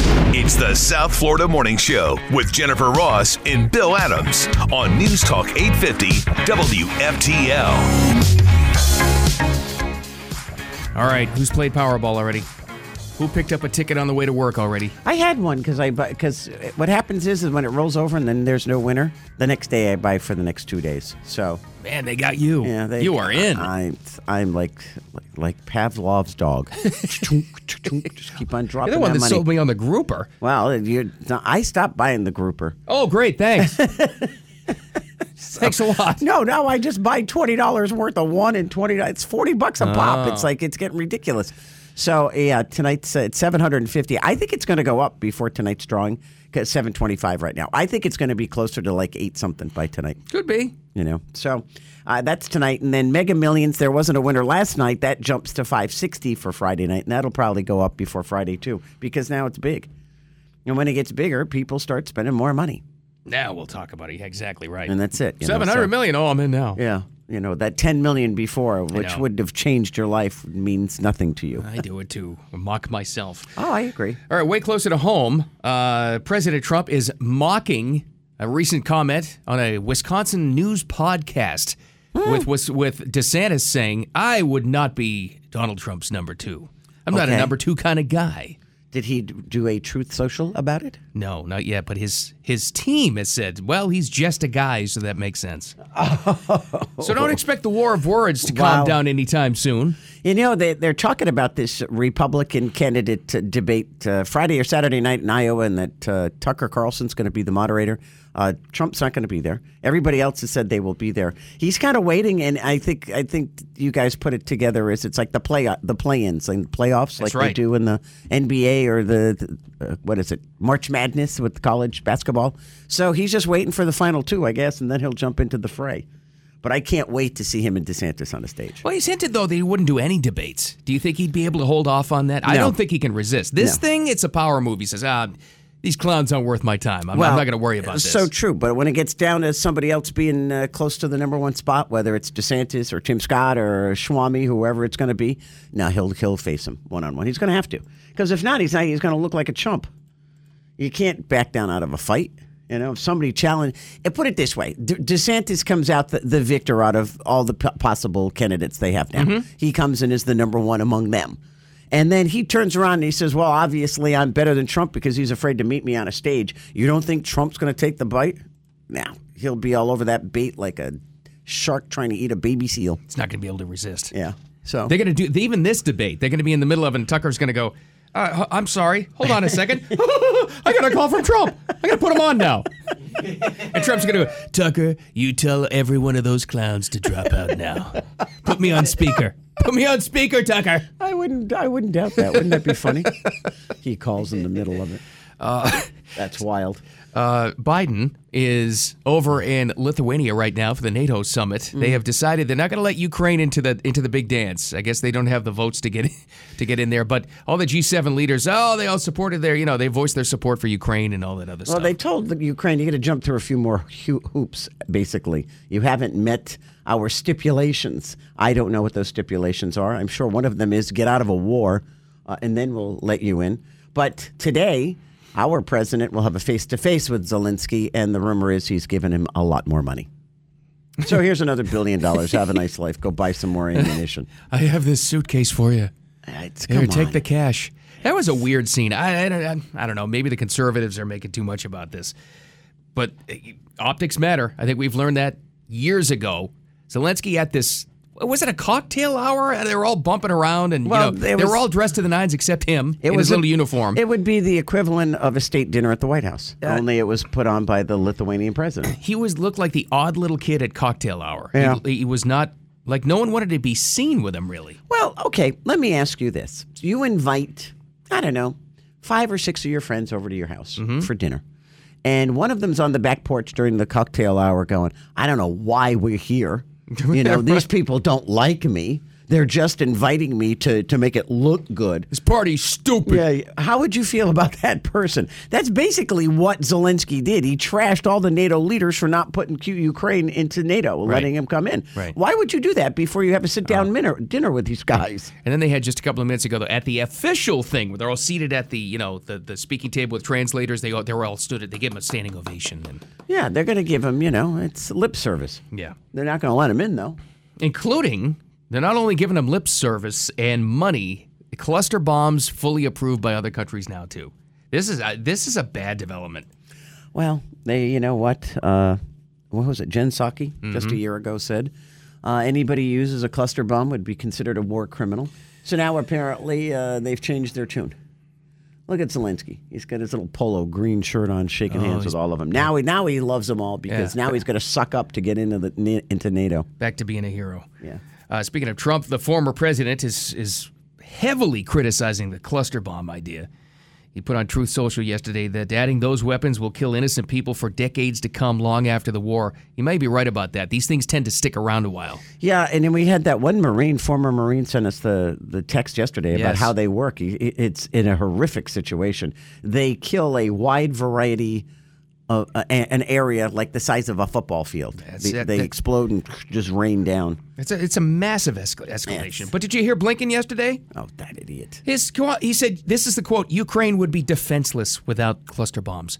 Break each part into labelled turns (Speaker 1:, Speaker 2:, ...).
Speaker 1: It's the South Florida Morning Show with Jennifer Ross and Bill Adams on News Talk 850 WFTL.
Speaker 2: All right, who's played Powerball already? Who picked up a ticket on the way to work already?
Speaker 3: I had one because I because what happens is is when it rolls over and then there's no winner. The next day I buy for the next two days. So
Speaker 2: Man, they got you.
Speaker 3: yeah, they,
Speaker 2: you are in.
Speaker 3: I, I'm like like, like Pavlov's dog. Just keep on dropping
Speaker 2: You're the one
Speaker 3: that
Speaker 2: that
Speaker 3: money.
Speaker 2: sold me on the grouper.
Speaker 3: well, you I stopped buying the grouper.
Speaker 2: Oh, great. Thanks. Thanks a lot.
Speaker 3: No, no, I just buy twenty dollars worth of one and twenty. It's forty bucks a
Speaker 2: Ah.
Speaker 3: pop. It's like it's getting ridiculous. So yeah, tonight's uh, it's seven hundred and fifty. I think it's going to go up before tonight's drawing. Cause seven twenty five right now. I think it's going to be closer to like eight something by tonight.
Speaker 2: Could be.
Speaker 3: You know, so uh, that's tonight, and then Mega Millions. There wasn't a winner last night. That jumps to five sixty for Friday night, and that'll probably go up before Friday too because now it's big. And when it gets bigger, people start spending more money,
Speaker 2: Now we'll talk about it. Exactly right.
Speaker 3: and that's it. you know,
Speaker 2: Seven
Speaker 3: so-
Speaker 2: hundred million. Oh, I'm in now.
Speaker 3: yeah. You know, that 10 million before, which
Speaker 2: know.
Speaker 3: would have changed your life, means nothing to you.
Speaker 2: I do it too. Mock myself.
Speaker 3: Oh, I agree.
Speaker 2: All right, way closer to home. Uh, President Trump is mocking a recent comment on a Wisconsin news podcast with with with DeSantis saying, "I would not be Donald Trump's number two. I'm not a
Speaker 3: Okay.
Speaker 2: number two kind of guy."
Speaker 3: Did he d- do a truth social about it?
Speaker 2: No, not yet. But his his team has said, "Well, he's just a guy, so that makes sense." So don't expect the war of words to calm
Speaker 3: Wow.
Speaker 2: down anytime soon.
Speaker 3: You know, they, they're talking about this Republican candidate uh, debate uh, Friday or Saturday night in Iowa, and that uh, Tucker Carlson's going to be the moderator. Uh, Trump's not going to be there. Everybody else has said they will be there. He's kind of waiting, and I think I think you guys put it together as it's like the play the play-ins and playoffs, like they
Speaker 2: right.
Speaker 3: do in the NBA or the, the uh, what is it March Madness with college basketball. So he's just waiting for the final two, I guess, and then he'll jump into the fray. But I can't wait to see him and DeSantis on the stage.
Speaker 2: Well, he's hinted though that he wouldn't do any debates. Do you think he'd be able to hold off on that? I
Speaker 3: No.
Speaker 2: don't think he can resist this
Speaker 3: No.
Speaker 2: thing. It's a power move. He says, "Ah, these clowns aren't worth my time. I'm, I'm not going to worry about this."
Speaker 3: So true, but when it gets down to somebody else being uh, close to the number one spot, whether it's DeSantis or Tim Scott or Schwamy, whoever it's going to be, no, he'll he'll face him one on one. He's going to have to, because if not, he's not. He's going to look like a chump. You can't back down out of a fight. You know, if somebody challenge, and put it this way, De- DeSantis comes out the, the victor out of all the p- possible candidates they have now. He comes in as the number one among them. And then he turns around and he says, Well, obviously I'm better than Trump because he's afraid to meet me on a stage. You don't think Trump's going to take the bite? No. He'll be all over that bait like a shark trying to eat a baby seal.
Speaker 2: it's not going to be able to resist.
Speaker 3: Yeah. So
Speaker 2: They're going to do even this debate. They're going to be in the middle of it. and Tucker's going to go. Uh, h- I'm sorry. Hold on a second. I got a call from Trump. I got to put him on now. And Trump's going to go, Tucker, you tell every one of those clowns to drop out now. Put me on speaker. Put me on speaker, Tucker.
Speaker 3: I wouldn't I wouldn't doubt that. Wouldn't that be funny? he calls in the middle of it. That's wild.
Speaker 2: Uh, Biden is over in Lithuania right now for the NATO summit.
Speaker 3: Mm.
Speaker 2: They have decided they're not going to let Ukraine into the into the big dance. I guess they don't have the votes to get to get in there. But all the G7 leaders, oh, they all supported their, you know, they voiced their support for Ukraine and all that other
Speaker 3: Well,
Speaker 2: stuff.
Speaker 3: they told the Ukraine you got to jump through a few more hu- hoops. Basically, you haven't met our stipulations. I don't know what those stipulations are. I'm sure one of them is get out of a war, uh, and then we'll let you in. But today, our president will have a face to face with Zelensky, and the rumor is he's given him a lot more money. So here's another billion dollars. Have a nice life. Go buy some more ammunition.
Speaker 2: I have this suitcase for you.
Speaker 3: It's,
Speaker 2: Here,
Speaker 3: come
Speaker 2: take
Speaker 3: on.
Speaker 2: the cash. That was a weird scene. I, I, don't, I don't know. Maybe the conservatives are making too much about this, but uh, optics matter. I think we've learned that years ago. Zelensky at this was it a cocktail hour? They were all bumping around, and
Speaker 3: Well,
Speaker 2: you know,
Speaker 3: it
Speaker 2: they
Speaker 3: was-
Speaker 2: were all dressed to the nines except him in his
Speaker 3: a-
Speaker 2: little uniform.
Speaker 3: It would be the equivalent of a state dinner at the White House, only it was put on by the Lithuanian president.
Speaker 2: he was looked like the odd little kid at cocktail hour. He-
Speaker 3: Yeah.
Speaker 2: He, was not like no one wanted to be seen with him really.
Speaker 3: Well, okay, let me ask you this. You invite, I don't know, five or six of your friends over to your house for dinner. And one of them's on the back porch during the cocktail hour going, I don't know why we're here. You know, these people don't like me. They're just inviting me to to make it look good.
Speaker 2: This party's stupid.
Speaker 3: Yeah, how would you feel about that person? That's basically what Zelensky did. He trashed all the NATO leaders for not putting Q- Ukraine into NATO, letting him come in.
Speaker 2: Right.
Speaker 3: Why would you do that before you have a sit down dinner, dinner with these guys?
Speaker 2: And then they had just a couple of minutes ago though, at the official thing where they're all seated at the you know the, the speaking table with translators. They all, they were all stood. at- They gave them a standing ovation. And
Speaker 3: Yeah, they're going to give him, you know, it's lip service.
Speaker 2: yeah,
Speaker 3: They're not going to let him in, though.
Speaker 2: including they're not only giving them lip service and money, cluster bombs fully approved by other countries now too. This is a, this is a bad development.
Speaker 3: Well, they, you know what? Uh, what was it? Jen Psaki just a year ago said uh, anybody who uses a cluster bomb would be considered a war criminal. So now apparently uh, they've changed their tune. Look at Zelensky. He's got his little polo green shirt on, shaking hands with all of them. Now he now he loves them all because
Speaker 2: Yeah.
Speaker 3: now he's going to suck up to get into the into NATO.
Speaker 2: Back to being a hero.
Speaker 3: Yeah.
Speaker 2: Uh, speaking of Trump, the former president is is heavily criticizing the cluster bomb idea. He put on Truth Social yesterday that adding those weapons will kill innocent people for decades to come, long after the war. He may be right about that. These things tend to stick around a while.
Speaker 3: Yeah, and then we had that one Marine, former Marine, sent us the, the text yesterday about
Speaker 2: Yes.
Speaker 3: how they work. I- i- It's in a horrific situation. They kill a wide variety of uh, a- an area like the size of a football field.
Speaker 2: That's
Speaker 3: they
Speaker 2: it.
Speaker 3: they
Speaker 2: That-
Speaker 3: explode and just rain down.
Speaker 2: It's a, it's a massive escal- escalation. But did you hear Blinken yesterday?
Speaker 3: Oh, that idiot!
Speaker 2: His qu- he said, "This is the quote: Ukraine would be defenseless without cluster bombs."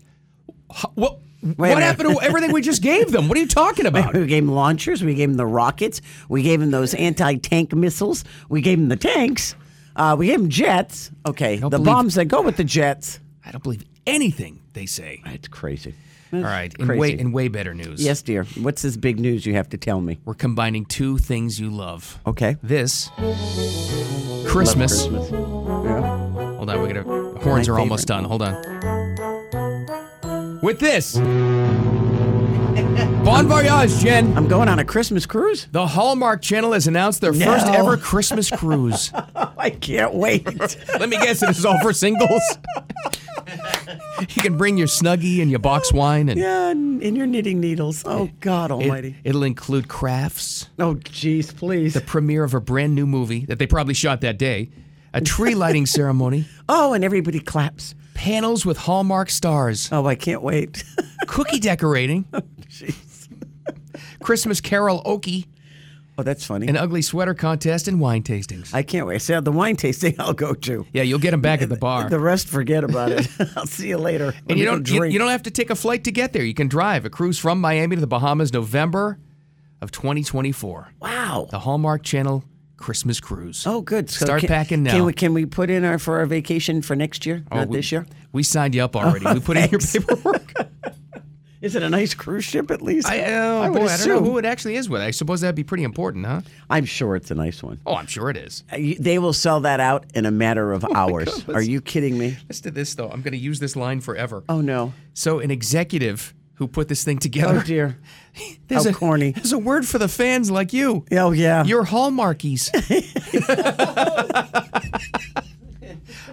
Speaker 2: Ho- What,
Speaker 3: Wait a
Speaker 2: what
Speaker 3: minute.
Speaker 2: happened to everything we just gave them? What are you talking about?
Speaker 3: We gave him launchers. We gave him the rockets. We gave him those anti-tank missiles. We gave him the tanks. Uh, we gave him jets. Okay, the
Speaker 2: believe-
Speaker 3: bombs that go with the jets.
Speaker 2: I don't believe anything they say.
Speaker 3: It's crazy.
Speaker 2: All right, in
Speaker 3: crazy.
Speaker 2: way in way better news.
Speaker 3: Yes, dear. What's this big news you have to tell me?
Speaker 2: we're combining two things you love.
Speaker 3: Okay.
Speaker 2: This Christmas.
Speaker 3: Christmas. Yeah.
Speaker 2: Hold on, we're gonna the horns
Speaker 3: My
Speaker 2: are almost done. Hold on. With this. Bon voyage, Jen.
Speaker 3: I'm going on a Christmas cruise.
Speaker 2: The Hallmark Channel has announced their first
Speaker 3: No.
Speaker 2: ever Christmas cruise.
Speaker 3: I can't wait.
Speaker 2: Let me guess, this is all for singles. you can bring your snuggie and your box wine, and
Speaker 3: yeah, and, and your knitting needles. Oh God
Speaker 2: it,
Speaker 3: Almighty.
Speaker 2: it'll include crafts.
Speaker 3: oh jeez, please.
Speaker 2: premiere of a brand new movie that they probably shot that day, a tree lighting ceremony,
Speaker 3: oh, and everybody claps.
Speaker 2: panels with Hallmark stars,
Speaker 3: Oh, I can't wait.
Speaker 2: cookie decorating,
Speaker 3: jeez.
Speaker 2: Christmas carol okie,
Speaker 3: Oh, that's funny.
Speaker 2: an ugly sweater contest, and wine tastings.
Speaker 3: I can't wait. See, the wine tasting I'll go to.
Speaker 2: Yeah, you'll get them back at the bar.
Speaker 3: The rest, forget about it. I'll see you later. Let
Speaker 2: and
Speaker 3: me
Speaker 2: you
Speaker 3: go
Speaker 2: don't you,
Speaker 3: drink.
Speaker 2: you don't have to take a flight to get there. You can drive a cruise from Miami to the Bahamas November of 2024.
Speaker 3: Wow.
Speaker 2: The Hallmark Channel Christmas cruise.
Speaker 3: Oh, good. So
Speaker 2: Start
Speaker 3: can-
Speaker 2: packing now. Oh,
Speaker 3: Can we can we put in our for our vacation for next year, not
Speaker 2: we-
Speaker 3: this year?
Speaker 2: We signed you up already. we put in your paperwork.
Speaker 3: Is it a nice cruise ship at least?
Speaker 2: I, oh,
Speaker 3: would
Speaker 2: boy, I don't know
Speaker 3: assume.
Speaker 2: who it actually is with. I suppose that'd be pretty important, huh?
Speaker 3: I'm sure it's a nice one.
Speaker 2: Oh, I'm sure it is.
Speaker 3: Uh, you- They will sell that out in a matter
Speaker 2: Oh
Speaker 3: of hours. Are you kidding me?
Speaker 2: Listen to this, though. I'm going to use this line forever.
Speaker 3: Oh no.
Speaker 2: So, an executive who put this thing together.
Speaker 3: Oh dear.
Speaker 2: there's
Speaker 3: how
Speaker 2: a,
Speaker 3: corny.
Speaker 2: There's a word for the fans like you.
Speaker 3: Oh yeah.
Speaker 2: You're hallmarkies.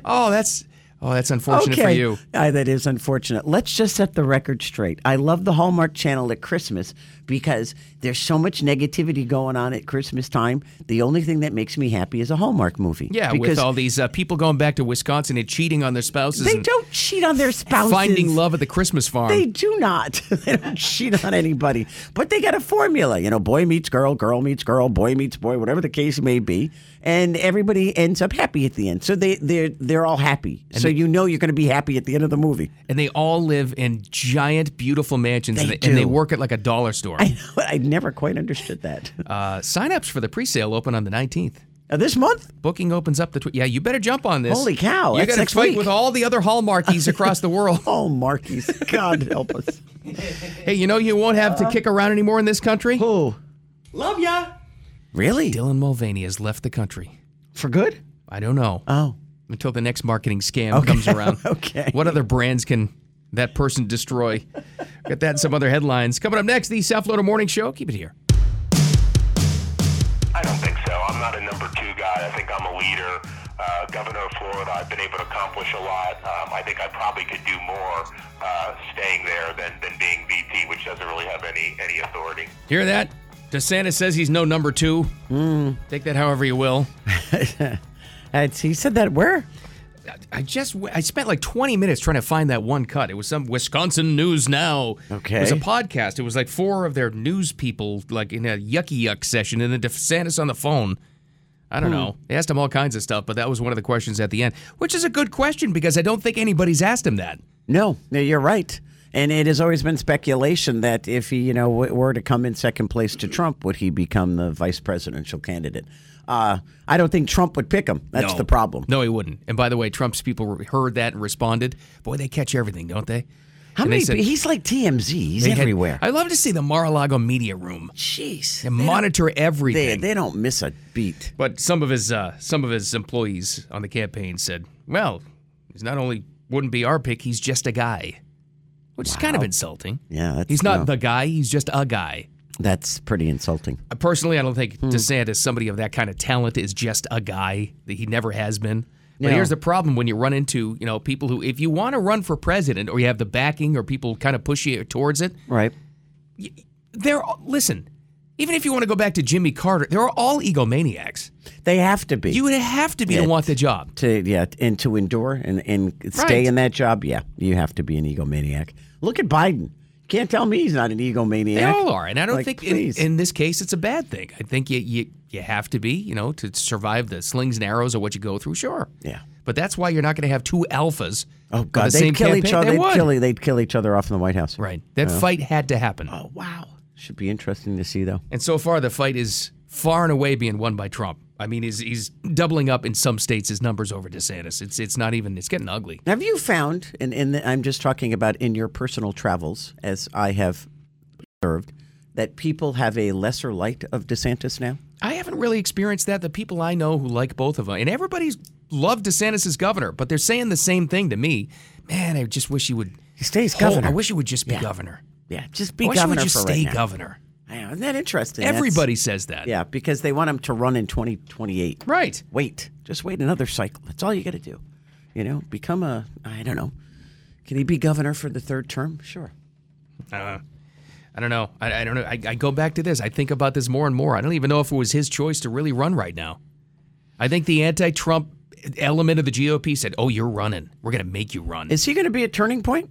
Speaker 2: oh, that's oh, that's unfortunate for
Speaker 3: okay.
Speaker 2: you.
Speaker 3: Aye, that is unfortunate. Let's just set the record straight. I love the Hallmark Channel at Christmas because there's so much negativity going on at Christmas time. The only thing that makes me happy is a Hallmark movie.
Speaker 2: Yeah,
Speaker 3: because
Speaker 2: with all these uh, people going back to Wisconsin and cheating on their spouses.
Speaker 3: they
Speaker 2: and
Speaker 3: don't cheat on their spouses.
Speaker 2: Finding love at the Christmas farm.
Speaker 3: They do not. they don't cheat on anybody. But they got a formula. You know, boy meets girl, girl meets girl, boy meets boy, whatever the case may be. And everybody ends up happy at the end. So they, they're, they're all happy. so you know you're going to be happy at the end of the movie.
Speaker 2: and they all live in giant, beautiful mansions,
Speaker 3: They
Speaker 2: and, they, and they
Speaker 3: do.
Speaker 2: work at like a dollar store.
Speaker 3: I, I never quite understood that.
Speaker 2: Uh, sign-ups for the pre-sale open on the 19th.
Speaker 3: Uh, this month?
Speaker 2: Booking opens up the tw- yeah. You better jump on this.
Speaker 3: Holy cow,
Speaker 2: You
Speaker 3: that's
Speaker 2: got to
Speaker 3: next
Speaker 2: fight
Speaker 3: week.
Speaker 2: with all the other Hallmarkies across the world.
Speaker 3: Oh, Marky's. God help us.
Speaker 2: Hey, you know you won't have
Speaker 3: Uh-huh.
Speaker 2: to kick around anymore in this country.
Speaker 3: Oh,
Speaker 4: Love ya.
Speaker 3: really?
Speaker 2: Dylan Mulvaney has left the country.
Speaker 3: For good?
Speaker 2: I don't know
Speaker 3: Oh.
Speaker 2: until the next marketing scam comes around.
Speaker 3: Okay.
Speaker 2: What other brands can that person destroy? got that and some other headlines coming up next. The South Florida Morning Show. Keep it here.
Speaker 5: I don't think so. I'm not a number two guy. I think I'm a leader. Uh, governor of Florida, I've been able to accomplish a lot. Um, I think I probably could do more uh, staying there than, than being VP, which doesn't really have any, any authority.
Speaker 2: Hear that? DeSantis says he's no number two.
Speaker 3: Hmm.
Speaker 2: Take that however you will.
Speaker 3: And he said that where?
Speaker 2: I just I spent like 20 minutes trying to find that one cut. It was some Wisconsin News Now.
Speaker 3: Okay.
Speaker 2: It was a podcast. It was like four of their news people like in a yucky yuck session and then DeSantis on the phone. I
Speaker 3: Hmm.
Speaker 2: don't know. They asked him all kinds of stuff, but that was one of the questions at the end, which is a good question because I don't think anybody's asked him that.
Speaker 3: No, no, you're right. And it has always been speculation that if he, you know, w- were to come in second place to Trump, would he become the vice presidential candidate? Uh, I don't think Trump would pick him. That's
Speaker 2: No.
Speaker 3: the problem.
Speaker 2: No, he wouldn't. And by the way, Trump's people heard that and responded. Boy, they catch everything, don't they?
Speaker 3: How
Speaker 2: And they
Speaker 3: many?
Speaker 2: said-
Speaker 3: pe- he's like TMZ. He's
Speaker 2: they had-
Speaker 3: everywhere.
Speaker 2: I love to see the Mar-a-Lago media room.
Speaker 3: Jeez,
Speaker 2: They monitor everything.
Speaker 3: they, they don't miss a beat.
Speaker 2: But some of his uh, some of his employees on the campaign said, "Well, he's not only wouldn't be our pick, he's just a guy," which is kind of insulting.
Speaker 3: Yeah, that's,
Speaker 2: he's not
Speaker 3: no.
Speaker 2: the guy; he's just a guy.
Speaker 3: That's pretty insulting.
Speaker 2: Uh, Personally, I don't think
Speaker 3: Hmm.
Speaker 2: DeSantis, somebody of that kind of talent, is just a guy. That he never has been. But
Speaker 3: No.
Speaker 2: here's the problem: when you run into you know people who, if you want to run for president, or you have the backing, or people kind of push you towards it,
Speaker 3: Right.
Speaker 2: they're listen. Even if you want to go back to Jimmy Carter, they're all egomaniacs.
Speaker 3: They have to be.
Speaker 2: You would have to be to
Speaker 3: Yeah.
Speaker 2: want the job.
Speaker 3: to yeah, and to endure and, and stay
Speaker 2: Right.
Speaker 3: in that job, yeah, you have to be an egomaniac. Look at Biden. Can't tell me he's not an egomaniac.
Speaker 2: They all are, and I don't
Speaker 3: Like,
Speaker 2: think in,
Speaker 3: please.
Speaker 2: in this case it's a bad thing. I think you, you you have to be, you know, to survive the slings and arrows of what you go through. Sure,
Speaker 3: Yeah.
Speaker 2: but that's why you're not going to have two alphas.
Speaker 3: Oh
Speaker 2: on
Speaker 3: God,
Speaker 2: the
Speaker 3: they'd
Speaker 2: same
Speaker 3: kill
Speaker 2: campaign.
Speaker 3: each other.
Speaker 2: They
Speaker 3: would
Speaker 2: would.
Speaker 3: kill, e-, they'd kill each other off in the White House.
Speaker 2: Right, that fight had to happen,
Speaker 3: Oh wow, should be interesting to see though.
Speaker 2: and so far the fight is far and away being won by Trump. I mean, he's he's doubling up in some states his numbers over DeSantis. It's it's not even it's getting ugly.
Speaker 3: Have you found, and, and I'm just talking about in your personal travels, as I have observed, that people have a lesser light of DeSantis now?
Speaker 2: I haven't really experienced that. The people I know who like both of them, and everybody's loved DeSantis as governor, but they're saying the same thing to me. Man, I just wish he would.
Speaker 3: He stays
Speaker 2: Hold-
Speaker 3: governor.
Speaker 2: I wish he would just be governor.
Speaker 3: Oh, Yeah, just be
Speaker 2: I wish he would
Speaker 3: governor
Speaker 2: just
Speaker 3: for
Speaker 2: stay
Speaker 3: right now.
Speaker 2: governor.
Speaker 3: I know, isn't that interesting? That's-
Speaker 2: Everybody says that.
Speaker 3: yeah, because they want him to run in 2028.
Speaker 2: Right.
Speaker 3: Wait, just wait another cycle. That's all you got to do. You know, become a, I don't know. Can he be governor for the third term? Sure.
Speaker 2: I don't know. I, I don't know. I, I go back to this. I think about this more and more. I don't even know if it was his choice to really run right now. I think the anti-Trump element of the GOP said, "Oh, you're running. We're going to make you run."
Speaker 3: Is he going to be a turning point?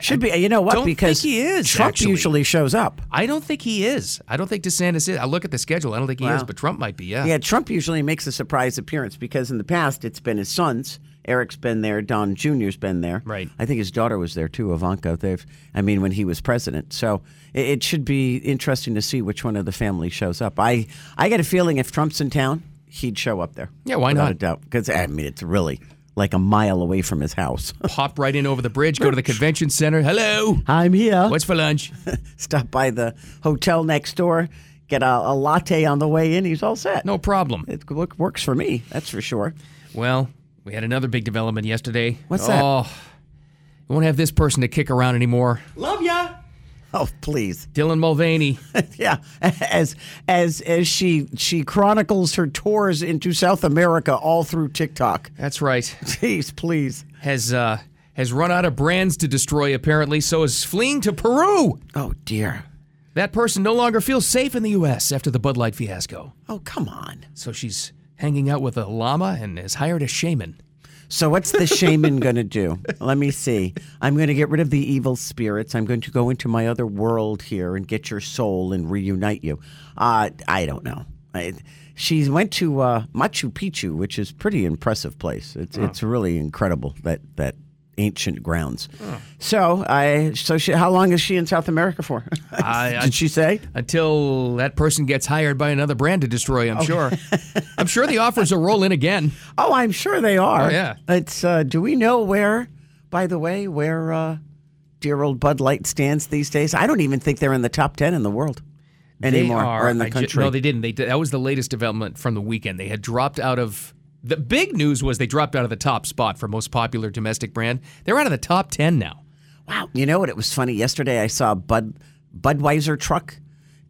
Speaker 3: Should be. You know what?
Speaker 2: don't think
Speaker 3: because
Speaker 2: he is,
Speaker 3: Trump
Speaker 2: actually.
Speaker 3: usually shows up.
Speaker 2: I don't think he is. I don't think DeSantis is. I look at the schedule. I don't think he is,
Speaker 3: Wow.
Speaker 2: but Trump might be. Yeah.
Speaker 3: Yeah, Trump usually makes a surprise appearance because in the past it's been his sons. Eric's been there. Don Jr.'s been there.
Speaker 2: Right.
Speaker 3: I think his daughter was there too, Ivanka. They've, I mean, when he was president. So it, it should be interesting to see which one of the family shows up. I, I get a feeling if Trump's in town, he'd show up there.
Speaker 2: Yeah, why
Speaker 3: without
Speaker 2: not?
Speaker 3: a doubt. Because I mean, it's really like a mile away from his house.
Speaker 2: Pop right in over the bridge. Go to the convention center. Hello.
Speaker 3: I'm here.
Speaker 2: What's for lunch?
Speaker 3: Stop by the hotel next door, get a, a latte on the way in. He's all set.
Speaker 2: No problem.
Speaker 3: It wo- works for me. That's for sure.
Speaker 2: Well, we had another big development yesterday.
Speaker 3: What's that?
Speaker 2: Oh, we won't have this person to kick around anymore.
Speaker 3: Love ya. Oh please.
Speaker 2: Dylan Mulvaney.
Speaker 3: yeah as as as she she chronicles her tours into south america all through tiktok
Speaker 2: That's right.
Speaker 3: jeez please
Speaker 2: Has uh has run out of brands to destroy apparently, so is fleeing to Peru.
Speaker 3: oh dear
Speaker 2: That person no longer feels safe in the US after the Bud Light fiasco.
Speaker 3: oh come on
Speaker 2: So she's hanging out with a llama and has hired a shaman.
Speaker 3: so what's the shaman gonna do let me see i'm gonna get rid of the evil spirits i'm going to go into my other world here and get your soul and reunite you uh i don't know I, she went to uh, Machu Picchu, which is pretty impressive place. It's it's really incredible that that ancient grounds. So I so she, how long is she in South America for?
Speaker 2: I- I-
Speaker 3: Did she say?
Speaker 2: Until that person gets hired by another brand to destroy, I'm sure. I'm sure the offers will roll in again.
Speaker 3: Oh, I'm sure they are.
Speaker 2: Oh, yeah.
Speaker 3: It's uh, do we know where? By the way, where uh, dear old Bud Light stands these days? I don't even think they're in the top ten in the world anymore,
Speaker 2: They are,
Speaker 3: or in the
Speaker 2: I ju-
Speaker 3: country.
Speaker 2: no, they didn't. They did, that was the latest development from the weekend. They had dropped out of the big news was they dropped out of the top spot for most popular domestic brand. They're out of the top ten now.
Speaker 3: wow. You know what? It was funny yesterday. I saw a Bud Budweiser truck,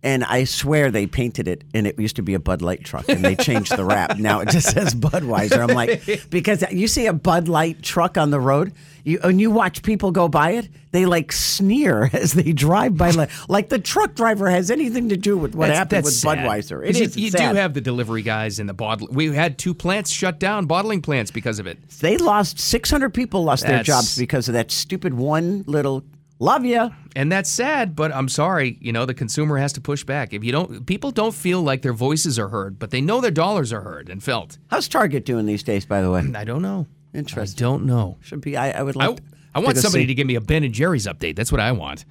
Speaker 3: And I swear they painted it, and it used to be a Bud Light truck, and they changed the wrap. Now it just says Budweiser. I'm like, because you see a Bud Light truck on the road, you and you watch people go by it, they like sneer as they drive by, like, like the truck driver has anything to do with what
Speaker 2: That's-
Speaker 3: happened
Speaker 2: that's
Speaker 3: with
Speaker 2: sad.
Speaker 3: Budweiser.
Speaker 2: 'Cause
Speaker 3: It
Speaker 2: you-
Speaker 3: is.
Speaker 2: You,
Speaker 3: it's sad.
Speaker 2: do have the delivery guys and the bottle. We had two plants shut down, bottling plants because of it.
Speaker 3: They lost 600 people lost their
Speaker 2: That's-
Speaker 3: jobs because of that stupid one little love ya.
Speaker 2: And that's sad, but I'm sorry. You know, the consumer has to push back. If you don't, people don't feel like their voices are heard, but they know their dollars are heard and felt.
Speaker 3: How's Target doing these days, by the way?
Speaker 2: I don't know.
Speaker 3: Interesting.
Speaker 2: I don't know.
Speaker 3: Should be. I, I would
Speaker 2: I,
Speaker 3: like.
Speaker 2: I want
Speaker 3: go
Speaker 2: somebody
Speaker 3: see.
Speaker 2: to give me a Ben and Jerry's update. That's what I want.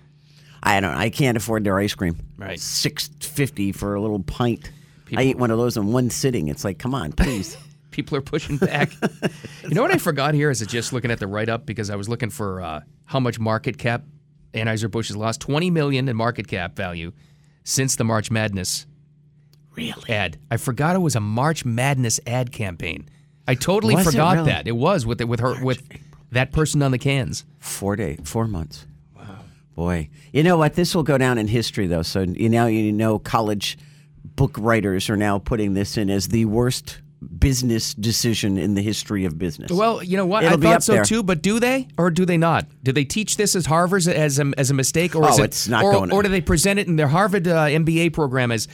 Speaker 3: I don't. I can't afford their ice cream.
Speaker 2: Right.
Speaker 3: Six fifty for a little pint. I eat one of those in one sitting. It's like, come on, please.
Speaker 2: People are pushing back. you know what I forgot here is just looking at the write up because I was looking for uh, how much market cap Anheuser Busch has lost 20 million in market cap value since the March Madness
Speaker 3: really?
Speaker 2: ad. I forgot it was a March Madness ad campaign. I totally
Speaker 3: Was it
Speaker 2: forgot
Speaker 3: really?
Speaker 2: that it was with it with her with that person on the cans.
Speaker 3: Four day. Four months. Wow. Boy, you know what? This will go down in history, though. So you now you know college book writers are now putting this in as the worst business decision in the history of business.
Speaker 2: Well, you know what?
Speaker 3: It'll
Speaker 2: I
Speaker 3: be
Speaker 2: thought
Speaker 3: up
Speaker 2: so
Speaker 3: there.
Speaker 2: too, but do they or do they not? Do they teach this as Harvard's as a, as a mistake, or is
Speaker 3: Oh,
Speaker 2: it,
Speaker 3: it's not
Speaker 2: or,
Speaker 3: going-
Speaker 2: or do they present it in their Harvard uh, MBA program as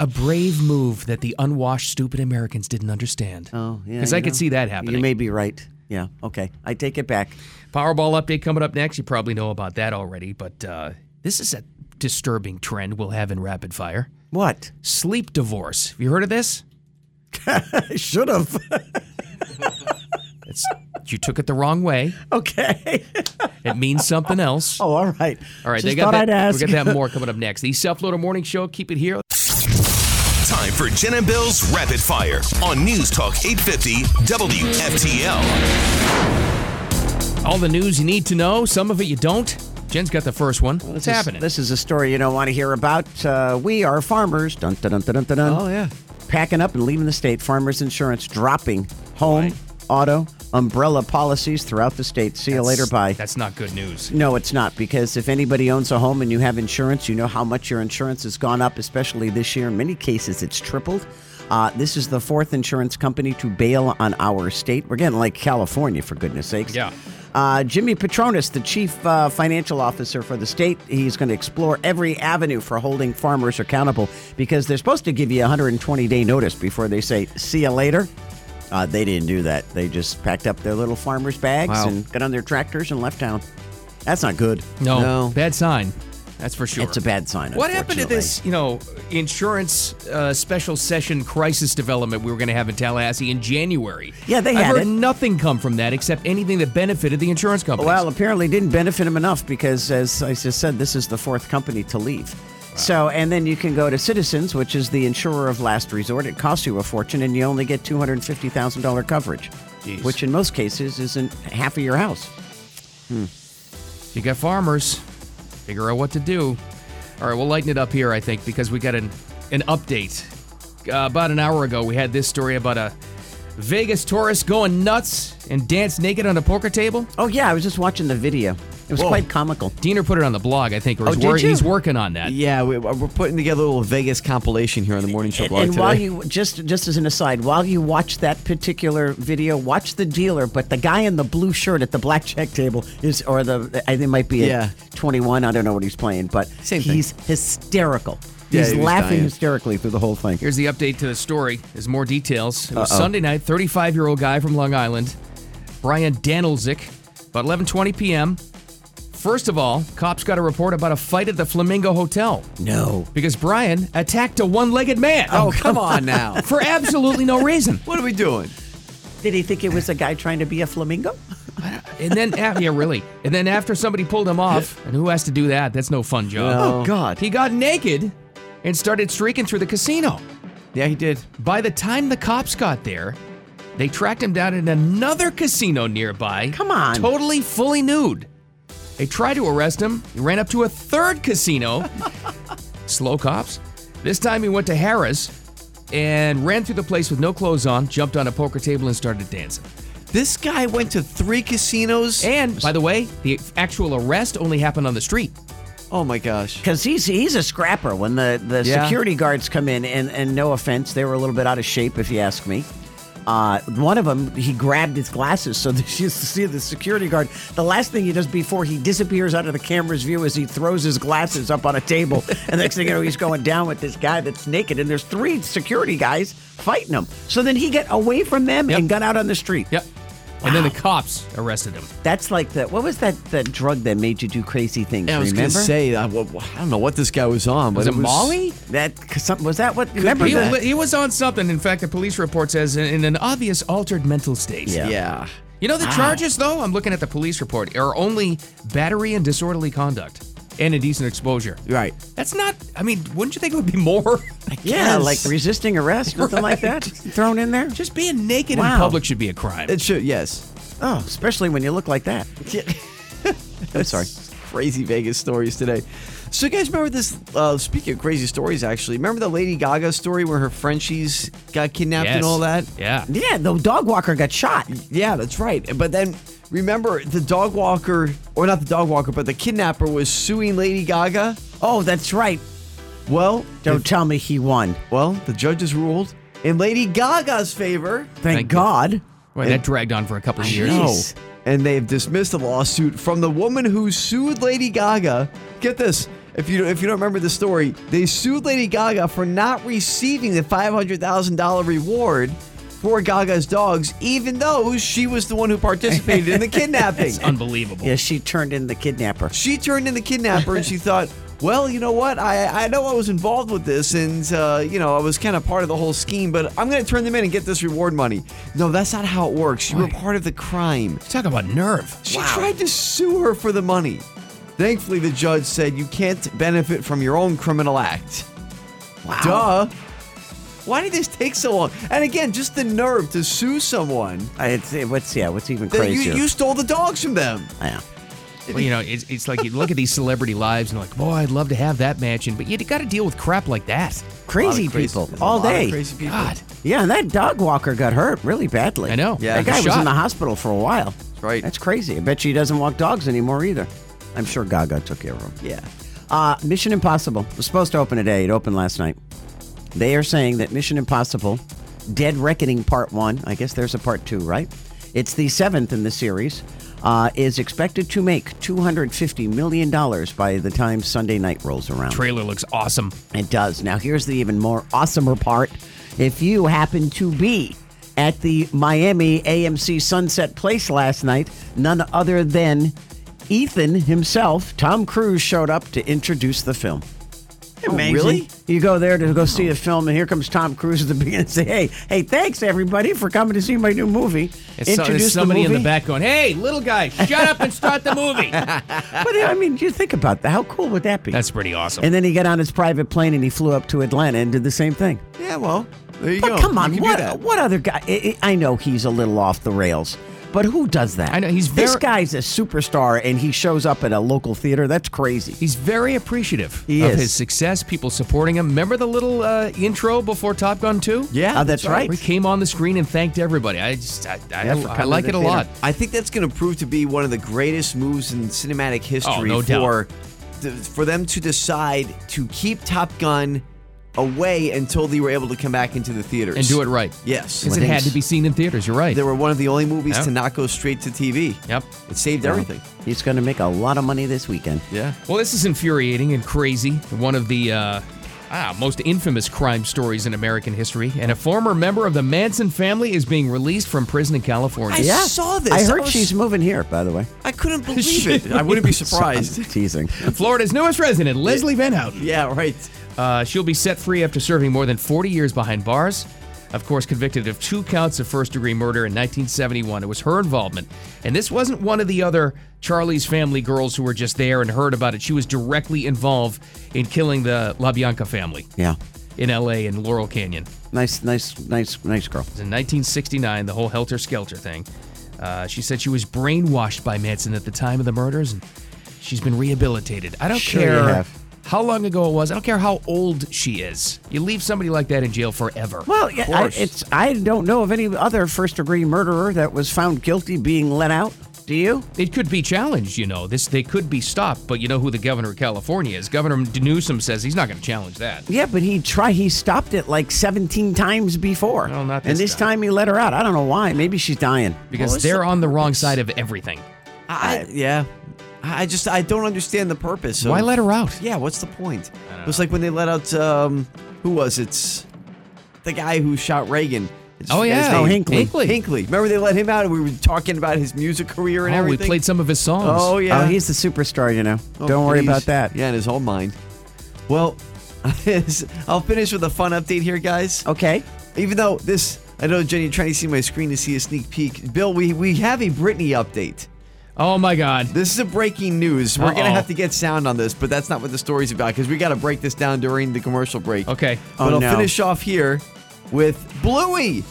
Speaker 2: a brave move that the unwashed, stupid Americans didn't understand?
Speaker 3: Oh, yeah.
Speaker 2: because
Speaker 3: you
Speaker 2: I could
Speaker 3: know.
Speaker 2: see that happening.
Speaker 3: You may be right. Yeah. Okay. I take it back.
Speaker 2: Powerball update coming up next. You probably know about that already, but uh, this is a disturbing trend we'll have in rapid fire.
Speaker 3: What?
Speaker 2: Sleep divorce. Have you heard of this?
Speaker 3: I should have.
Speaker 2: It's, you took it the wrong way.
Speaker 3: okay.
Speaker 2: It means something else.
Speaker 3: Oh, all right.
Speaker 2: All right,
Speaker 3: Just
Speaker 2: they got
Speaker 3: thought
Speaker 2: that.
Speaker 3: I'd ask.
Speaker 2: We got that more coming up next. The Self Loader Morning Show. Keep it here.
Speaker 1: Time for Jen and Bill's Rapid Fire on News Talk 850 WFTL.
Speaker 2: All the news you need to know. Some of it you don't. Jen's got the first one. What's
Speaker 3: This is-
Speaker 2: happening?
Speaker 3: This is a story you don't want to hear about. Uh, we are farmers. Dun, dun, dun, dun, dun, dun, dun.
Speaker 2: Oh, yeah.
Speaker 3: Packing up and leaving the state. Farmers insurance dropping home, auto, umbrella policies throughout the state. See you later. Bye.
Speaker 2: That's not good news.
Speaker 3: No, it's not because if anybody owns a home and you have insurance, you know how much your insurance has gone up, especially this year. In many cases, it's tripled. Uh, this is the fourth insurance company to bail on our state. We're getting like California, for goodness sakes.
Speaker 2: Yeah.
Speaker 3: Uh, Jimmy Petronas, the chief uh, financial officer for the state, he's going to explore every avenue for holding farmers accountable because they're supposed to give you a 120 day notice before they say, see you later. Uh, they didn't do that. They just packed up their little farmer's bags
Speaker 2: Wow.
Speaker 3: and got on their tractors and left town. That's not good.
Speaker 2: No, bad sign. That's for sure.
Speaker 3: It's a bad sign.
Speaker 2: What happened to this, you know, insurance uh, special session crisis development we were going to have in Tallahassee in January?
Speaker 3: Yeah, they
Speaker 2: I've
Speaker 3: had
Speaker 2: heard
Speaker 3: it.
Speaker 2: nothing come from that except anything that benefited the insurance companies.
Speaker 3: Well, apparently it didn't benefit him enough because, as I just said, this is the fourth company to leave. So, and then you can go to Citizens, which is the insurer of last resort. It costs you a fortune, and you only get two hundred fifty thousand dollar coverage,
Speaker 2: Jeez.
Speaker 3: which in most cases isn't half of your house.
Speaker 2: You got farmers. Figure out what to do. All right, we'll lighten it up here, I think, because we got an an update. Uh, about an hour ago, we had this story about a Vegas tourist going nuts and danced naked on a poker table.
Speaker 3: Oh yeah, I was just watching the video. It was quite comical.
Speaker 2: Diener put it on the blog, I think, or he's,
Speaker 4: Oh, did you?
Speaker 2: he's working on that.
Speaker 4: Yeah, we, uh, we're putting together a little Vegas compilation here on the morning show.
Speaker 3: And,
Speaker 4: blog
Speaker 3: and
Speaker 4: today.
Speaker 3: while you just just as an aside, while you watch that particular video, watch the dealer. But the guy in the blue shirt at the blackjack table is, or the I think it might be
Speaker 4: Yeah.
Speaker 3: at twenty one. I don't know what he's playing, but
Speaker 4: Same thing.
Speaker 3: he's hysterical.
Speaker 4: Yeah,
Speaker 3: He's
Speaker 4: he was
Speaker 3: laughing
Speaker 4: dying.
Speaker 3: hysterically through the whole thing.
Speaker 2: Here's the update to the story. There's more details. It was Sunday night. 35 year old guy from Long Island, Brian Danilzik, about 11:20 p.m. First of all, cops got a report about a fight at the Flamingo Hotel.
Speaker 3: No,
Speaker 2: because Brian attacked a one-legged man.
Speaker 4: oh, come on now.
Speaker 2: for absolutely no reason.
Speaker 4: What are we doing?
Speaker 3: did he think it was a guy trying to be a flamingo?
Speaker 2: And then, af- yeah, really. And then after somebody pulled him off, and who has to do that? That's no fun job.
Speaker 4: No. Oh, God.
Speaker 2: He got naked and started streaking through the casino.
Speaker 4: Yeah, he did.
Speaker 2: By the time the cops got there, they tracked him down in another casino nearby.
Speaker 3: Come on.
Speaker 2: Totally fully nude. They tried to arrest him. He ran up to a third casino. Slow cops. This time he went to Harris and ran through the place with no clothes on, jumped on a poker table, and started dancing.
Speaker 4: This guy went to three casinos.
Speaker 2: And by the way, the actual arrest only happened on the street.
Speaker 4: Oh my gosh.
Speaker 3: Because he's he's a scrapper. When the, the
Speaker 4: Yeah.
Speaker 3: security guards come in, and, and no offense, they were a little bit out of shape, if you ask me. Uh, one of them, he grabbed his glasses so that she used to see the security guard. The last thing he does before he disappears out of the camera's view is he throws his glasses up on a table. and next thing you know, he's going down with this guy that's naked, and there's three security guys fighting him. So then he got away from them
Speaker 2: Yep.
Speaker 3: and got out on the street.
Speaker 2: Yep. And then the cops arrested him.
Speaker 3: That's like the what was that that drug that made you do crazy things?
Speaker 4: Yeah, I was
Speaker 3: remember?
Speaker 4: gonna say, I, wa- I don't know what this guy was on,
Speaker 2: Was
Speaker 4: but
Speaker 2: it
Speaker 4: was
Speaker 2: Molly?
Speaker 3: that 'cause something was that what? remember
Speaker 2: He,
Speaker 3: that?
Speaker 2: wa- he was on something. In fact, the police report says in, in an obvious altered mental state.
Speaker 3: Yeah. Ah.
Speaker 4: Yeah.
Speaker 2: You know the charges though. I'm looking at the police report are only battery and disorderly conduct and indecent exposure.
Speaker 4: Right.
Speaker 2: That's not. I mean, wouldn't you think it would be more?
Speaker 3: Yeah,
Speaker 4: Yes.
Speaker 3: like resisting arrest, nothing like that thrown in there.
Speaker 2: Just being naked in
Speaker 3: Wow.
Speaker 2: public should be a crime.
Speaker 4: It should. Yes.
Speaker 3: Oh, especially when you look like that.
Speaker 4: I'm sorry. Crazy Vegas stories today. So you guys remember this? Uh, speaking of crazy stories, actually, remember the Lady Gaga story where her Frenchies got kidnapped
Speaker 2: Yes.
Speaker 4: and all that?
Speaker 2: Yeah.
Speaker 3: Yeah, the dog walker got shot.
Speaker 4: Yeah, that's right. But then remember the dog walker, or not the dog walker, but the kidnapper was suing Lady Gaga.
Speaker 3: Oh, that's right.
Speaker 4: Well,
Speaker 3: Don't tell me he won.
Speaker 4: well, the judges ruled in Lady Gaga's favor.
Speaker 3: Thank,
Speaker 2: Thank
Speaker 3: God.
Speaker 2: Boy, that dragged on for a couple of years.
Speaker 4: No. And they've dismissed the lawsuit from the woman who sued Lady Gaga. Get this. If you if you don't remember the story, they sued Lady Gaga for not receiving the $500,000 reward for Gaga's dogs even though she was the one who participated in the kidnapping.
Speaker 2: Unbelievable.
Speaker 3: Yeah, she turned in the kidnapper.
Speaker 4: she turned in the kidnapper and she thought, well, you know what? I, I know I was involved with this and, uh, you know, I was kind of part of the whole scheme, but I'm going to turn them in and get this reward money. No, that's not how it works. You were part of the crime.
Speaker 2: Talk about nerve.
Speaker 4: She tried to sue her for the money. Thankfully, the judge said you can't benefit from your own criminal act. Duh. Why did this take so long? And again, just the nerve to sue someone
Speaker 3: Uh, It's, it- what's yeah, what's even
Speaker 4: that you,
Speaker 3: crazier?
Speaker 4: you stole the dogs from them.
Speaker 3: yeah.
Speaker 2: Well, you know, it's, it's like you look at these celebrity lives and like, boy, I'd love to have that mansion, but you got to deal with crap like that.
Speaker 3: Crazy, people all day.
Speaker 4: Crazy people.
Speaker 2: God,
Speaker 3: Yeah, and that dog walker got hurt really badly.
Speaker 2: I know.
Speaker 4: Yeah.
Speaker 3: that guy
Speaker 2: He
Speaker 3: was
Speaker 2: was shot.
Speaker 3: in the hospital for a while.
Speaker 4: right.
Speaker 3: That's crazy. I bet she doesn't walk dogs anymore either. I'm sure Gaga took care of him.
Speaker 4: Yeah.
Speaker 3: Uh, Mission Impossible was supposed to open today. It opened last night. They are saying that Mission Impossible, Dead Reckoning Part 1, I guess there's a Part 2, right? It's the seventh in the series, uh, is expected to make $250 million by the time Sunday night rolls around.
Speaker 2: trailer looks awesome.
Speaker 3: It does. Now, here's the even more awesomer part. If you happen to be at the Miami AMC Sunset Place last night, none other than Ethan himself, Tom Cruise, showed up to introduce the film.
Speaker 2: Oh,
Speaker 3: Amazing.
Speaker 4: really?
Speaker 3: You go there to go see the film, and here comes Tom Cruise at the beginning and say, "Hey, hey, thanks everybody for coming to see my new movie."
Speaker 2: It's so, there's somebody in the
Speaker 3: movie.
Speaker 2: back going, "Hey, little guy, shut up and start the movie."
Speaker 3: But I mean, you think about that. How cool would that be?
Speaker 2: That's pretty awesome.
Speaker 3: and then he got on his private plane and he flew up to Atlanta and did the same thing.
Speaker 4: Yeah, well, there you
Speaker 3: But
Speaker 4: go.
Speaker 3: come
Speaker 4: You
Speaker 3: on,
Speaker 4: can do
Speaker 3: what
Speaker 4: that.
Speaker 3: what other guy? I, I I know he's a little off the rails, but who does that?
Speaker 2: I know, he's
Speaker 3: this
Speaker 2: very-
Speaker 3: guy's a superstar, and he shows up at a local theater. That's crazy.
Speaker 2: He's very appreciative
Speaker 3: He
Speaker 2: of
Speaker 3: is.
Speaker 2: his success, people supporting him. Remember the little uh, intro before Top Gun 2?
Speaker 4: Yeah,
Speaker 3: Oh, that's right.
Speaker 2: We came on the screen and thanked everybody. I just, I, I,
Speaker 3: Yeah, for
Speaker 2: I
Speaker 3: coming
Speaker 2: like
Speaker 3: to
Speaker 2: it
Speaker 3: the
Speaker 2: a
Speaker 3: theater.
Speaker 2: lot.
Speaker 4: I think that's going to prove to be one of the greatest moves in
Speaker 3: Oh,
Speaker 4: cinematic history
Speaker 2: no doubt.
Speaker 4: for th- for them to decide to keep Top Gun away until they were able to come back into the theaters
Speaker 2: And do it right.
Speaker 4: Yes,
Speaker 2: Because it had to be seen in theaters. You're right.
Speaker 4: They were one of the only movies
Speaker 2: Yeah.
Speaker 4: to not go straight to TV.
Speaker 2: Yep.
Speaker 4: it saved everything.
Speaker 3: He's going to make a lot of money this weekend.
Speaker 4: Yeah,
Speaker 2: Well, this is infuriating and crazy. One of the uh, ah, most infamous crime stories in American history. And a former member of the Manson family is being released from prison in California.
Speaker 4: I saw this.
Speaker 3: I
Speaker 4: I
Speaker 3: heard
Speaker 4: was-
Speaker 3: she's moving here. By the way,
Speaker 4: I couldn't believe it. I wouldn't be surprised.
Speaker 3: teasing.
Speaker 2: Florida's newest resident, Leslie Van Houten.
Speaker 4: yeah, right.
Speaker 2: Uh, she'll be set free after serving more than 40 years behind bars. Of course, convicted of two counts of first degree murder in 1971. It was her involvement. And this wasn't one of the other Charlie's family girls who were just there and heard about it. She was directly involved in killing the LaBianca family
Speaker 3: Yeah,
Speaker 2: in LA in Laurel Canyon.
Speaker 3: nice, nice, nice, nice girl.
Speaker 2: In 1969, the whole helter skelter thing. Uh, she said she was brainwashed by Manson at the time of the murders, and she's been rehabilitated. I don't
Speaker 3: Sure you
Speaker 2: care
Speaker 3: have.
Speaker 2: how long ago it was. I don't care how old she is. You leave somebody like that in jail forever.
Speaker 3: Well, yeah, I,
Speaker 4: course.
Speaker 3: it's I don't know of any other first degree murderer that was found guilty being let out. Do you?
Speaker 2: It could be challenged, you know. This they could be stopped, but you know who the governor of California is. Governor Newsom says he's not going to challenge that.
Speaker 3: Yeah, but he tried. He stopped it like 17 times before.
Speaker 2: Well, not
Speaker 3: and
Speaker 2: this
Speaker 3: this
Speaker 2: time.
Speaker 3: time he let her out. I don't know why. Maybe she's dying.
Speaker 2: Because
Speaker 4: was
Speaker 2: they're
Speaker 4: the
Speaker 2: on the wrong side of everything.
Speaker 4: I, yeah. I I just I don't understand the purpose. Of,
Speaker 2: Why let her out?
Speaker 4: Yeah, what's the point? It was like when they let out um, who was it? The guy who shot Reagan. It's-
Speaker 2: Oh,
Speaker 4: his
Speaker 2: yeah.
Speaker 4: name-
Speaker 3: Oh, Hinckley.
Speaker 2: Hinckley.
Speaker 4: Hinckley. Remember they let him out and we were talking about his music career and
Speaker 2: Oh, we
Speaker 4: everything.
Speaker 2: played some of his songs.
Speaker 4: Oh yeah.
Speaker 3: Oh, he's the superstar, you know.
Speaker 4: Oh,
Speaker 3: don't worry
Speaker 4: please.
Speaker 3: about that.
Speaker 4: Yeah, in his own mind. Well, I'll finish with a fun update here, guys.
Speaker 3: Okay.
Speaker 4: Even though this, I know Jenny, you're trying to see my screen to see a sneak peek. Bill, we we have a Britney update.
Speaker 2: Oh my God.
Speaker 4: This is a breaking news. We're gonna
Speaker 2: Uh-oh.
Speaker 4: have to get sound on this, but that's not what the story's about because we gotta break this down during the commercial break.
Speaker 2: Okay.
Speaker 4: But
Speaker 3: Oh,
Speaker 4: I'll
Speaker 3: no.
Speaker 4: finish off here with Bluey.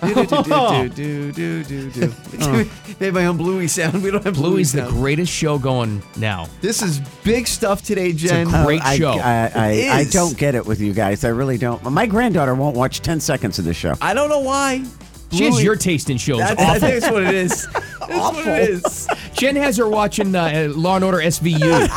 Speaker 4: do, do, do, do, do, do,
Speaker 3: Oh.
Speaker 4: do. Made my own Bluey sound. We don't have Bluey
Speaker 2: Bluey's the
Speaker 4: sound.
Speaker 2: greatest show going now.
Speaker 4: This is big stuff today, Jen.
Speaker 2: great-
Speaker 3: Oh, I,
Speaker 2: show.
Speaker 3: I, I,
Speaker 4: It
Speaker 3: I
Speaker 4: is.
Speaker 3: don't get it with you guys. I really don't. My granddaughter won't watch 10 seconds of this show.
Speaker 4: I don't know why.
Speaker 2: She has
Speaker 4: Bluey-
Speaker 2: your taste in shows.
Speaker 4: That, I think that's what it is. That's what it is.
Speaker 2: Jen has her watching uh, Law and Order SVU.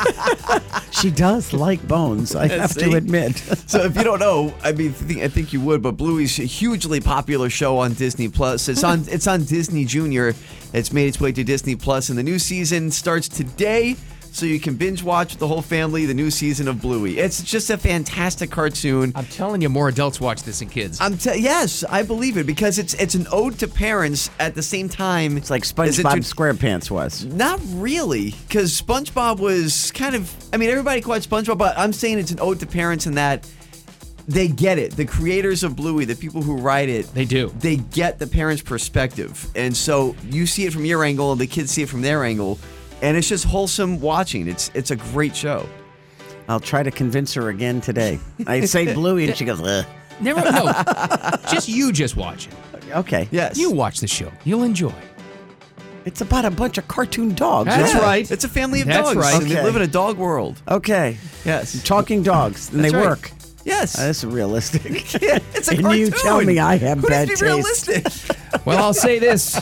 Speaker 3: She does like bones, I have
Speaker 4: See?
Speaker 3: to admit.
Speaker 4: So if you don't know, I mean, I think, I think you would, but Bluey's a hugely popular show on Disney Plus. It's on it's on Disney Junior. It's made its way to Disney Plus, and the new season starts today. So you can binge watch with the whole family the new season of Bluey. It's just a fantastic cartoon.
Speaker 2: I'm telling you, more adults watch this than kids.
Speaker 4: I'm te- yes, I believe it because it's it's an ode to parents at the same time.
Speaker 3: It's like
Speaker 4: as it
Speaker 3: SpongeBob
Speaker 4: to-
Speaker 3: SquarePants was.
Speaker 4: Not really, because SpongeBob was kind of. I mean, everybody quotes SpongeBob, but I'm saying it's an ode to parents in that they get it. The creators of Bluey, the people who write it,
Speaker 2: They do.
Speaker 4: They get the parents' perspective, and so you see it from your angle, and the kids see it from their angle, and it's just wholesome watching. It's it's a great show.
Speaker 3: I'll try to convince her again today. I say Bluey, and she goes, Ugh.
Speaker 2: Never no. just you just watch it.
Speaker 3: okay.
Speaker 4: Yes,
Speaker 2: You watch the show. You'll enjoy.
Speaker 3: It's about a bunch of cartoon dogs.
Speaker 2: That's
Speaker 3: Yeah.
Speaker 2: right.
Speaker 4: It's a family of
Speaker 2: That's
Speaker 4: dogs.
Speaker 2: right.
Speaker 4: and they
Speaker 3: Okay.
Speaker 4: live in a dog world.
Speaker 3: Okay.
Speaker 4: Yes.
Speaker 3: Talking dogs, and
Speaker 4: That's
Speaker 3: they
Speaker 4: right.
Speaker 3: work.
Speaker 4: Yes.
Speaker 3: Uh, that's realistic.
Speaker 4: it's a
Speaker 3: and
Speaker 4: cartoon.
Speaker 3: you tell me I have
Speaker 4: Who
Speaker 3: bad
Speaker 4: needs
Speaker 3: taste.
Speaker 4: to be realistic?
Speaker 2: Well, I'll say this.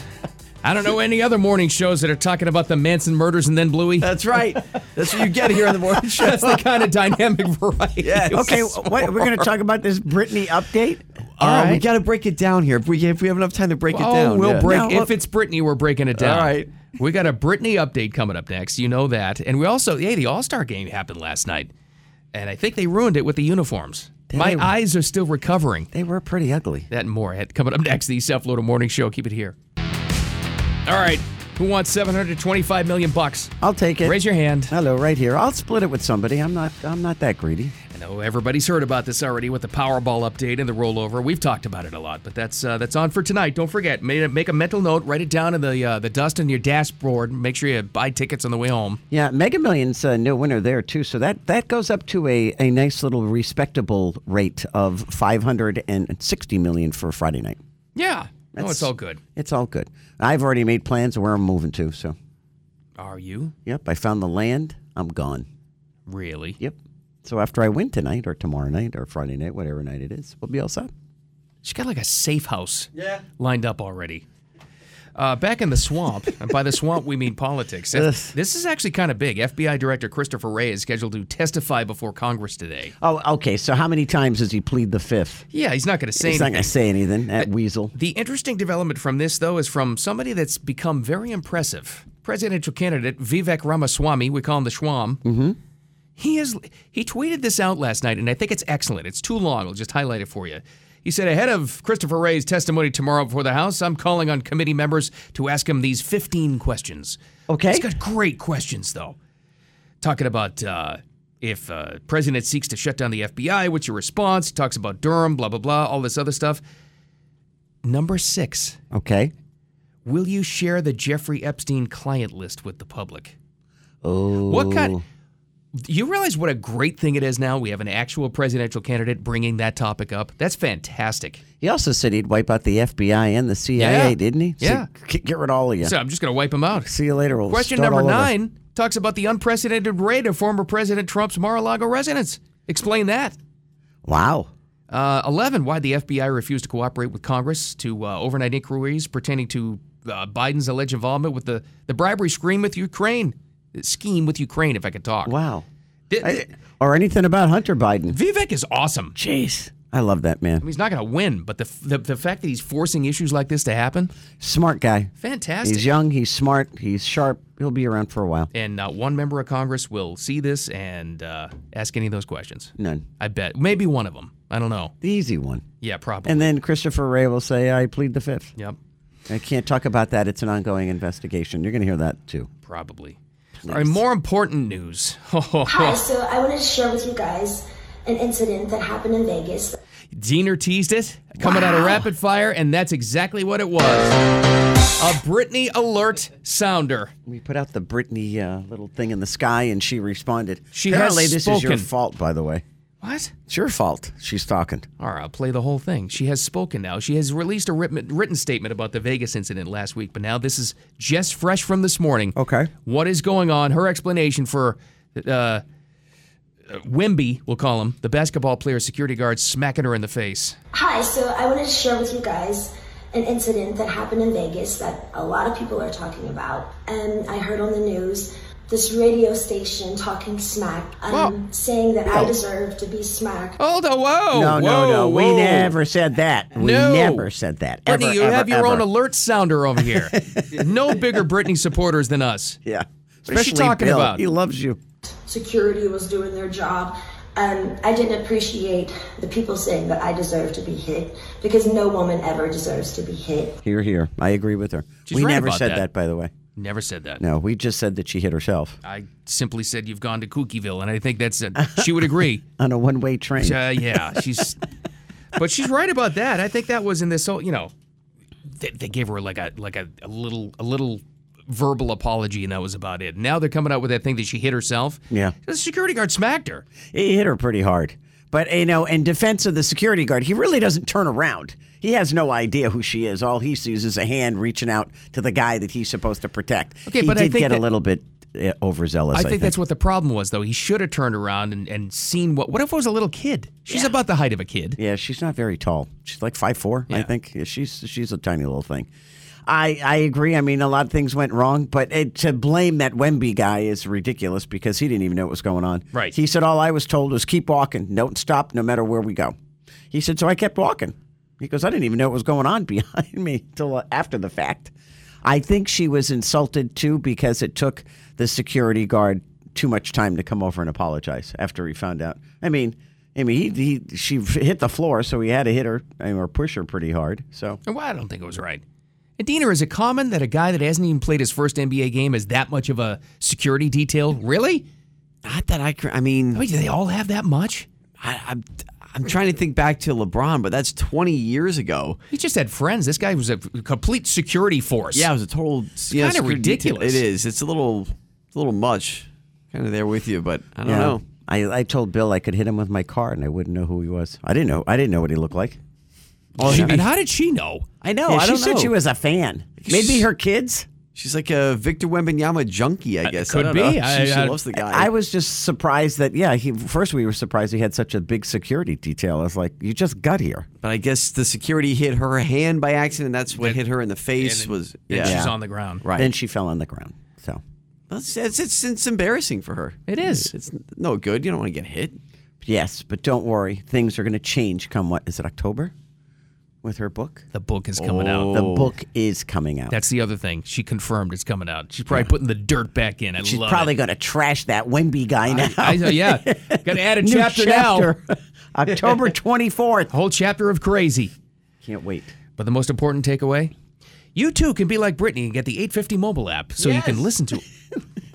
Speaker 2: I don't know any other morning shows that are talking about the Manson murders and then Bluey.
Speaker 4: That's right. That's what you get here on the morning show.
Speaker 2: That's the kind of dynamic variety.
Speaker 4: Yes.
Speaker 3: Okay, what, we're going to talk about this Britney update.
Speaker 4: Oh, we
Speaker 2: right.
Speaker 4: got to break it down here. If we, if we have enough time to break
Speaker 2: Oh,
Speaker 4: it down,
Speaker 2: we'll
Speaker 4: yeah.
Speaker 2: break.
Speaker 3: No,
Speaker 2: if
Speaker 3: look-
Speaker 2: it's Britney, we're breaking it down.
Speaker 4: All right.
Speaker 2: We got a Britney update coming up next. You know that. And we also, hey, the All Star game happened last night. And I think they ruined it with the uniforms. My
Speaker 3: they?
Speaker 2: eyes are still recovering.
Speaker 3: They were pretty ugly.
Speaker 2: That and more ahead. Coming up next, the South Florida Morning Show. Keep it here. All right. Who wants 725 million bucks?
Speaker 3: I'll take it.
Speaker 2: Raise your hand.
Speaker 3: Hello, right here. I'll split it with somebody. I'm not. I'm not that greedy.
Speaker 2: I know everybody's heard about this already with the Powerball update and the rollover. We've talked about it a lot, but that's uh, that's on for tonight. Don't forget, ma- make a mental note, write it down in the uh, the dust in your dashboard. Make sure you buy tickets on the way home.
Speaker 3: Yeah, Mega Millions uh, new winner there too. So that that goes up to a, a nice little respectable rate of 560 million for Friday night.
Speaker 2: Yeah, no,
Speaker 3: That's-
Speaker 2: it's all good.
Speaker 3: It's all good. I've already made plans of where I'm moving to. So,
Speaker 2: Are you
Speaker 3: yep, I found the land. I'm gone.
Speaker 2: really?
Speaker 3: Yep. So after I win tonight or tomorrow night or Friday night, whatever night it is, we'll be all set.
Speaker 2: She's got like a safe house
Speaker 4: Yeah.
Speaker 2: lined up already. Uh, back in the swamp, and by the swamp we mean politics. F- this is actually kind of big. FBI Director Christopher Wray is scheduled to testify before Congress today.
Speaker 3: Oh, okay. So how many times does he plead the fifth?
Speaker 2: Yeah, he's not going to say
Speaker 3: He's not
Speaker 2: anything.
Speaker 3: going to say anything. That weasel.
Speaker 2: The interesting development from this, though, is from somebody that's become very impressive. Presidential candidate Vivek Ramaswamy, we call him the Schwam. Mm-hmm. He is. He tweeted this out last night, and I think it's excellent. It's too long. I'll just highlight it for you. He said, ahead of Christopher Ray's testimony tomorrow before the House, I'm calling on committee members to ask him these 15 questions.
Speaker 3: Okay.
Speaker 2: He's got great questions, though talking about uh, if uh, president seeks to shut down the FBI, what's your response? He talks about Durham, blah blah blah, all this other stuff. Number six,
Speaker 3: Okay.
Speaker 2: will you share the Jeffrey Epstein client list with the public? Oh, what kind? Do you realize what a great thing it is now? We have an actual presidential candidate bringing that topic up. That's fantastic.
Speaker 3: He also said he'd wipe out the FBI and the CIA,
Speaker 2: Yeah.
Speaker 3: didn't he? So
Speaker 2: Yeah.
Speaker 3: g- get rid of all of you.
Speaker 2: So I'm just going to wipe him out.
Speaker 3: See you later. We'll
Speaker 2: Question
Speaker 3: start
Speaker 2: number
Speaker 3: all over.
Speaker 2: nine talks about the unprecedented raid of former President Trump's Mar-a-Lago residence. Explain that.
Speaker 3: Wow.
Speaker 2: Uh, 11, why the FBI refused to cooperate with Congress to uh, overnight inquiries pertaining to uh, Biden's alleged involvement with the, the bribery scheme with Ukraine. Scheme with Ukraine, if I could talk.
Speaker 3: Wow.
Speaker 2: Th-
Speaker 3: I-
Speaker 2: th-
Speaker 3: or anything about Hunter Biden.
Speaker 2: Vivek is awesome. I
Speaker 3: Jeez. I love that
Speaker 2: mean,
Speaker 3: man.
Speaker 2: he's not going to win, but the, f- the the fact that he's forcing issues like this to happen,
Speaker 3: Smart guy.
Speaker 2: fantastic.
Speaker 3: He's young, he's smart, he's sharp. He'll be around for a while.
Speaker 2: and not one member of Congress will see this and uh, ask any of those questions.
Speaker 3: None.
Speaker 2: I bet. Maybe one of them. I don't know.
Speaker 3: The easy one.
Speaker 2: Yeah, probably.
Speaker 3: And then Christopher Ray will say, I plead the fifth.
Speaker 2: yep,
Speaker 3: I can't talk about that. It's an ongoing investigation. You're going to hear that too.
Speaker 2: probably. All right, more important news.
Speaker 6: Hi, so I wanted to share with you guys an incident that happened in Vegas.
Speaker 2: Diener teased it, coming out of rapid fire, and that's exactly what it was. A Britney alert sounder.
Speaker 3: We put out the Britney uh, little thing in the sky, and she responded.
Speaker 2: She has
Speaker 3: Apparently, this is your
Speaker 2: spoken.
Speaker 3: fault, by the way.
Speaker 2: What?
Speaker 3: It's your fault. She's talking.
Speaker 2: All right, I'll play the whole thing. She has spoken now. She has released a written, written statement about the Vegas incident last week, but now this is just fresh from this morning.
Speaker 3: Okay.
Speaker 2: What is going on? Her explanation for uh, uh, Wimby, we'll call him, the basketball player security guard smacking her in the face.
Speaker 6: Hi, so I wanted to share with you guys an incident that happened in Vegas that a lot of people are talking about. And I heard on the news this radio station talking smack, um,
Speaker 2: Wow.
Speaker 6: saying that I deserve to be smacked.
Speaker 2: Hold on, Oh, whoa.
Speaker 3: No, no,
Speaker 2: whoa,
Speaker 3: no. We
Speaker 2: whoa.
Speaker 3: never said that. We
Speaker 2: No.
Speaker 3: never said that.
Speaker 2: Brittany,
Speaker 3: ever,
Speaker 2: you
Speaker 3: ever,
Speaker 2: have your own
Speaker 3: ever.
Speaker 2: alert sounder over here. no bigger Britney supporters than us.
Speaker 3: Yeah.
Speaker 2: What is she talking
Speaker 3: Bill.
Speaker 2: about?
Speaker 3: He loves you.
Speaker 6: Security was doing their job. Um, I didn't appreciate the people saying that I deserve to be hit because no woman ever deserves to be hit.
Speaker 3: Here, here. I agree with her.
Speaker 2: She's
Speaker 3: we
Speaker 2: right
Speaker 3: never
Speaker 2: about
Speaker 3: said
Speaker 2: that.
Speaker 3: that. by the way.
Speaker 2: Never said that.
Speaker 3: No, we just said that she hit herself
Speaker 2: I simply said you've gone to Kookieville, and I think that's it. She would agree.
Speaker 3: on a one way train.
Speaker 2: Uh, yeah, she's. But she's right about that. I think that was in this whole, you know, they, they gave her like a like a, a little a little verbal apology, and that was about it. Now they're coming out with that thing that she hit herself.
Speaker 3: Yeah.
Speaker 2: the security guard smacked her.
Speaker 3: He hit her pretty hard. But, you know, in defense of the security guard, he really doesn't turn around. He has no idea who she is. All he sees is a hand reaching out to the guy that he's supposed to protect.
Speaker 2: Okay,
Speaker 3: he
Speaker 2: but I
Speaker 3: did
Speaker 2: think
Speaker 3: get
Speaker 2: that-
Speaker 3: a little bit uh, overzealous.
Speaker 2: I
Speaker 3: I
Speaker 2: think, that's what the problem was, though. He should have turned around and, and seen what. What if it was a little kid? She's about the height of a kid.
Speaker 3: Yeah, she's not very tall. She's like five four, I
Speaker 2: Yeah.
Speaker 3: think. Yeah, she's she's a tiny little thing. I, I agree. I mean, a lot of things went wrong, but it, to blame that Wemby guy is ridiculous because he didn't even know what was going on.
Speaker 2: Right.
Speaker 3: He said, All I was told was keep walking, don't stop, no matter where we go. He said, So I kept walking. He goes, I didn't even know what was going on behind me till uh, after the fact. I think she was insulted too because it took the security guard too much time to come over and apologize after he found out. I mean, I mean, he, he she hit the floor, so he had to hit her I mean, or push her pretty hard. So
Speaker 2: Well, I don't think it was right. And Diener, is it common that a guy that hasn't even played his first NBA game is that much of a security detail? Really?
Speaker 4: Not that I. cr- I mean,
Speaker 2: Wait, do they all have that much?
Speaker 4: I, I'm I'm trying to think back to LeBron, but that's 20 years ago.
Speaker 2: He just had friends. This guy was a complete security force.
Speaker 4: Yeah, it was a total. It's
Speaker 2: kinda ridiculous.
Speaker 4: It is. It's a little, a little much. Kind of there with you, but I don't
Speaker 3: yeah.
Speaker 4: know.
Speaker 3: I, I told Bill I could hit him with my car and I wouldn't know who he was. I didn't know. I didn't know what he looked like.
Speaker 2: Well, he- and how did she know?
Speaker 4: I know.
Speaker 3: Yeah,
Speaker 4: Oh, I
Speaker 3: she
Speaker 4: don't know.
Speaker 3: said she was a fan. Maybe her kids.
Speaker 4: She's like a Victor Wembanyama junkie, I guess.
Speaker 2: could
Speaker 4: I don't
Speaker 2: be.
Speaker 4: know. She,
Speaker 2: I-
Speaker 4: she
Speaker 2: I-
Speaker 4: loves the guy.
Speaker 3: I was just surprised that yeah. He first we were surprised he had such a big security detail. I was like, you just got here.
Speaker 4: but I guess the security hit her hand by accident. That's what hit her in the face.
Speaker 2: And-
Speaker 4: was
Speaker 2: and
Speaker 4: yeah.
Speaker 2: she's on the ground.
Speaker 4: Right.
Speaker 3: Then she fell on the ground. So
Speaker 4: That's, that's, it's it's embarrassing for her.
Speaker 2: It is.
Speaker 4: It's no good. You don't want to get hit.
Speaker 3: yes, but don't worry, things are going to change. Come what is it October? With her book,
Speaker 2: The book is coming out.
Speaker 3: the book is coming out.
Speaker 2: That's the other thing. She confirmed it's coming out. She's probably putting the dirt back in. I
Speaker 3: She's
Speaker 2: love it.
Speaker 3: probably going to trash that Wemby guy now.
Speaker 2: I, yeah. Got to add a
Speaker 3: New
Speaker 2: chapter, now.
Speaker 3: chapter. October twenty fourth.
Speaker 2: Whole chapter of crazy.
Speaker 3: Can't wait.
Speaker 2: But the most important takeaway, you too can be like Brittany and get the 850 mobile app so you can listen to.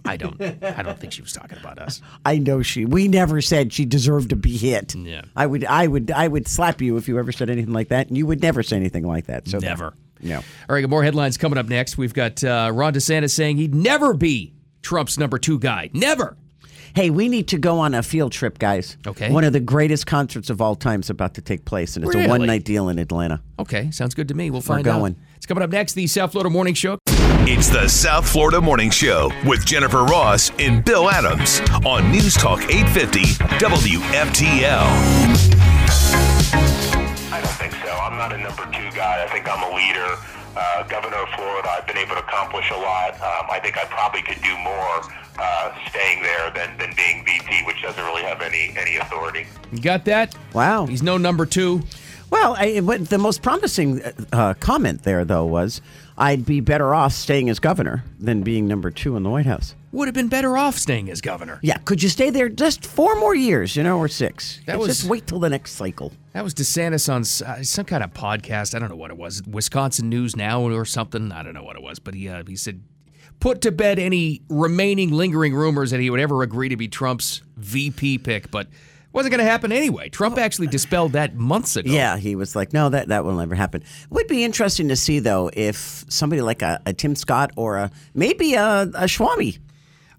Speaker 2: I don't. I don't think she was talking about us.
Speaker 3: I know she. We never said she deserved to be hit.
Speaker 2: Yeah.
Speaker 3: I would. I would. I would slap you if you ever said anything like that, and you would never say anything like that. So
Speaker 2: Never.
Speaker 3: No.
Speaker 2: All right, got more headlines coming up next. We've got uh, Ron DeSantis saying he'd never be Trump's number two guy. Never.
Speaker 3: Hey, we need to go on a field trip, guys.
Speaker 2: Okay.
Speaker 3: One of the greatest concerts of all time is about to take place, and it's
Speaker 2: Really?
Speaker 3: a one night deal in Atlanta.
Speaker 2: Okay, sounds good to me. We'll find
Speaker 3: going.
Speaker 2: out. It's coming up next. The South Florida Morning Show.
Speaker 1: It's the South Florida Morning Show with Jennifer Ross and Bill Adams on News Talk 850 WFTL.
Speaker 5: I don't think so. I'm not a number two guy. I think I'm a leader. uh, governor of Florida, I've been able to accomplish a lot. Um, I think I probably could do more uh, staying there than, than being VP, which doesn't really have any, any authority.
Speaker 2: You got that?
Speaker 3: Wow.
Speaker 2: He's no number two.
Speaker 3: Well, I, what, the most promising uh, uh, comment there, though, was I'd be better off staying as governor than being number two in the White House.
Speaker 2: Would have been better off staying as governor.
Speaker 3: Yeah, could you stay there just four more years, you know, or six?
Speaker 2: That
Speaker 3: It's
Speaker 2: was-
Speaker 3: just wait till the next cycle.
Speaker 2: That was DeSantis on s- uh, some kind of podcast. I don't know what it was. Wisconsin News Now or something. I don't know what it was. But he uh, he said, put to bed any remaining lingering rumors that he would ever agree to be Trump's VP pick. But wasn't going to happen anyway. Trump actually dispelled that months ago.
Speaker 3: Yeah, he was like, no, that, that will never happen. Would be interesting to see, though, if somebody like a, a Tim Scott or a maybe a, a Schwami.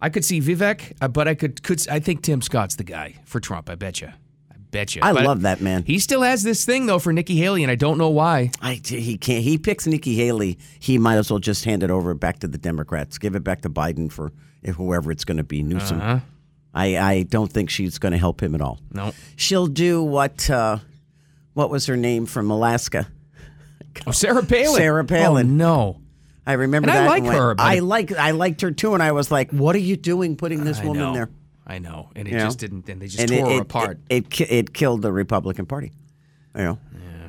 Speaker 2: I could see Vivek, uh, but I could could I think Tim Scott's the guy for Trump. I bet you. I bet you.
Speaker 3: I
Speaker 2: But
Speaker 3: love that man.
Speaker 2: He still has this thing though for Nikki Haley, and I don't know why. Oh,
Speaker 3: I, he can't. He picks Nikki Haley. He might as well just hand it over back to the Democrats. Give it back to Biden for whoever it's going to be, Newsom.
Speaker 2: Uh-huh.
Speaker 3: I, I don't think she's going to help him at all.
Speaker 2: No.
Speaker 3: She'll do what uh, what was her name from Alaska?
Speaker 2: Oh, Sarah Palin.
Speaker 3: Sarah
Speaker 2: Oh,
Speaker 3: Palin.
Speaker 2: no.
Speaker 3: I remember
Speaker 2: And I
Speaker 3: that.
Speaker 2: like
Speaker 3: went-
Speaker 2: her, but-
Speaker 3: I like I liked her too, and I was like, "What are you doing, putting this
Speaker 2: I
Speaker 3: woman
Speaker 2: know.
Speaker 3: there?"
Speaker 2: I know, and it
Speaker 3: You know?
Speaker 2: just didn't. And they just
Speaker 3: and
Speaker 2: tore
Speaker 3: it,
Speaker 2: her
Speaker 3: it,
Speaker 2: apart.
Speaker 3: It, it, ki- it killed the Republican Party. You know.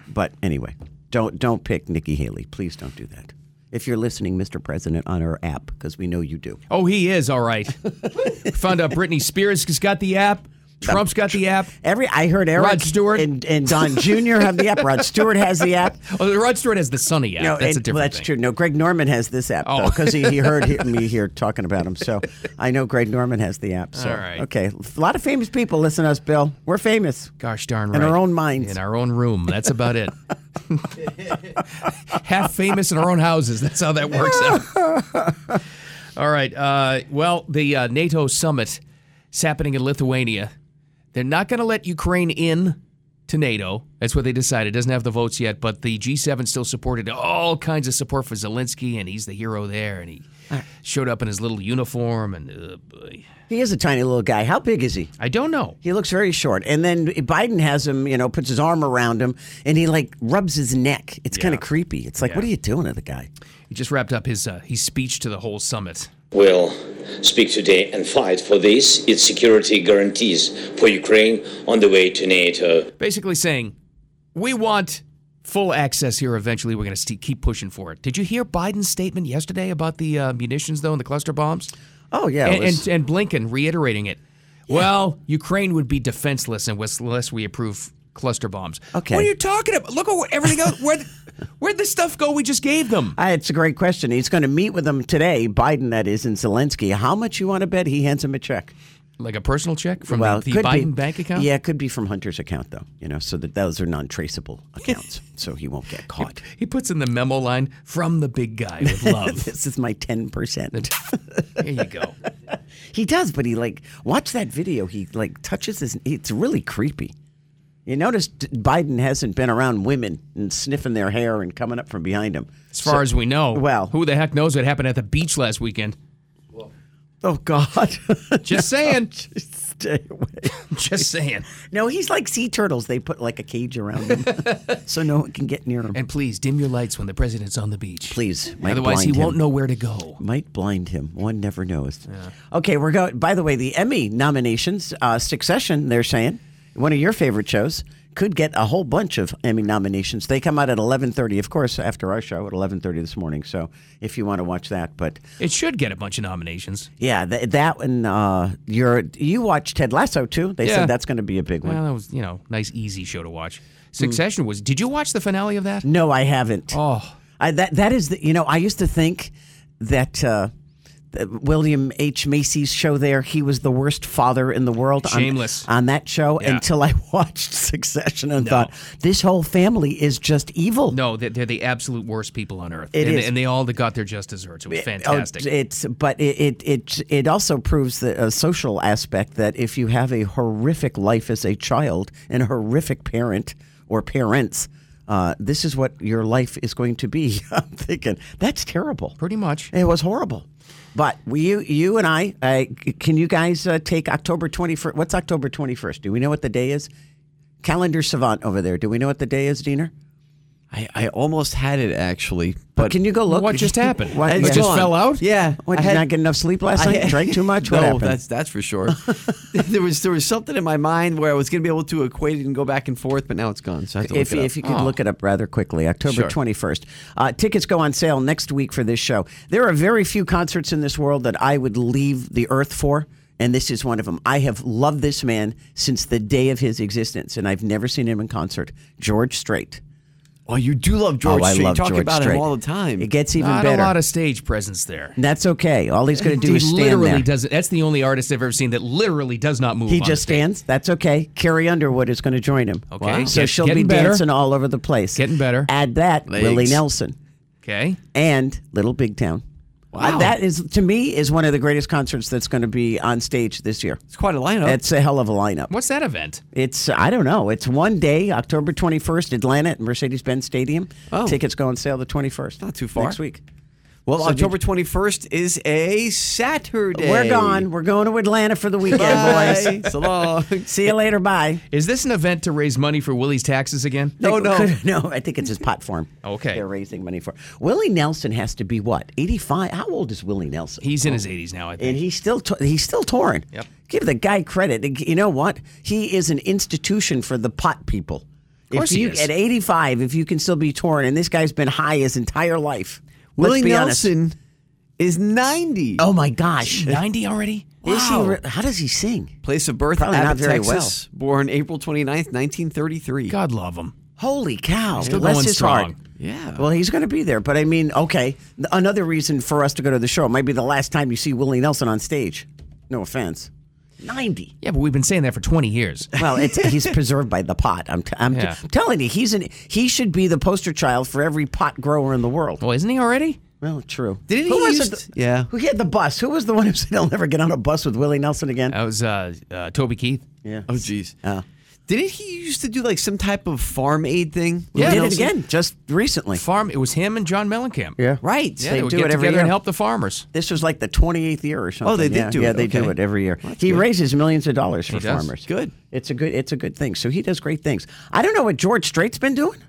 Speaker 3: But anyway, don't don't pick Nikki Haley. Please don't do that. If you're listening, Mr. President, on our app, because we know you do.
Speaker 2: oh, he is all right. Found out Britney Spears has got the app. Trump's got the app.
Speaker 3: Every I heard Eric
Speaker 2: Rod Stewart.
Speaker 3: and, and Don Jr. have the app. Rod Stewart has the app.
Speaker 2: Oh, Rod Stewart has the Sunny app.
Speaker 3: No,
Speaker 2: that's
Speaker 3: it-
Speaker 2: a different
Speaker 3: well, that's
Speaker 2: thing. Oh.
Speaker 3: true. No, Greg Norman has this app though, because he, he heard he- me here talking about him. So I know Greg Norman has the app. So
Speaker 2: All right.
Speaker 3: okay, a lot of famous people listen to us, Bill. We're famous.
Speaker 2: Gosh darn right.
Speaker 3: In our own minds.
Speaker 2: In our own room. That's about it. Half famous in our own houses. That's how that works out. All right. Uh, well, the uh, NATO summit is happening in Lithuania. They're not going to let Ukraine in to NATO. That's what they decided. Doesn't have the votes yet, but the G7 still supported all kinds of support for Zelensky, and he's the hero there. And he showed up in his little uniform, and uh, boy.
Speaker 3: He is a tiny little guy. How big is he?
Speaker 2: I don't know.
Speaker 3: He looks very short. And then Biden has him, you know, puts his arm around him and he like rubs his neck. It's kind of creepy. It's like, what are you doing to the guy?
Speaker 2: He just wrapped up his uh, his speech to the whole summit.
Speaker 7: will speak today and fight for this, its security guarantees for Ukraine on the way to NATO.
Speaker 2: basically saying, we want full access here eventually. We're going to st- keep pushing for it. Did you hear Biden's statement yesterday about the uh, munitions, though, and the cluster bombs?
Speaker 3: Oh, yeah. it
Speaker 2: and,
Speaker 3: was-
Speaker 2: and, and Blinken reiterating it. Well, Ukraine would be defenseless unless unless we approve cluster bombs.
Speaker 3: Okay.
Speaker 2: What are you talking about? Look at where everything else. Where, where'd the stuff go we just gave them?
Speaker 3: Ah, it's a great question. He's going to meet with him today, Biden, that is, and Zelensky. How much you want to bet he hands him a check?
Speaker 2: Like a personal check from
Speaker 3: well,
Speaker 2: the, the
Speaker 3: could
Speaker 2: Biden
Speaker 3: be,
Speaker 2: bank account?
Speaker 3: Yeah, it could be from Hunter's account, though, you know, so that those are non traceable accounts. so he won't get caught.
Speaker 2: He puts in the memo line from the big guy with love.
Speaker 3: This is my 10%.
Speaker 2: there you go.
Speaker 3: He does, but he like watch that video. He like touches his. It's really creepy. You notice D- Biden hasn't been around women and sniffing their hair and coming up from behind him.
Speaker 2: As far as we know,
Speaker 3: well-
Speaker 2: who the heck knows what happened at the beach last weekend?
Speaker 3: Oh God!
Speaker 2: Just saying.
Speaker 3: Stay away.
Speaker 2: Just saying.
Speaker 3: No, he's like sea turtles. They put like a cage around him, so no one can get near him.
Speaker 2: And please dim your lights when the president's on the beach.
Speaker 3: Please, might
Speaker 2: Otherwise, he
Speaker 3: blind
Speaker 2: won't
Speaker 3: him.
Speaker 2: know where to go.
Speaker 3: Might blind him. One never knows. Okay, we're going. By the way, the Emmy nominations, uh, Succession, they're saying one of your favorite shows could get a whole bunch of Emmy nominations. They come out at eleven thirty, of course, after our show at eleven thirty this morning. So if you want to watch that, but
Speaker 2: It should get a bunch of nominations.
Speaker 3: yeah, th- that one. Uh, you're you watched Ted Lasso too. They
Speaker 2: Yeah.
Speaker 3: said that's going to be a big one.
Speaker 2: Well, that was, you know, nice, easy show to watch. Succession was. Did you watch the finale of that?
Speaker 3: Mm. No, I haven't.
Speaker 2: Oh.
Speaker 3: I, that that is the you know I used to think that. Uh, that William H Macy's show there, he was the worst father in the world. on-
Speaker 2: Shameless.
Speaker 3: on, that show
Speaker 2: Yeah.
Speaker 3: until I watched Succession and thought this whole family is just evil.
Speaker 2: No, they're, they're the absolute worst people on earth.
Speaker 3: It
Speaker 2: and,
Speaker 3: is.
Speaker 2: and they all got their just desserts. It was fantastic.
Speaker 3: Oh, it's but it it it, it also proves the uh, social aspect that if you have a horrific life as a child and a horrific parent or parents, uh, this is what your life is going to be. I'm thinking that's terrible.
Speaker 2: Pretty much.
Speaker 3: It was horrible. But we, you, you and I, uh, c- can you guys uh, take October 21st? What's October 21st? Do we know what the day is? Calendar savant over there. Do we know what the day is, Diener?
Speaker 4: I, I almost had it actually, but
Speaker 3: Can you go look?
Speaker 2: What just happened?
Speaker 3: What,
Speaker 4: It's
Speaker 2: It just
Speaker 4: gone.
Speaker 2: fell out?
Speaker 4: Yeah.
Speaker 3: What,
Speaker 4: I
Speaker 3: did you
Speaker 4: had-
Speaker 3: not get enough sleep last
Speaker 4: I-
Speaker 3: night? Drank too much?
Speaker 4: no,
Speaker 3: What happened?
Speaker 4: that's that's for sure. there was there was something in my mind where I was going to be able to equate it and go back and forth, but now it's gone. So I have to look
Speaker 3: if,
Speaker 4: it up.
Speaker 3: if you
Speaker 2: Oh.
Speaker 3: could look it up rather quickly, October
Speaker 4: Sure.
Speaker 3: 21st. Uh, tickets go on sale next week for this show. There are very few concerts in this world that I would leave the earth for. And this is one of them. I have loved this man since the day of his existence, and I've never seen him in concert. George Strait.
Speaker 4: oh, you do love George.
Speaker 3: oh, I
Speaker 4: Strait.
Speaker 3: love
Speaker 4: you talk
Speaker 3: George
Speaker 4: about
Speaker 3: Strait.
Speaker 4: him all the time.
Speaker 3: It gets even
Speaker 2: Not
Speaker 3: better.
Speaker 2: a lot of stage presence there.
Speaker 3: And that's okay. All he's going to do
Speaker 2: he
Speaker 3: is stand
Speaker 2: literally
Speaker 3: there.
Speaker 2: doesn't. That's the only artist I've ever seen that literally does not move.
Speaker 3: He
Speaker 2: on
Speaker 3: just
Speaker 2: stage.
Speaker 3: stands. That's okay. Carrie Underwood is going to join him.
Speaker 2: Okay. Wow.
Speaker 3: So
Speaker 2: Get-
Speaker 3: she'll
Speaker 2: getting
Speaker 3: be
Speaker 2: better.
Speaker 3: dancing all over the place.
Speaker 2: Getting better.
Speaker 3: Add that, Willie
Speaker 4: Legs.
Speaker 3: Nelson.
Speaker 2: Okay.
Speaker 3: and Little Big Town. Wow. that is to me is one of the greatest concerts that's going to be on stage this year.
Speaker 4: it's quite a lineup.
Speaker 3: It's a hell of a lineup.
Speaker 2: What's that event?
Speaker 3: It's I don't know. It's one day, October twenty first, Atlanta at Mercedes Benz Stadium.
Speaker 4: Oh.
Speaker 3: Tickets go on sale the twenty first.
Speaker 4: Not too far.
Speaker 3: Next week.
Speaker 4: well,
Speaker 3: did-
Speaker 4: October twenty first is a Saturday.
Speaker 3: We're gone. We're going to Atlanta for the weekend,
Speaker 4: Bye.
Speaker 3: boys.
Speaker 4: so long.
Speaker 3: See you later. Bye.
Speaker 2: Is this an event to raise money for Willie's taxes again?
Speaker 4: No, no.
Speaker 3: no. I think it's his platform.
Speaker 2: Okay.
Speaker 3: They're raising money for Willie Nelson. Has to be what eighty five? How old is Willie Nelson?
Speaker 2: He's in his 80s now, I think.
Speaker 3: and he's still t- he's still touring.
Speaker 2: Yep.
Speaker 3: Give the guy credit. You know what? He is an institution for the pot people. Of
Speaker 2: course
Speaker 3: if
Speaker 2: he
Speaker 3: you
Speaker 2: is.
Speaker 3: at 85 if you can still be touring and this guy's been high his entire life. Let's
Speaker 4: Willie
Speaker 3: be
Speaker 4: Nelson is ninety.
Speaker 3: Honest. Oh my gosh.
Speaker 2: 90 already?
Speaker 3: Is he re- how does he sing?
Speaker 4: Place of birth,
Speaker 3: Probably not
Speaker 4: Abbott,
Speaker 3: very
Speaker 4: Texas. Born April 29th, 1933.
Speaker 2: God love him.
Speaker 3: Holy cow.
Speaker 2: Still
Speaker 3: Bless
Speaker 2: going
Speaker 3: his
Speaker 2: strong.
Speaker 3: heart.
Speaker 4: Yeah.
Speaker 3: Well, he's going to be there, but I mean, okay. Another reason for us to go to the show. It might be the last time you see Willie Nelson on stage. No offense. 90.
Speaker 2: Yeah, but we've been saying that for 20 years.
Speaker 3: Well, it's, he's preserved by the pot. I'm, t- I'm, t-
Speaker 2: Yeah.
Speaker 3: I'm telling you, he's an he should be the poster child for every pot grower in the world.
Speaker 2: Well, isn't he already?
Speaker 3: Well, true.
Speaker 4: Didn't
Speaker 3: who
Speaker 4: he
Speaker 3: was
Speaker 4: used
Speaker 3: it-
Speaker 4: to- yeah.
Speaker 3: Who had the bus? Who was the one who said I'll never get on a bus with Willie Nelson again?
Speaker 2: That was uh, uh, Toby Keith.
Speaker 3: yeah.
Speaker 4: Oh, jeez.
Speaker 3: Oh.
Speaker 4: Didn't he used to do like some type of farm aid thing?
Speaker 3: He
Speaker 2: Yeah,
Speaker 3: did it
Speaker 2: Nelson.
Speaker 3: again just recently.
Speaker 2: Farm. It was him and John Mellencamp.
Speaker 3: Right.
Speaker 2: Yeah,
Speaker 3: they,
Speaker 2: they, would
Speaker 3: do
Speaker 2: get
Speaker 3: it every
Speaker 2: together
Speaker 3: year.
Speaker 2: and help the farmers.
Speaker 3: This was like the 28th year or something.
Speaker 4: Oh, they did
Speaker 3: yeah,
Speaker 4: do
Speaker 3: Yeah,
Speaker 4: it.
Speaker 3: they do
Speaker 4: Okay.
Speaker 3: it every year.
Speaker 4: Well, that's
Speaker 3: he
Speaker 4: good.
Speaker 3: raises millions of dollars for
Speaker 2: does.
Speaker 3: farmers.
Speaker 4: Good.
Speaker 3: It's a good it's a good thing. So he does great things. I don't know what George Strait's been doing.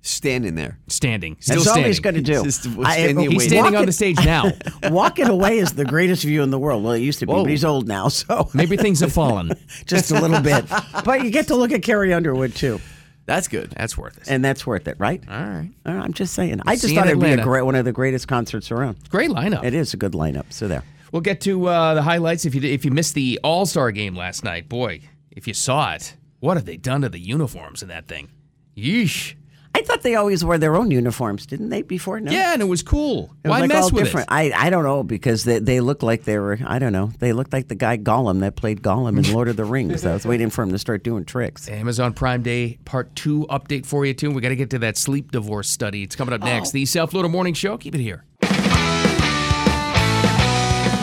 Speaker 4: Standing there.
Speaker 2: Standing. Still
Speaker 3: That's all he's
Speaker 2: standing.
Speaker 3: going to do.
Speaker 4: Just standing
Speaker 2: He's
Speaker 4: Wait.
Speaker 2: standing on
Speaker 3: walking-
Speaker 2: the stage now.
Speaker 3: Walking away is the greatest view in the world. Well, it used to be,
Speaker 4: Whoa.
Speaker 3: but he's old now, so
Speaker 2: Maybe things have fallen.
Speaker 3: just a little bit. But you get to look at Carrie Underwood too,
Speaker 4: That's good.
Speaker 2: That's worth it.
Speaker 3: and that's worth it, right?
Speaker 2: All right.
Speaker 3: All right, I'm just saying. I just
Speaker 2: See you
Speaker 3: thought
Speaker 2: in
Speaker 3: it'd be a
Speaker 2: Atlanta.
Speaker 3: great one of the greatest concerts around.
Speaker 2: Great lineup.
Speaker 3: It is a good lineup. So there.
Speaker 2: We'll get to uh, the highlights. If you if you missed the All Star game last night, boy, if you saw it, what have they done to the uniforms in that thing? Yeesh.
Speaker 3: I thought they always wore their own uniforms, didn't they? Before no.
Speaker 2: Yeah, and it was cool.
Speaker 3: It was
Speaker 2: Why
Speaker 3: like
Speaker 2: mess
Speaker 3: all
Speaker 2: with
Speaker 3: different.
Speaker 2: it?
Speaker 3: I, I don't know because they, they look like they were I don't know they looked like the guy Gollum that played Gollum in Lord of the Rings. I was waiting for him to start doing tricks.
Speaker 2: Amazon Prime Day Part Two update for you too. We got to get to that sleep divorce study. It's coming up next. The South Florida Morning Show. Keep it here.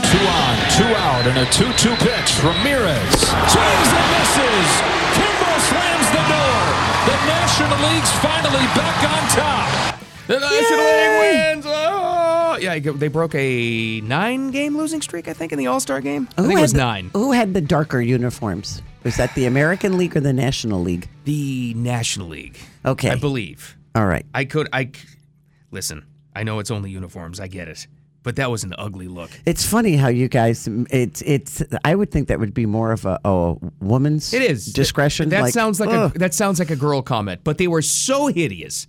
Speaker 8: Two on, two out, and a 2 2 pitch. Ramirez swings and misses. Kimball slams the door. The National League's finally back on top.
Speaker 2: The National League wins. Oh! Yeah, they broke a nine-game losing streak. I think in the All Star game. I think
Speaker 3: Who
Speaker 2: it
Speaker 3: had
Speaker 2: was
Speaker 3: the-
Speaker 2: nine.
Speaker 3: Who had the darker uniforms? Was that the American League or the National League?
Speaker 2: The National League.
Speaker 3: Okay.
Speaker 2: I believe.
Speaker 3: All right.
Speaker 2: I could. I c- listen. I know it's only uniforms. I get it, but that was an ugly look.
Speaker 3: It's funny how you guys. It's it's. I would think that would be more of a, a woman's.
Speaker 2: It is
Speaker 3: discretion.
Speaker 2: That sounds like
Speaker 3: ugh.
Speaker 2: a that sounds like a girl comment. But they were so hideous.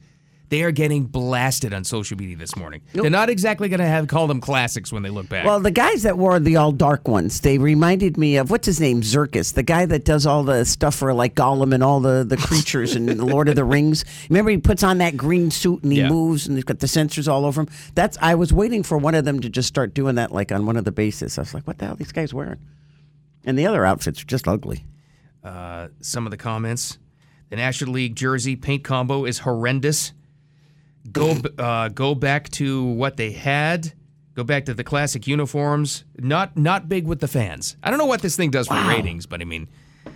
Speaker 2: They are getting blasted on social media this morning. They're not exactly going to have call them classics when they look back.
Speaker 3: Well, the guys that wore the all dark ones, they reminded me of what's his name, Zirkus, the guy that does all the stuff for like Gollum and all the the creatures and Lord of the Rings. Remember, he puts on that green suit and he
Speaker 2: Yeah.
Speaker 3: moves, and he's got the sensors all over him. That's. I was waiting for one of them to just start doing that, like on one of the bases. I was like, what the hell are these guys wearing? And the other outfits are just ugly.
Speaker 2: Some of the comments: the National League jersey paint combo is horrendous. Go b- uh, go back to what they had. Go back to the classic uniforms. Not not big with the fans. I don't know what this thing does for ratings, but I mean,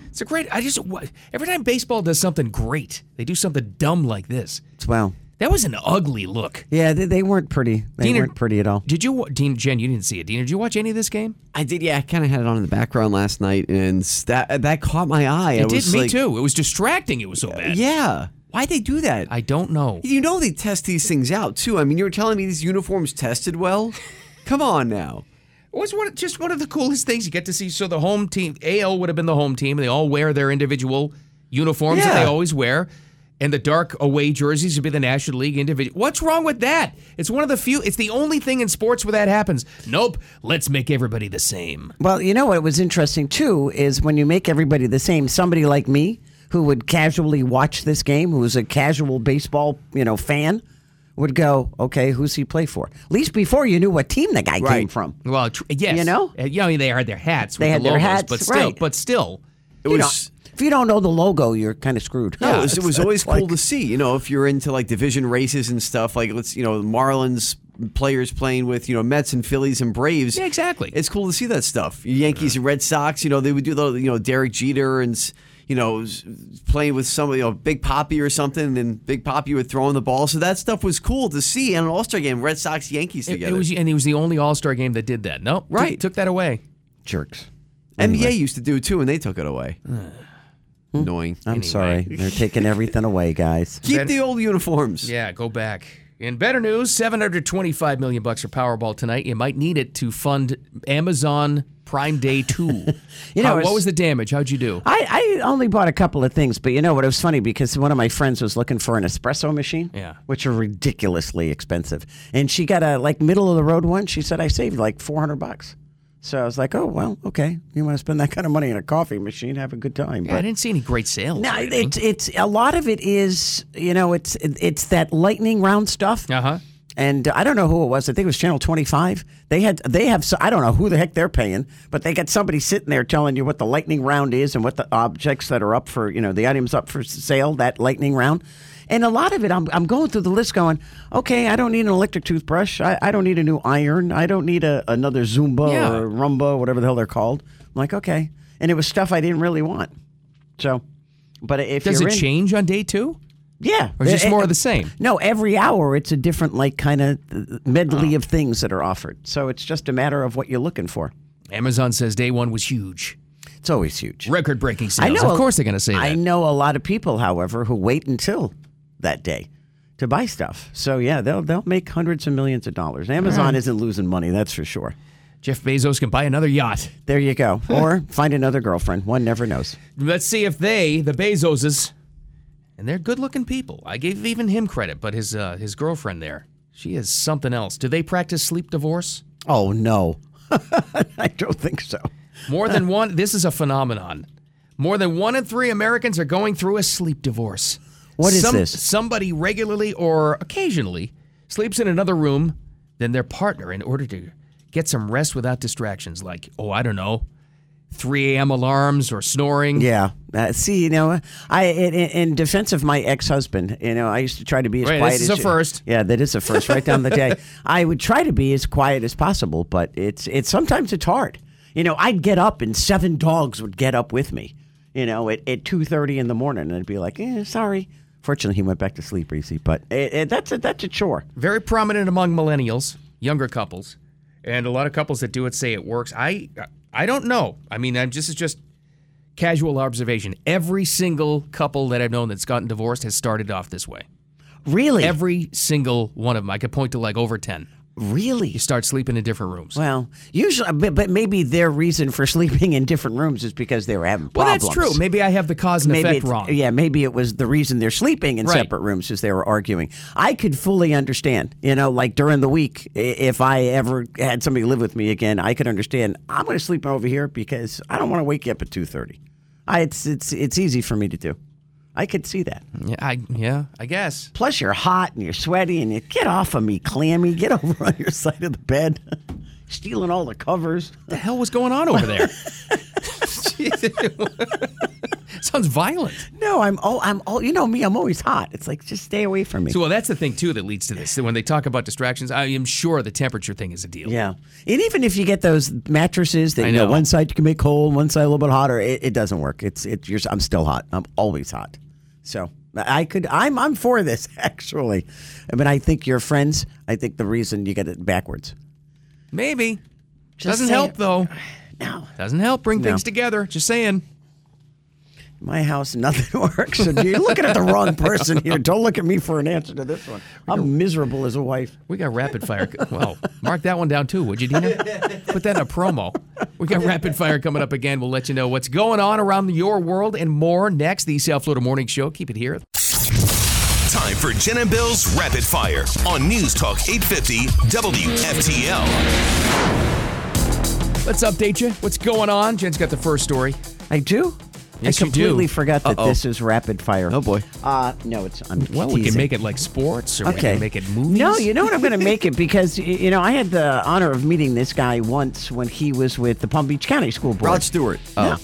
Speaker 2: it's a great. I just wha- every time baseball does something great, they do something dumb like this.
Speaker 3: Well,
Speaker 2: That was an ugly look.
Speaker 3: yeah, they, they weren't pretty. They
Speaker 2: Dean,
Speaker 3: weren't pretty at all.
Speaker 2: Did you, wa- Dean? Jen, you didn't see it. Dean, did you watch any of this game?
Speaker 4: I did, yeah. I kind of had it on in the background last night, and that that caught my eye. I
Speaker 2: It did
Speaker 4: was
Speaker 2: me
Speaker 4: like,
Speaker 2: too. It was distracting. It was so bad.
Speaker 4: Yeah. Why'd they do that?
Speaker 2: I don't know.
Speaker 4: You know they test these things out too. I mean, you were telling me these uniforms tested well. Come on now.
Speaker 2: It was one of- just one of the coolest things you get to see. So the home team, AL would have been the home team. They all wear their individual uniforms that they
Speaker 4: Yeah.
Speaker 2: always wear, and the dark away jerseys would be the National League individual. What's wrong with that? It's one of the few. It's the only thing in sports where that happens. Nope. Let's make everybody the same.
Speaker 3: Well, you know what was interesting too is when you make everybody the same, somebody like me who would casually watch this game, who was a casual baseball, you know, fan, would go, "Okay, who's he play for?" At least before you knew what team the guy came
Speaker 4: Right.
Speaker 3: from.
Speaker 2: Well, tr- yes,
Speaker 3: You know?
Speaker 2: Uh, yeah, I mean, they had their hats.
Speaker 3: They
Speaker 2: with
Speaker 3: had
Speaker 2: the
Speaker 3: their
Speaker 2: logos,
Speaker 3: hats,
Speaker 2: but still,
Speaker 3: right.
Speaker 2: but still,
Speaker 4: It
Speaker 3: You know,
Speaker 4: was.
Speaker 3: if you don't know the logo, you're kind of screwed.
Speaker 4: No, it was, it was always
Speaker 3: like-
Speaker 4: cool to see. You know, if you're into like division races and stuff, like let's you know Marlins players playing with you know Mets and Phillies and Braves.
Speaker 2: Yeah, exactly.
Speaker 4: It's cool to see that stuff. Yankees and Red Sox. You know, they would do the you know Derek Jeter and s- you know s- playing with some you know Big Poppy or something, and Big Poppy would throw in the ball. So that stuff was cool to see in an All Star game. Red Sox Yankees
Speaker 2: it,
Speaker 4: together.
Speaker 2: it was, and it was the only All Star game that did that. No,
Speaker 4: Right.
Speaker 2: took that away.
Speaker 3: jerks.
Speaker 4: NBA used to do it too, and they took it away.
Speaker 2: Hmm?
Speaker 4: Annoying.
Speaker 3: I'm sorry, they're taking everything away, guys.
Speaker 4: Keep the old uniforms.
Speaker 2: Yeah, go back. In better news, 725 million bucks for Powerball tonight. You might need it to fund Amazon Prime Day 2.
Speaker 3: You know,
Speaker 2: How- what
Speaker 3: it's-
Speaker 2: was the damage? How'd you do?
Speaker 3: I, I only bought a couple of things, but you know what? It was funny because one of my friends was looking for an espresso machine,
Speaker 2: Yeah.
Speaker 3: which are ridiculously expensive, and she got a like middle of the road one. She said I saved like four hundred bucks. So I was like, oh well, okay. You want to spend that kind of money on a coffee machine? Have a good time.
Speaker 2: I
Speaker 3: But
Speaker 2: didn't see any great sales.
Speaker 3: no, it's it's a lot of it is you know it's it's that lightning round stuff.
Speaker 2: Uh huh.
Speaker 3: and I don't know who it was. I think it was Channel 25. They had they have so- I don't know who the heck they're paying, but they got somebody sitting there telling you what the lightning round is and what the objects that are up for you know the items up for sale that lightning round. And a lot of it, I'm, I'm going through the list going, okay, I don't need an electric toothbrush. I, I don't need a new iron. I don't need a, another Zumba
Speaker 2: Yeah.
Speaker 3: or Rumba, whatever the hell they're called. I'm like, okay. And it was stuff I didn't really want. So, but if
Speaker 2: Does
Speaker 3: you're
Speaker 2: it
Speaker 3: in-
Speaker 2: change on day two?
Speaker 3: yeah.
Speaker 2: Or is this
Speaker 3: Eh,
Speaker 2: more
Speaker 3: eh,
Speaker 2: of the same?
Speaker 3: No, every hour it's a different, like, kind of medley of things that are offered. So it's just a matter of what you're looking for.
Speaker 2: Amazon says day one was huge.
Speaker 3: It's always huge.
Speaker 2: Record breaking sales. of course they're going to say that.
Speaker 3: I know a lot of people, however, who wait until that day to buy stuff. So yeah, they'll they'll make hundreds of millions of dollars. Amazon isn't losing money, that's for sure.
Speaker 2: Jeff Bezos can buy another yacht.
Speaker 3: There you go. Or find another girlfriend. One never knows.
Speaker 2: Let's see if they, the Bezoses, and they're good-looking people. I gave even him credit, but his uh, his girlfriend there, she is something else. Do they practice sleep divorce?
Speaker 3: Oh no, I don't think so.
Speaker 2: More than one. This is a phenomenon. More than one in three Americans are going through a sleep divorce.
Speaker 3: What is
Speaker 2: Some-
Speaker 3: this?
Speaker 2: Somebody regularly or occasionally sleeps in another room than their partner in order to get some rest without distractions, like oh I don't know, 3 a.m. alarms or snoring.
Speaker 3: Yeah. Uh, see, you know, I in, in in defense of my ex-husband, you know, I used to try to be as
Speaker 2: Wait,
Speaker 3: quiet
Speaker 2: this is
Speaker 3: as
Speaker 2: a first.
Speaker 3: Yeah, that is a first. Right down the day, I would try to be as quiet as possible, but it's it's sometimes it's hard. You know, I'd get up and seven dogs would get up with me. You know, at at two thirty in the morning, and I'd be like, eh, sorry. Fortunately, he went back to sleep, Reese. But it, it, that's a that's a chore.
Speaker 2: very prominent among millennials, younger couples, and a lot of couples that do it say it works. I I don't know. I mean, I'm just it's just casual observation. Every single couple that I've known that's gotten divorced has started off this way.
Speaker 3: Really,
Speaker 2: Every single one of them. I could point to like over 10.
Speaker 3: really.
Speaker 2: You start sleeping in different rooms.
Speaker 3: Well, usually, but, but maybe their reason for sleeping in different rooms is because they were having
Speaker 2: Well,
Speaker 3: problems.
Speaker 2: that's true. Maybe I have the cause and effect
Speaker 3: it's-
Speaker 2: wrong.
Speaker 3: Yeah, maybe it was the reason they're sleeping in
Speaker 2: Right.
Speaker 3: separate rooms is they were arguing. I could fully understand, you know, like during the week, i- if I ever had somebody live with me again, I could understand. I'm going to sleep over here because I don't want to wake you up at two thirty. I it's it's it's easy for me to do. I could see that.
Speaker 2: Yeah, I yeah, I guess.
Speaker 3: Plus, you're hot and you're sweaty, and you get off of me, clammy. Get over on your side of the bed, stealing all the covers.
Speaker 2: What the hell was going on over there? Sounds violent.
Speaker 3: No, I'm all I'm all. You know me, I'm always hot. It's like just stay away from me.
Speaker 2: So, well, that's the thing too that leads to this. When they talk about distractions, I am sure the temperature thing is a deal.
Speaker 3: Yeah, and even if you get those mattresses that
Speaker 2: I
Speaker 3: you know,
Speaker 2: know.
Speaker 3: one side can make cold, one side a little bit hotter, it, it doesn't work. It's it. You're, I'm still hot. I'm always hot. So I could. I'm I'm for this actually. I mean, I think your friends. I think the reason you get it backwards
Speaker 2: Maybe.
Speaker 3: Just
Speaker 2: Doesn't
Speaker 3: say
Speaker 2: help
Speaker 3: it.
Speaker 2: though.
Speaker 3: No,
Speaker 2: Doesn't help bring
Speaker 3: No.
Speaker 2: things together. Just saying.
Speaker 3: my house, nothing works. So you're looking at the wrong person here. Don't look at me for an answer to this one. I'm miserable as a wife.
Speaker 2: We got rapid fire. Well, mark that one down too, would you, Dina? Put that in a promo. We got rapid fire coming up again. We'll let you know what's going on around your world and more next. The South Florida Morning Show. Keep it here.
Speaker 1: Time for Jen and Bill's Rapid Fire on News Talk 850 WFTL.
Speaker 2: Let's update you. What's going on? Jen's got the first story.
Speaker 3: I do.
Speaker 2: Yes,
Speaker 3: I
Speaker 2: you do.
Speaker 3: completely forgot that
Speaker 2: Uh-oh.
Speaker 3: this is rapid fire.
Speaker 4: Oh, boy.
Speaker 3: Uh, no, it's. I'm
Speaker 2: Well, we can
Speaker 3: teasing.
Speaker 2: make it like sports, or we
Speaker 3: Okay.
Speaker 2: can make it movies.
Speaker 3: No, you know what I'm going to make it because y- you know I had the honor of meeting this guy once when he was with the Palm Beach County School Board.
Speaker 4: Rod Stewart. Oh.
Speaker 3: No.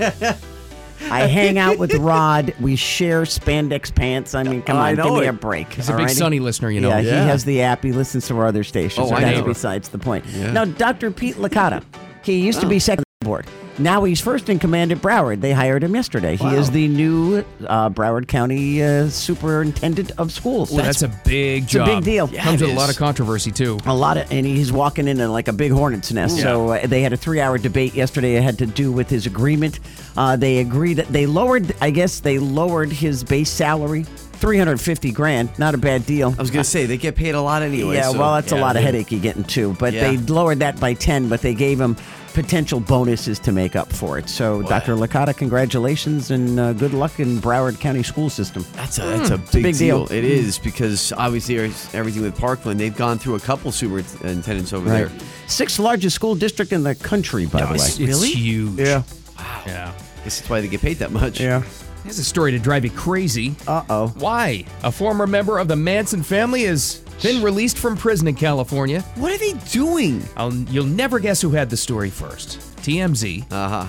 Speaker 3: I hang out with Rod. We share spandex pants. I mean, come
Speaker 4: I
Speaker 3: on, give
Speaker 4: know
Speaker 3: me
Speaker 4: it.
Speaker 3: a break.
Speaker 2: He's a big Sunny listener, you know.
Speaker 3: Yeah,
Speaker 4: Yeah.
Speaker 3: he has the app. He listens to our other stations.
Speaker 4: Oh, I
Speaker 3: that's
Speaker 4: know.
Speaker 3: besides the point. Now, Dr. Pete Licata, he used
Speaker 2: Oh.
Speaker 3: to be second on board. Now he's first in command at Broward. They hired him yesterday. He is the new uh, Broward County uh, Superintendent of Schools.
Speaker 2: Well, that's, a big
Speaker 3: a
Speaker 2: job.
Speaker 3: big deal. Yeah,
Speaker 2: Comes
Speaker 3: it
Speaker 2: with a lot
Speaker 3: is.
Speaker 2: of controversy too.
Speaker 3: a lot of, and he's walking into like a big hornet's nest. So uh, they had a three-hour debate yesterday. It had to do with his agreement. Uh, they agreed that they lowered. I guess they lowered his base salary, three hundred fifty grand. Not a bad deal.
Speaker 4: I was gonna say they get paid a lot anyway.
Speaker 3: yeah,
Speaker 4: so-
Speaker 3: well, that's a
Speaker 4: yeah,
Speaker 3: lot of
Speaker 4: yeah.
Speaker 3: headache you get into. But
Speaker 4: Yeah.
Speaker 3: they lowered that by ten. But they gave him potential bonuses to make up for it. So, Dr. Licata, congratulations and uh, good luck in Broward County school system.
Speaker 4: That's a that's a big,
Speaker 3: a Hmm, big deal.
Speaker 4: It is because obviously there's everything with Parkland, they've gone through a couple superintendents over there.
Speaker 3: Sixth largest school district in the country, by the way.
Speaker 2: It's, it's huge.
Speaker 3: Yeah.
Speaker 2: Yeah.
Speaker 4: This is why they get paid that much.
Speaker 2: Here's a story to drive you crazy.
Speaker 3: Uh oh.
Speaker 2: Why? A former member of the Manson family has been released from prison in California.
Speaker 4: What are they doing?
Speaker 2: I'll, you'll never guess who had the story first. TMZ
Speaker 3: Uh-huh.
Speaker 4: Uh huh.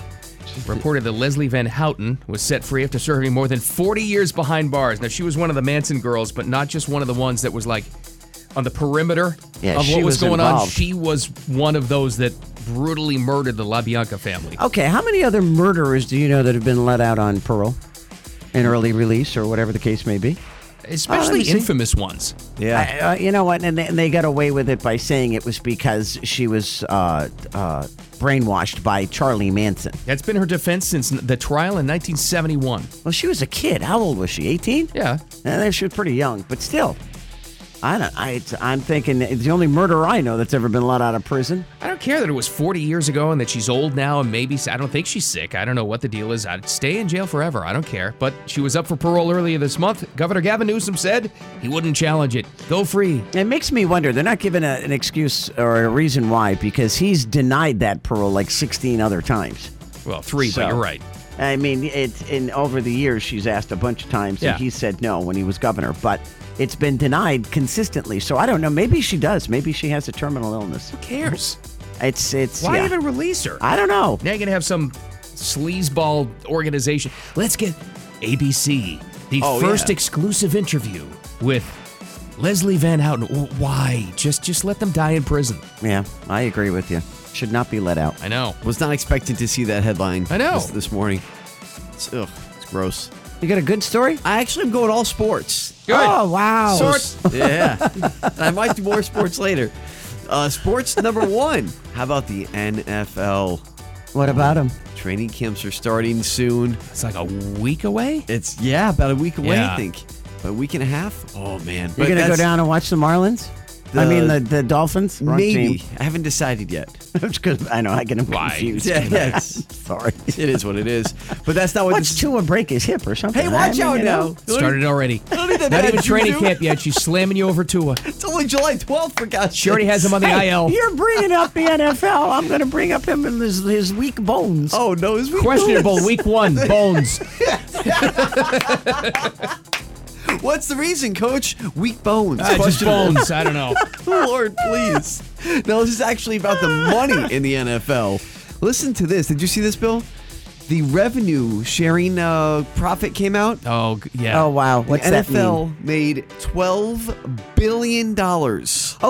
Speaker 2: reported that Leslie Van Houten was set free after serving more than 40 years behind bars. Now, she was one of the Manson girls, but not just one of the ones that was like on the perimeter
Speaker 3: Yeah,
Speaker 2: of
Speaker 3: she
Speaker 2: what was,
Speaker 3: was
Speaker 2: going on.
Speaker 3: involved.
Speaker 2: She was one of those that brutally murdered the LaBianca family.
Speaker 3: Okay, how many other murderers do you know that have been let out on parole and early release or whatever the case may be?
Speaker 2: Especially
Speaker 3: me see.
Speaker 2: infamous ones.
Speaker 4: Yeah.
Speaker 3: I- uh, you know what? And they, and they got away with it by saying it was because she was uh, uh, brainwashed by Charlie Manson.
Speaker 2: That's been her defense since the trial in 1971.
Speaker 3: Well, she was a kid. How old was she? 18?
Speaker 2: Yeah.
Speaker 3: And she was pretty young, but still. I don't, I, it's- I'm thinking it's the only murderer I know that's ever been let out of prison.
Speaker 2: I don't care that it was 40 years ago and that she's old now and maybe I don't think she's sick. I don't know what the deal is. I'd stay in jail forever. I don't care. But she was up for parole earlier this month. Governor Gavin Newsom said he wouldn't challenge it. Go free.
Speaker 3: It makes me wonder. They're not giving a, an excuse or a reason why because he's denied that parole like 16 other times.
Speaker 2: Well, three, but
Speaker 3: So,
Speaker 2: you're right.
Speaker 3: I mean, it's in over the years she's asked a bunch of times,
Speaker 2: Yeah.
Speaker 3: and he said no when he was governor, but it's been denied consistently. So I don't know. Maybe she does. Maybe she has a terminal illness.
Speaker 2: Who cares?
Speaker 3: It's it's.
Speaker 2: Why
Speaker 3: yeah.
Speaker 2: even release her?
Speaker 3: I don't know.
Speaker 2: now you're going to have some sleazeball organization. Let's get ABC, the
Speaker 4: Oh,
Speaker 2: first
Speaker 4: yeah.
Speaker 2: exclusive interview with Leslie Van Houten. Wh- Why? Just just let them die in prison.
Speaker 3: Yeah, I agree with you. Should not be let out.
Speaker 2: I know.
Speaker 4: Was not expecting to see that headline.
Speaker 2: I know.
Speaker 4: This, this morning. It's, ugh, it's gross.
Speaker 3: You got a good story?
Speaker 4: I actually am going all sports.
Speaker 2: Good.
Speaker 3: Oh wow!
Speaker 2: Sorts.
Speaker 4: yeah. And I might do more sports later. Uh, sports number one. How about the NFL?
Speaker 3: What about him?
Speaker 4: Training camps are starting soon.
Speaker 2: It's like a week away?
Speaker 4: It's yeah, about a week away,
Speaker 2: Yeah.
Speaker 4: I think. About a week and a half. Oh man.
Speaker 3: You're
Speaker 4: But
Speaker 3: gonna go
Speaker 4: that's-
Speaker 3: down and watch the Marlins? I
Speaker 4: The-
Speaker 3: mean the the Dolphins? Wrong
Speaker 4: Maybe.
Speaker 3: team.
Speaker 4: I haven't decided yet.
Speaker 3: It's 'cause I know I get them
Speaker 2: Why?
Speaker 3: confused.
Speaker 4: Yeah, yes.
Speaker 3: Sorry.
Speaker 4: It is what it is. But that's not what
Speaker 3: What's
Speaker 4: this
Speaker 3: two and break his hip or something?
Speaker 4: Hey, watch
Speaker 3: I mean,
Speaker 4: out
Speaker 3: you know.
Speaker 4: now.
Speaker 2: Started already.
Speaker 4: Don't need that
Speaker 2: Not even
Speaker 4: attitude,
Speaker 2: training
Speaker 4: dude.
Speaker 2: camp yet. She's slamming you over Tua.
Speaker 4: It's only July 12th, for God's
Speaker 2: She already has him on the
Speaker 3: Hey,
Speaker 2: IL.
Speaker 3: You're bringing up the NFL. I'm going to bring up him and his, his weak bones.
Speaker 4: Oh, no. It's week
Speaker 2: Questionable week one bones.
Speaker 4: two. What's the reason, coach? Weak bones.
Speaker 2: Ah, just
Speaker 4: Questionable. Oh,
Speaker 2: bones. I don't know.
Speaker 4: Lord, please. No, this is actually about the money in the NFL. Listen to this. Did you see this, Bill? The revenue sharing uh, profit came out.
Speaker 2: Oh g- yeah.
Speaker 3: Oh, wow.
Speaker 4: The
Speaker 3: What's that mean?
Speaker 4: NFL made $12 billion.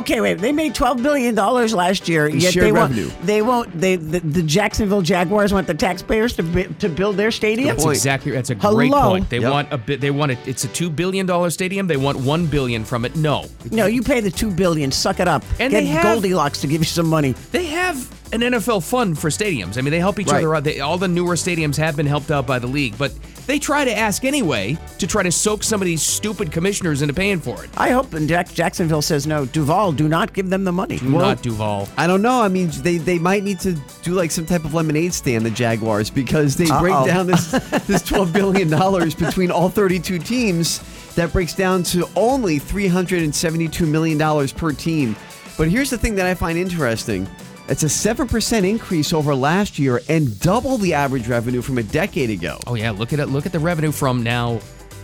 Speaker 3: Okay, wait. They made twelve billion dollars last year. Yet
Speaker 4: shared
Speaker 3: they won't.
Speaker 4: revenue.
Speaker 3: They won't. They the, the Jacksonville Jaguars want the taxpayers to bu- to build their stadium.
Speaker 2: That's
Speaker 4: point.
Speaker 2: exactly. That's a
Speaker 3: Hello?
Speaker 2: great point. They
Speaker 4: Yep.
Speaker 2: want a bit. They want it. It's a two billion dollar stadium. They want one billion from it. No,
Speaker 3: No, you pay the two billion. Suck it up.
Speaker 2: And
Speaker 3: Get
Speaker 2: they have-
Speaker 3: Goldilocks to give you some money.
Speaker 2: they have an NFL fund for stadiums. I mean, they help each
Speaker 4: Right.
Speaker 2: other out. They, all the newer stadiums have been helped out by the league, but they try to ask anyway to try to soak some of these stupid commissioners into paying for it.
Speaker 3: I hope and Jack- Jacksonville says no. Duval, do not give them the money.
Speaker 2: Not Duval.
Speaker 4: I don't know. I mean, they, they might need to do like some type of lemonade stand, the Jaguars, because they break
Speaker 3: Uh-oh.
Speaker 4: down this this twelve billion dollars between all thirty two teams. That breaks down to only three hundred and seventy two million dollars per team. But here's the thing that I find interesting: it's a seven percent increase over last year and double the average revenue from a decade ago.
Speaker 2: Oh yeah, look at it. Look at the revenue from now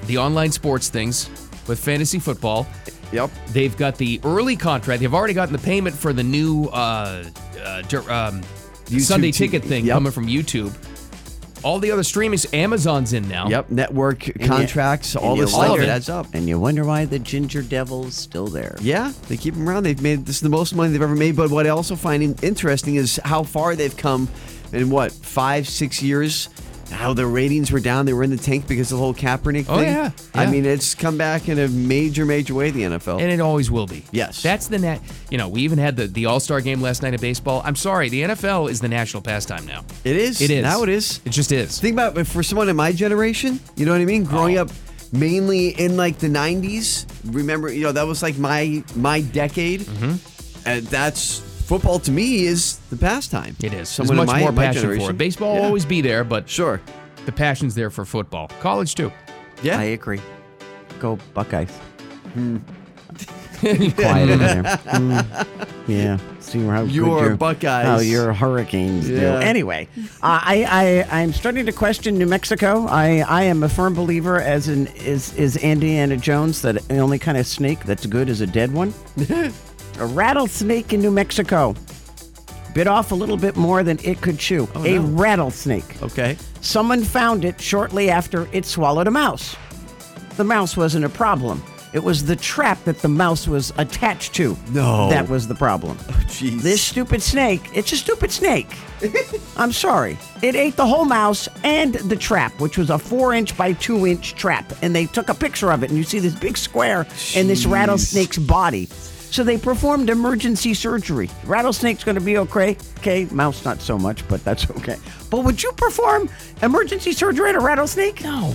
Speaker 2: the online sports things with fantasy football.
Speaker 4: Yep.
Speaker 2: They've got the early contract. They've already gotten the payment for the new uh, uh, dir- um,
Speaker 4: YouTube
Speaker 2: Sunday
Speaker 4: TV.
Speaker 2: ticket thing
Speaker 4: Yep.
Speaker 2: coming from YouTube. All the other streamings, Amazon's in
Speaker 3: Oh.
Speaker 2: now.
Speaker 4: Yep. Network contracts, all this
Speaker 2: all
Speaker 4: stuff
Speaker 2: of
Speaker 4: it
Speaker 2: it.
Speaker 4: adds up.
Speaker 3: And you wonder why the Ginger Devil's still there.
Speaker 4: Yeah, they keep them around. They've made this is the most money they've ever made. But what I also find in- interesting is how far they've come in what five, six years. How their ratings were down. They were in the tank because of the whole Kaepernick thing.
Speaker 2: Oh, yeah,
Speaker 4: I
Speaker 2: yeah.
Speaker 4: mean, it's come back in a major, major way. The NFL.
Speaker 2: And it always will be.
Speaker 4: Yes.
Speaker 2: That's the net. You know, we even had the, the All Star game last night in baseball. I'm sorry, the NFL is the national pastime now.
Speaker 4: it is.
Speaker 2: It is.
Speaker 4: Now it is.
Speaker 2: It just is.
Speaker 4: Think about it, for someone in my generation, you know what I mean? Growing up mainly in like the 90s, remember, you know, that was like my my decade.
Speaker 2: Mm-hmm.
Speaker 4: And that's football to me is the pastime.
Speaker 2: It is.
Speaker 4: Someone
Speaker 2: There's
Speaker 4: in
Speaker 2: much
Speaker 4: my,
Speaker 2: more
Speaker 4: my
Speaker 2: passion for
Speaker 4: generation.
Speaker 2: it. Baseball will
Speaker 4: Yeah.
Speaker 2: always be there, but
Speaker 4: Sure.
Speaker 2: the passion's there for football. College, too.
Speaker 4: Yeah.
Speaker 3: I agree. Go Buckeyes. Quiet over there. Mm. Yeah. See how good
Speaker 4: Your
Speaker 3: your-
Speaker 4: Buckeyes.
Speaker 3: How your Hurricanes do.
Speaker 4: Yeah.
Speaker 3: Anyway, uh, I I I'm starting to question New Mexico. I I am a firm believer, as in is is Indiana Jones, that the only kind of snake that's good is a dead one. a rattlesnake in New Mexico bit off a little bit more than it could chew. a
Speaker 4: Oh, no.
Speaker 3: rattlesnake.
Speaker 4: Okay.
Speaker 3: Someone found it shortly after it swallowed a mouse. The mouse wasn't a problem. It was the trap that the mouse was attached to.
Speaker 4: No.
Speaker 3: That was the problem.
Speaker 4: Jeez.
Speaker 3: This stupid snake, it's a stupid snake. I'm sorry. It ate the whole mouse and the trap, which was a four inch by two inch trap. And they took a picture of it, and you see this big square in this
Speaker 4: Jeez.
Speaker 3: rattlesnake's body. So they performed emergency surgery. Rattlesnake's going to be okay. Okay, mouse not so much, but that's okay. But would you perform emergency surgery on a rattlesnake?
Speaker 2: No.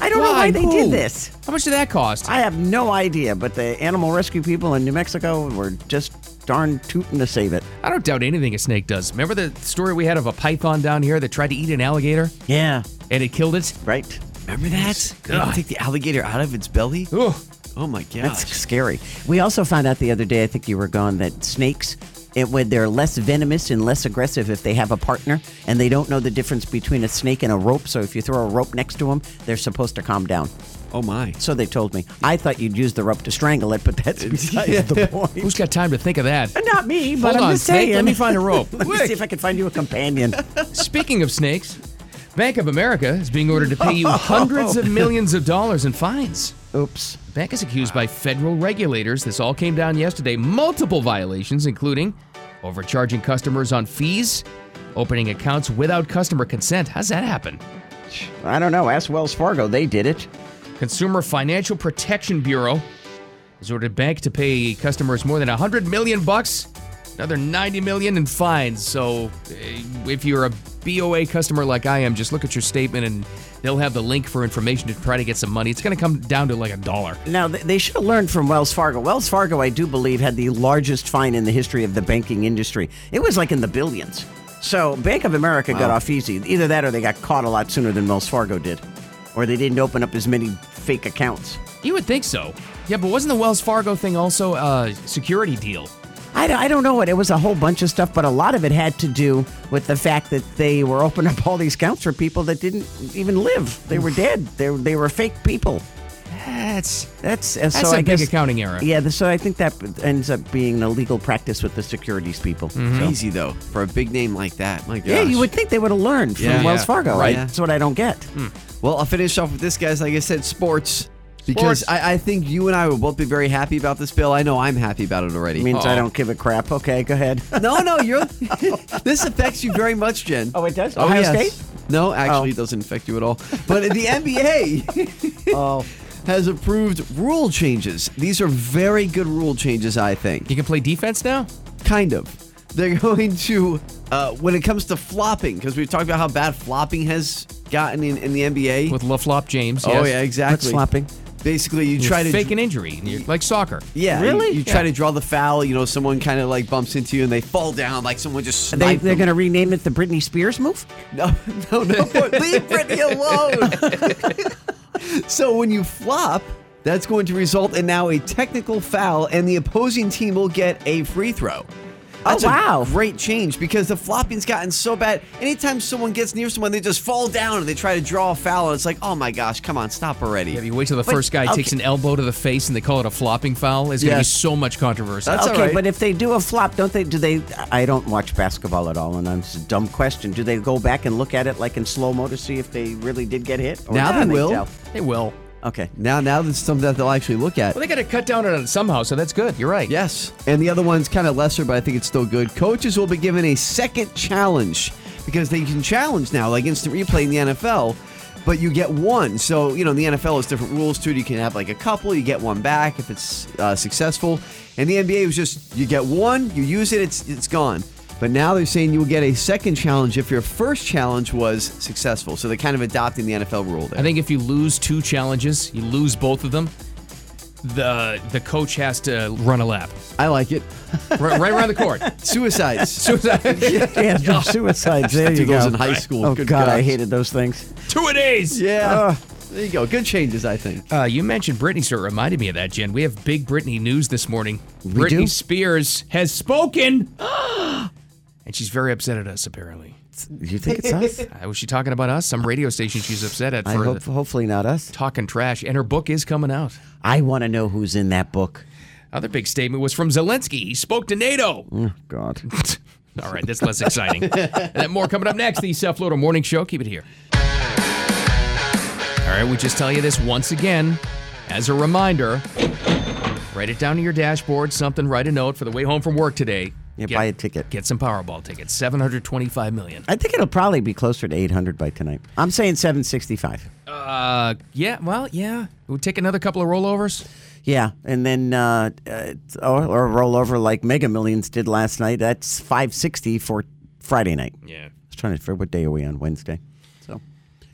Speaker 3: I don't know why they
Speaker 2: Who?
Speaker 3: did this.
Speaker 2: How much did that cost?
Speaker 3: I have no idea, but the animal rescue people in New Mexico were just darn tootin' to save it.
Speaker 2: I don't doubt anything a snake does. Remember the story we had of a python down here that tried to eat an alligator
Speaker 3: Yeah.
Speaker 2: and it killed it?
Speaker 3: Right?
Speaker 4: Remember that?
Speaker 2: God.
Speaker 4: Take the alligator out of its belly?
Speaker 2: Ugh.
Speaker 4: Oh my god.
Speaker 3: That's scary. We also found out the other day, I think you were gone, that snakes, it, when they're less venomous and less aggressive if they have a partner, and they don't know the difference between a snake and a rope. So if you throw a rope next to them, they're supposed to calm down.
Speaker 4: oh my.
Speaker 3: So they told me. I thought you'd use the rope to strangle it, but that's besides the point.
Speaker 2: Who's got time to think of that?
Speaker 3: Not me, but
Speaker 2: Hold
Speaker 3: I'm
Speaker 2: on,
Speaker 3: just
Speaker 2: snake,
Speaker 3: saying.
Speaker 2: let me find a rope.
Speaker 3: Let me
Speaker 2: Quick.
Speaker 3: see if I can find you a companion.
Speaker 2: Speaking of snakes, Bank of America is being ordered to pay you hundreds of millions of dollars in fines.
Speaker 3: Oops.
Speaker 2: The bank is accused by federal regulators. This all came down yesterday. Multiple violations, including overcharging customers on fees, opening accounts without customer consent. How's that happen?
Speaker 3: I don't know. Ask Wells Fargo. They did it.
Speaker 2: Consumer Financial Protection Bureau has ordered bank to pay customers more than 100 million bucks, another 90 million in fines. So eh, if you're a BOA customer like I am, just look at your statement and they'll have the link for information to try to get some money. It's going to come down to like a dollar.
Speaker 3: Now, th- they should have learned from Wells Fargo. Wells Fargo, I do believe, had the largest fine in the history of the banking industry. It was like in the billions. So, Bank of America got off easy. Either that or they got caught a lot sooner than Wells Fargo did. Or they didn't open up as many fake accounts.
Speaker 2: You would think so. Yeah, but wasn't the Wells Fargo thing also a security deal?
Speaker 3: I, d- I don't know what. It was a whole bunch of stuff, but a lot of it had to do with the fact that they were opening up all these accounts for people that didn't even live. They were dead. They, they were fake people.
Speaker 2: That's
Speaker 3: That's, uh,
Speaker 2: That's
Speaker 3: so
Speaker 2: a
Speaker 3: I
Speaker 2: big
Speaker 3: guess,
Speaker 2: accounting error.
Speaker 3: Yeah, th- so I think that ends up being a legal practice with the securities people. So-
Speaker 4: Crazy though for a big name like that. My Mm-hmm. gosh.
Speaker 3: Yeah, you would think they would have learned from
Speaker 4: Yeah,
Speaker 3: Wells
Speaker 4: yeah.
Speaker 3: Fargo.
Speaker 4: Right.
Speaker 3: Right.
Speaker 4: Hmm.
Speaker 3: That's what I don't get.
Speaker 4: Well, I'll finish off with this, guys. Like I said, sports. Because
Speaker 2: Sports.
Speaker 4: I, I think you and I will both be very happy about this bill. I know I'm happy about it already. Oh.
Speaker 3: It means
Speaker 2: Uh-oh.
Speaker 3: I don't give a crap. Okay, go ahead.
Speaker 4: No, no, you're. this affects you very much, Jen.
Speaker 3: Oh, it does? Ohio State?
Speaker 4: No, actually,
Speaker 3: Oh.
Speaker 4: it doesn't affect you at all. But the NBA has approved rule changes. These are very good rule changes, I think.
Speaker 2: You can play defense now?
Speaker 4: Kind of. They're going to, uh, when it comes to flopping, because we've talked about how bad flopping has gotten in, in the NBA.
Speaker 2: with LaFlop James.
Speaker 4: oh,
Speaker 2: yes.
Speaker 4: yeah, exactly.
Speaker 3: flopping?
Speaker 4: Basically, you
Speaker 2: You
Speaker 4: try to.
Speaker 2: fake an injury, You're- like soccer.
Speaker 4: Yeah, you-
Speaker 3: Really?
Speaker 4: You, try
Speaker 2: Yeah.
Speaker 4: to draw the foul. You know, someone kind of like bumps into you and they fall down. Like someone just
Speaker 3: They,
Speaker 4: sniped
Speaker 3: they're
Speaker 4: them.
Speaker 3: going to rename it the Britney Spears move?
Speaker 4: No, no, no. Leave Britney alone. so when you flop, that's going to result in now a technical foul, and the opposing team will get a free throw. That's
Speaker 3: wow.
Speaker 4: A great change because the flopping's gotten so bad. Anytime someone gets near someone, they just fall down and they try to draw a foul, and it's like, oh my gosh, come on, stop already.
Speaker 2: If you wait till the
Speaker 3: Wait,
Speaker 2: first guy takes
Speaker 3: okay.
Speaker 2: an elbow to the face and they call it a flopping foul, it's going to be
Speaker 4: Yes.
Speaker 2: so much controversy.
Speaker 4: That's
Speaker 3: okay,
Speaker 4: all right.
Speaker 3: but if they do a flop, don't they? Do they? I don't watch basketball at all, and I'm- it's a dumb question. Do they go back and look at it like in slow mo to see if they really did get hit? Or
Speaker 4: Now they
Speaker 3: can
Speaker 4: will.
Speaker 3: tell?
Speaker 2: they will.
Speaker 3: Okay.
Speaker 4: now, now that's something that they'll actually look at.
Speaker 2: Well, they got to cut down on it somehow, so that's good. You're right.
Speaker 4: Yes. And the other one's kind of lesser, but I think it's still good. Coaches will be given a second challenge because they can challenge now, like instant replay in the NFL, but you get one. So, you know, in the NFL has different rules too. You can have like a couple, you get one back if it's uh, successful. And the NBA was just you get one, you use it, it's it's gone. But now they're saying you will get a second challenge if your first challenge was successful. So they're kind of adopting the NFL rule there.
Speaker 2: I think if you lose two challenges, you lose both of them. The the coach has to run a lap
Speaker 4: I like it.
Speaker 2: right, right around the court.
Speaker 4: Suicides.
Speaker 2: Suicide.
Speaker 3: Yeah, no suicides. There
Speaker 4: Do
Speaker 3: you
Speaker 4: those
Speaker 3: go.
Speaker 4: in high school.
Speaker 3: Oh
Speaker 4: Good
Speaker 3: God, I
Speaker 4: gosh.
Speaker 3: hated those things.
Speaker 2: two a days.
Speaker 4: Yeah. there you go. Good changes, I think.
Speaker 2: Uh, you mentioned Britney, so it reminded me of that, Jen. We have big Britney news this morning. Britney
Speaker 3: do?
Speaker 2: Spears has spoken, and she's very upset at us. Apparently,
Speaker 3: You think it's us?
Speaker 2: uh, was she talking about us? Some radio station she's upset at
Speaker 3: I
Speaker 2: for
Speaker 3: hope. Hopefully not us.
Speaker 2: talking trash. And her book is coming out.
Speaker 3: I want to know who's in that book.
Speaker 2: Other big statement was from Zelensky. He spoke to NATO.
Speaker 3: Mm. God.
Speaker 2: All right, that's less exciting. and that more coming up next. The South Florida Morning Show. Keep it here. All right, we just tell you this once again as a reminder. Write it down to your dashboard, something, write a note for the way home from work today.
Speaker 3: Yeah, buy a ticket.
Speaker 2: Get some Powerball tickets. 725 million.
Speaker 3: I think it'll probably be closer to 800 by tonight. I'm saying 765.
Speaker 2: Uh yeah, well, yeah. We'll take another couple of rollovers.
Speaker 3: Yeah, and then uh, uh, or, or roll over like Mega Millions did last night. That's 560 for Friday night.
Speaker 2: Yeah.
Speaker 3: I was trying to figure what day are we on Wednesday. So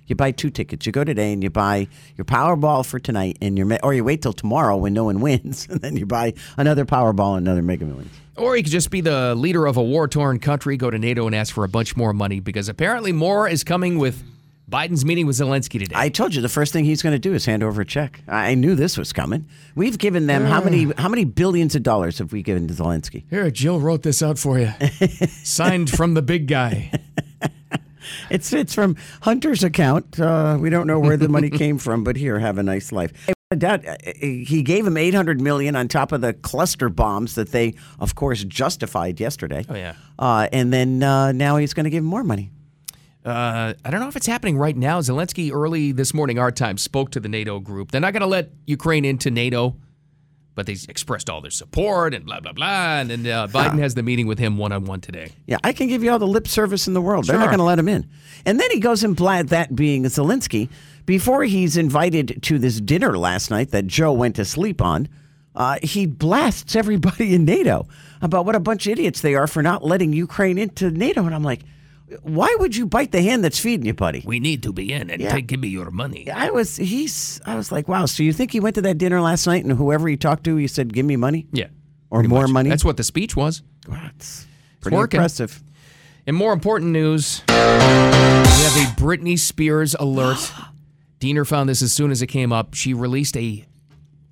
Speaker 3: you buy two tickets. You go today and you buy your Powerball for tonight, and your me- or you wait till tomorrow when no one wins, and then you buy another Powerball and another Mega Millions.
Speaker 2: Or you could just be the leader of a war torn country, go to NATO and ask for a bunch more money because apparently more is coming with Biden's meeting with Zelensky today.
Speaker 3: I told you the first thing he's going to do is hand over a check. I I knew this was coming. We've given them how many
Speaker 2: Mm.
Speaker 3: how many billions of dollars have we given to Zelensky?
Speaker 2: Here, Jill wrote this out for you. Signed from the big guy.
Speaker 3: It's it's from Hunter's account. Uh, we don't know where the money came from, but here, have a nice life. I doubt- uh, he gave him 800 million on top of the cluster bombs that they, of course, justified yesterday.
Speaker 2: Oh, yeah.
Speaker 3: uh, and then uh, now he's going to give him more money.
Speaker 2: Uh, I don't know if it's happening right now. Zelensky, early this morning, our time, spoke to the NATO group. They're not going to let Ukraine into NATO, but they expressed all their support and blah, blah, blah. And then uh, Biden has the meeting with him one on one today.
Speaker 3: Yeah, I can give you all the lip service in the world. They're not
Speaker 2: Sure.
Speaker 3: going to let him in. And then he goes and blat that being Zelensky before he's invited to this dinner last night that Joe went to sleep on. Uh, he blasts everybody in NATO about what a bunch of idiots they are for not letting Ukraine into NATO. And I'm like, why would you bite the hand that's feeding you, buddy?
Speaker 2: We need to be in and
Speaker 3: Yeah.
Speaker 2: take, give me your money.
Speaker 3: I was he's I was like, wow. So you think he went to that dinner last night and whoever he talked to, he said, "Give me money."
Speaker 2: Yeah.
Speaker 3: Or more money.
Speaker 2: That's what the speech was.
Speaker 3: Wow, it's pretty
Speaker 2: working.
Speaker 3: impressive.
Speaker 2: In more important news, we have a Britney Spears alert. Diener found this as soon as it came up. She released a,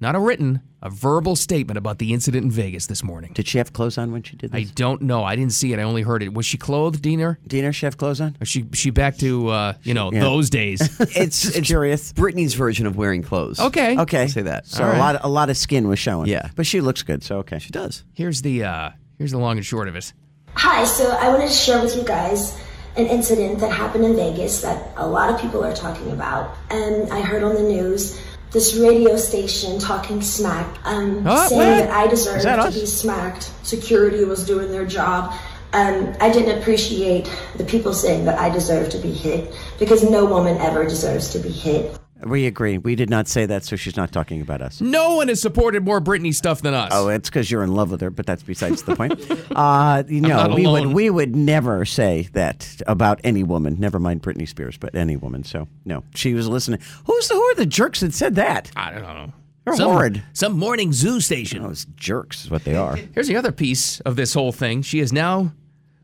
Speaker 2: not a written, a verbal statement about the incident in Vegas this morning.
Speaker 3: Did she have clothes on when she did
Speaker 2: I
Speaker 3: this?
Speaker 2: don't know. I didn't see it. I only heard it. Was she clothed, Diener?
Speaker 3: Dinner chef clothes on?
Speaker 2: Or she she back to uh, you know those days?
Speaker 4: It's,
Speaker 3: Just
Speaker 4: it's
Speaker 3: curious.
Speaker 4: Britney's version of wearing clothes.
Speaker 2: okay.
Speaker 3: Okay.
Speaker 4: say that.
Speaker 3: So
Speaker 4: All
Speaker 3: a
Speaker 4: right.
Speaker 3: lot a lot of skin was showing.
Speaker 4: Yeah.
Speaker 3: But she looks good, so okay.
Speaker 4: She does.
Speaker 2: Here's the uh, here's the long and short of it.
Speaker 6: Hi, so I wanted to share with you guys an incident that happened in Vegas that a lot of people are talking about. And I heard on the news this radio station talking smack, um,
Speaker 2: Oh,
Speaker 6: saying
Speaker 2: what?
Speaker 6: that I deserved
Speaker 3: that
Speaker 6: to
Speaker 3: us?
Speaker 6: be smacked. Security was doing their job. Um, I didn't appreciate the people saying that I deserved to be hit because no woman ever deserves to be hit.
Speaker 3: We agree. We did not say that, so she's not talking about us.
Speaker 2: No one has supported more Britney stuff than us.
Speaker 3: Oh, it's because you're in love with her, but that's besides the point. Uh, you know,
Speaker 2: not
Speaker 3: we
Speaker 2: alone.
Speaker 3: would we would never say that about any woman. Never mind Britney Spears, but any woman. So no, she was listening. Who's the who are the jerks that said that?
Speaker 2: I don't know.
Speaker 3: They're horrid.
Speaker 2: Some morning zoo station.
Speaker 3: Those jerks is what they are.
Speaker 2: Here's the other piece of this whole thing. She has now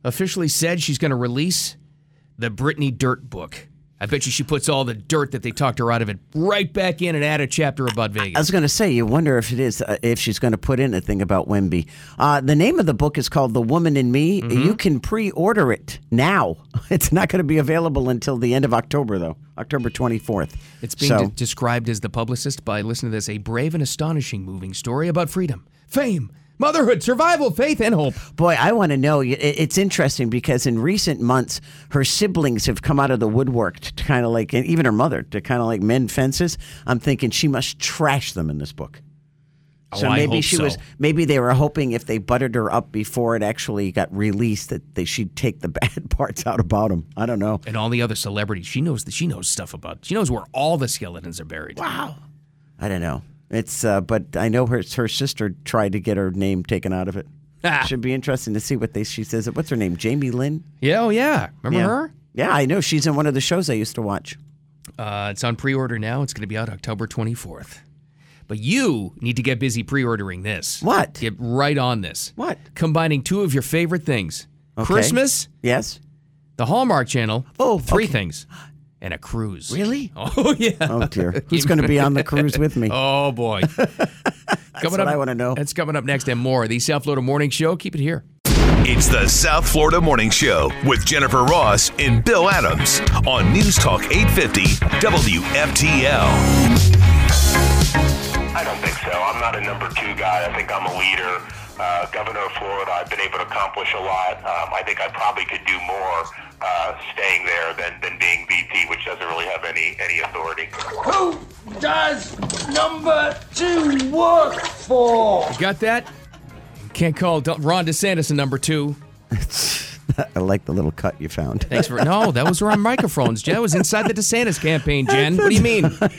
Speaker 2: officially said she's going to release the Britney Dirt book. I bet you she puts all the dirt that they talked her out of it right back in and add a chapter about
Speaker 3: I
Speaker 2: Vegas.
Speaker 3: was going to say, you wonder if it is uh, if she's going to put in a thing about Wemby. Uh, the name of the book is called "The Woman in Me."
Speaker 2: Mm-hmm.
Speaker 3: You can pre-order it now. It's not going to be available until the end of October, though, October twenty fourth.
Speaker 2: It's being de- described as the publicist by listen to this a brave and astonishing moving story about freedom, fame, motherhood, survival, faith, and hope.
Speaker 3: Boy, I want to know. Y- it- It's interesting because in recent months, her siblings have come out of the woodwork to kind of like, and even her mother, to kind of like mend fences. I'm thinking she must trash them in this book. So
Speaker 2: Oh, I
Speaker 3: maybe
Speaker 2: hope
Speaker 3: she
Speaker 2: so.
Speaker 3: was. Maybe they were hoping if they buttered her up before it actually got released that they she'd take the bad parts out about them. I don't know.
Speaker 2: and all the other celebrities. She knows that she knows stuff about. She knows where all the skeletons are buried. Wow.
Speaker 3: I don't know. It's uh, but I know her her sister tried to get her name taken out of it.
Speaker 2: Ah.
Speaker 3: Should be interesting to see what they she says. What's her name? Jamie Lynn.
Speaker 2: Yeah. Oh yeah. Remember her?
Speaker 3: Yeah, I know. She's in one of the shows I used to watch.
Speaker 2: Uh, it's on pre-order now. It's going to be out October 24th. But you need to get busy pre-ordering this.
Speaker 3: What?
Speaker 2: Get right on this.
Speaker 3: What?
Speaker 2: Combining two of your favorite things:
Speaker 3: Okay.
Speaker 2: Christmas,
Speaker 3: Yes.
Speaker 2: the Hallmark Channel.
Speaker 3: Oh,
Speaker 2: three
Speaker 3: okay.
Speaker 2: things, and a cruise.
Speaker 3: Really?
Speaker 2: Oh yeah.
Speaker 3: Oh dear. Who's going to be on the cruise with me?
Speaker 2: Oh boy. That's coming
Speaker 3: what
Speaker 2: up,
Speaker 3: I wanna know.
Speaker 2: That's coming up next and more. The South Florida Morning Show. Keep it here.
Speaker 1: It's the South Florida Morning Show with Jennifer Ross and Bill Adams on News Talk 850 WFTL.
Speaker 5: I don't think so. I'm not a number two guy. I think I'm a leader. Uh, governor of Florida, I've been able to accomplish a lot. Um, I think I probably could do more uh, staying there than, than being VP, which doesn't really have any, any authority.
Speaker 9: Who does number two work for?
Speaker 2: Got that? Can't call Don- Ron DeSantis a number two.
Speaker 3: I like the little cut you found.
Speaker 2: Thanks for no. That was around microphones. Jen That was inside the DeSantis campaign. Jen, what do you mean? well,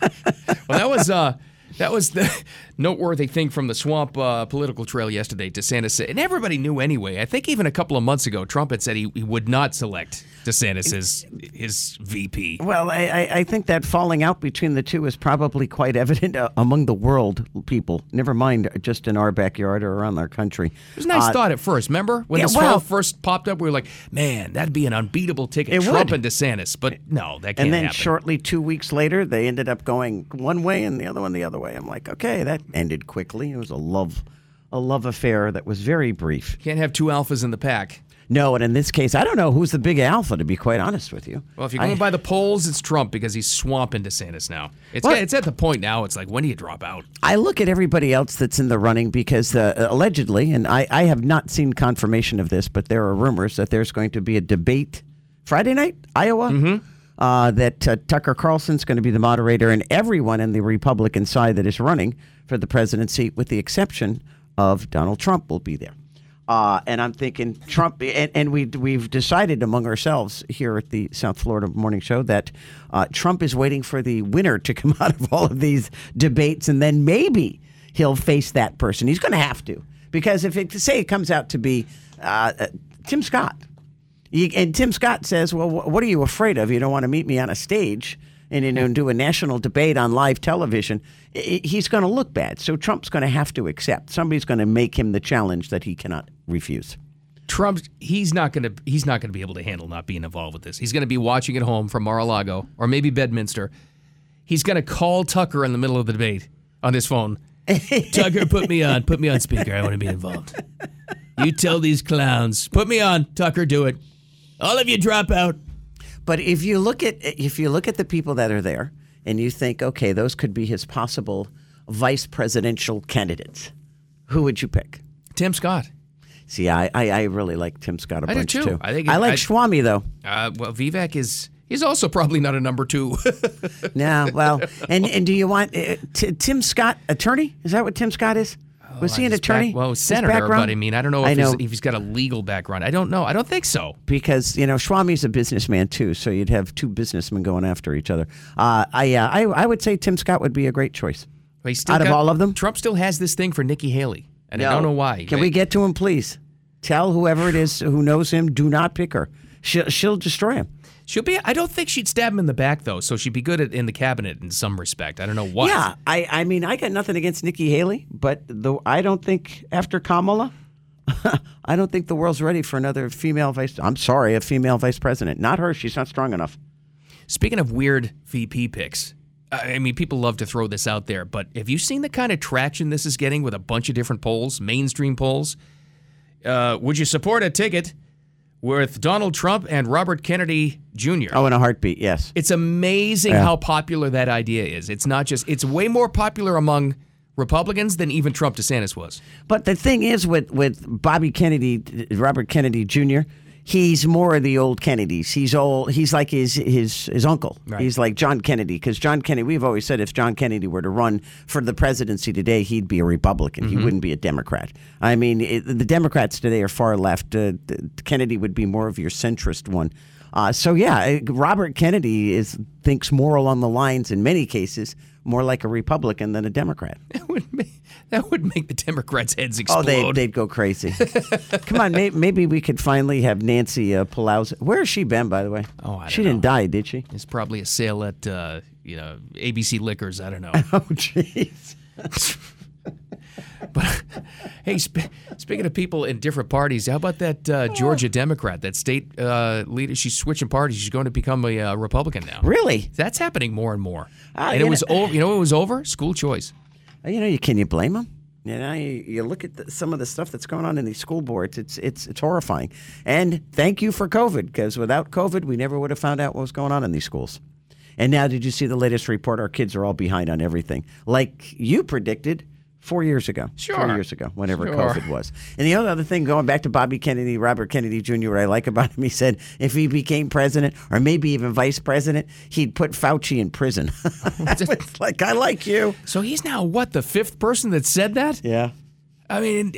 Speaker 2: that was uh, that was the noteworthy thing from the swamp uh, political trail yesterday. DeSantis said, and everybody knew anyway. I think even a couple of months ago, Trump had said he, he would not select DeSantis as his VP.
Speaker 3: Well, I, I, I think that falling out between the two is probably quite evident uh, among the world people. Never mind uh, just in our backyard or around our country.
Speaker 2: It was a nice thought at first, remember? When
Speaker 3: yeah,
Speaker 2: this
Speaker 3: well-
Speaker 2: all first popped up, we were like, man, that'd be an unbeatable ticket,
Speaker 3: It
Speaker 2: Trump and
Speaker 3: would.
Speaker 2: DeSantis. But no, that can't
Speaker 3: And then
Speaker 2: happen.
Speaker 3: shortly, two weeks later, they ended up going one way and the other one the other way. I'm like, okay, that ended quickly. It was a love, a love affair that was very brief.
Speaker 2: can't have two alphas in the pack.
Speaker 3: No, and in this case, I don't know who's the big alpha. To be quite honest with you,
Speaker 2: Well, if you're
Speaker 3: I-
Speaker 2: going by the polls, it's Trump because he's swamping DeSantis now. It's
Speaker 3: What?
Speaker 2: it's at the point now. It's like when do you drop out?
Speaker 3: I look at everybody else that's in the running because uh, allegedly, and I, I have not seen confirmation of this, but there are rumors that there's going to be a debate Friday night, Iowa. Uh, that uh, Tucker Carlson's going to be the moderator, and everyone in the Republican side that is running for the presidency, with the exception of Donald Trump, will be there. Uh, and I'm thinking Trump, and, and we we've decided among ourselves here at the South Florida Morning Show that uh, Trump is waiting for the winner to come out of all of these debates, and then maybe he'll face that person. He's going to have to because if it say it comes out to be uh, uh, Tim Scott, you, and Tim Scott says, "Well, wh- what are you afraid of? You don't want to meet me on a stage." And, you know, do a national debate on live television, I- I- he's going to look bad. So Trump's going to have to accept. Somebody's going to make him the challenge that he cannot refuse.
Speaker 2: Trump he's not going to he's not going to be able to handle not being involved with this. He's going to be watching at home from Mar-a-Lago or maybe Bedminster. He's going to call Tucker in the middle of the debate on his phone. Tucker, put me on. Put me on speaker. I want to be involved. You tell these clowns, put me on. Tucker, do it. All of you drop out.
Speaker 3: But if you look at if you look at the people that are there, and you think, okay, those could be his possible vice presidential candidates, who would you pick?
Speaker 2: Tim Scott.
Speaker 3: See, I, I, I really like Tim Scott a
Speaker 2: I do
Speaker 3: bunch
Speaker 2: too. I think
Speaker 3: I like
Speaker 2: I-
Speaker 3: Schwami though.
Speaker 2: Uh, well, Vivek is he's also probably not a number two.
Speaker 3: No, well, and and do you want uh, t- Tim Scott attorney? Is that what Tim Scott is? Was he an
Speaker 2: His
Speaker 3: attorney?
Speaker 2: Oh, Back, well,
Speaker 3: His
Speaker 2: senator, but
Speaker 3: background?
Speaker 2: I mean, I don't know if,
Speaker 3: I know
Speaker 2: He's, if he's got a legal background. I don't know. I don't think so.
Speaker 3: because you know Swami's a businessman too, so you'd have two businessmen going after each other. Uh, I, uh, I I would say Tim Scott would be a great choice.
Speaker 2: But he's still
Speaker 3: Out of
Speaker 2: got-
Speaker 3: all of them?
Speaker 2: Trump still has this thing for Nikki Haley, and I don't know why.
Speaker 3: Can we get to him, please? Tell whoever it is who knows him, do not pick her. She'll, she'll destroy him.
Speaker 2: She'll be. I don't think she'd stab him in the back though, so she'd be good at in the cabinet in some respect. I don't know what.
Speaker 3: Yeah, I, I mean, I got nothing against Nikki Haley, but the, I don't think after Kamala, I don't think the world's ready for another female vice. I'm sorry, a female vice president. Not her. She's not strong enough.
Speaker 2: Speaking of weird VP picks, I I mean, people love to throw this out there, but have you seen the kind of traction this is getting with a bunch of different polls, mainstream polls? Uh, would you support a ticket with Donald Trump and Robert Kennedy Jr.?
Speaker 3: Oh, in a heartbeat. Yes.
Speaker 2: It's amazing how popular that idea is. It's not just, it's way more popular among Republicans than even Trump DeSantis was.
Speaker 3: But the thing is with with Bobby Kennedy, Robert Kennedy Jr. He's more of the old Kennedys. He's old. He's like his his his uncle. He's like John Kennedy because John Kennedy. We've always said if John Kennedy were to run for the presidency today, he'd be a Republican. He wouldn't be a Democrat. I mean, it, the Democrats today are far left. Uh, th- Kennedy would be more of your centrist one. Uh, so yeah, uh, Robert Kennedy is thinks more along the lines in many cases more like a Republican than a Democrat.
Speaker 2: That would make, that would make the Democrats' heads explode.
Speaker 3: Oh, they, they'd go crazy. Come on, may, maybe we could finally have Nancy uh, Pelosi. Where has she been, by the way?
Speaker 2: Oh, I
Speaker 3: she
Speaker 2: don't
Speaker 3: didn't die, did she?
Speaker 2: It's probably a sale at, uh, you know, ABC Liquors. I don't know.
Speaker 3: Oh, jeez.
Speaker 2: Hey, sp- speaking of people in different parties, how about that uh, Georgia Democrat, that state uh, leader? She's switching parties. She's going to become a uh, Republican now.
Speaker 3: Really?
Speaker 2: That's happening more and more.
Speaker 3: Ah,
Speaker 2: and
Speaker 3: you
Speaker 2: it
Speaker 3: know-
Speaker 2: was over. You know, what was over. School choice.
Speaker 3: You know, you can you blame them? You know, you, you look at the, some of the stuff that's going on in these school boards. It's it's it's horrifying. And thank you for COVID, because without COVID, we never would have found out what was going on in these schools. And now, did you see the latest report? Our kids are all behind on everything, like you predicted four years ago.
Speaker 2: Sure.
Speaker 3: Four years ago, whenever
Speaker 2: Sure.
Speaker 3: COVID was. And the other other thing, going back to Bobby Kennedy, Robert Kennedy Jr., what I like about him, he said if he became president or maybe even vice president, he'd put Fauci in prison. it's like, I like you.
Speaker 2: So he's now what the fifth person that said that.
Speaker 3: Yeah.
Speaker 2: I mean,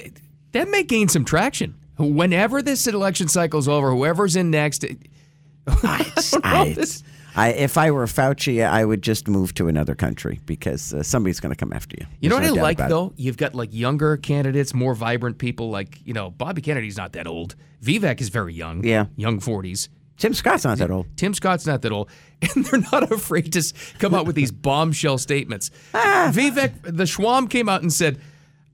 Speaker 2: that may gain some traction. Whenever this election cycle's over, whoever's in next,
Speaker 3: I,
Speaker 2: this-
Speaker 3: I, if I were Fauci, I would just move to another country because uh, somebody's going to come after you.
Speaker 2: You know what
Speaker 3: There's
Speaker 2: I
Speaker 3: no doubt
Speaker 2: like
Speaker 3: about it.
Speaker 2: though? You've got like younger candidates, more vibrant people. Like you know, Bobby Kennedy's not that old. Vivek is very young.
Speaker 3: Yeah.
Speaker 2: young forties.
Speaker 3: Tim Scott's not that old.
Speaker 2: Tim Scott's not that old, and they're not afraid to s- come out with these bombshell statements.
Speaker 3: Ah.
Speaker 2: Vivek, the Schwam came out and said,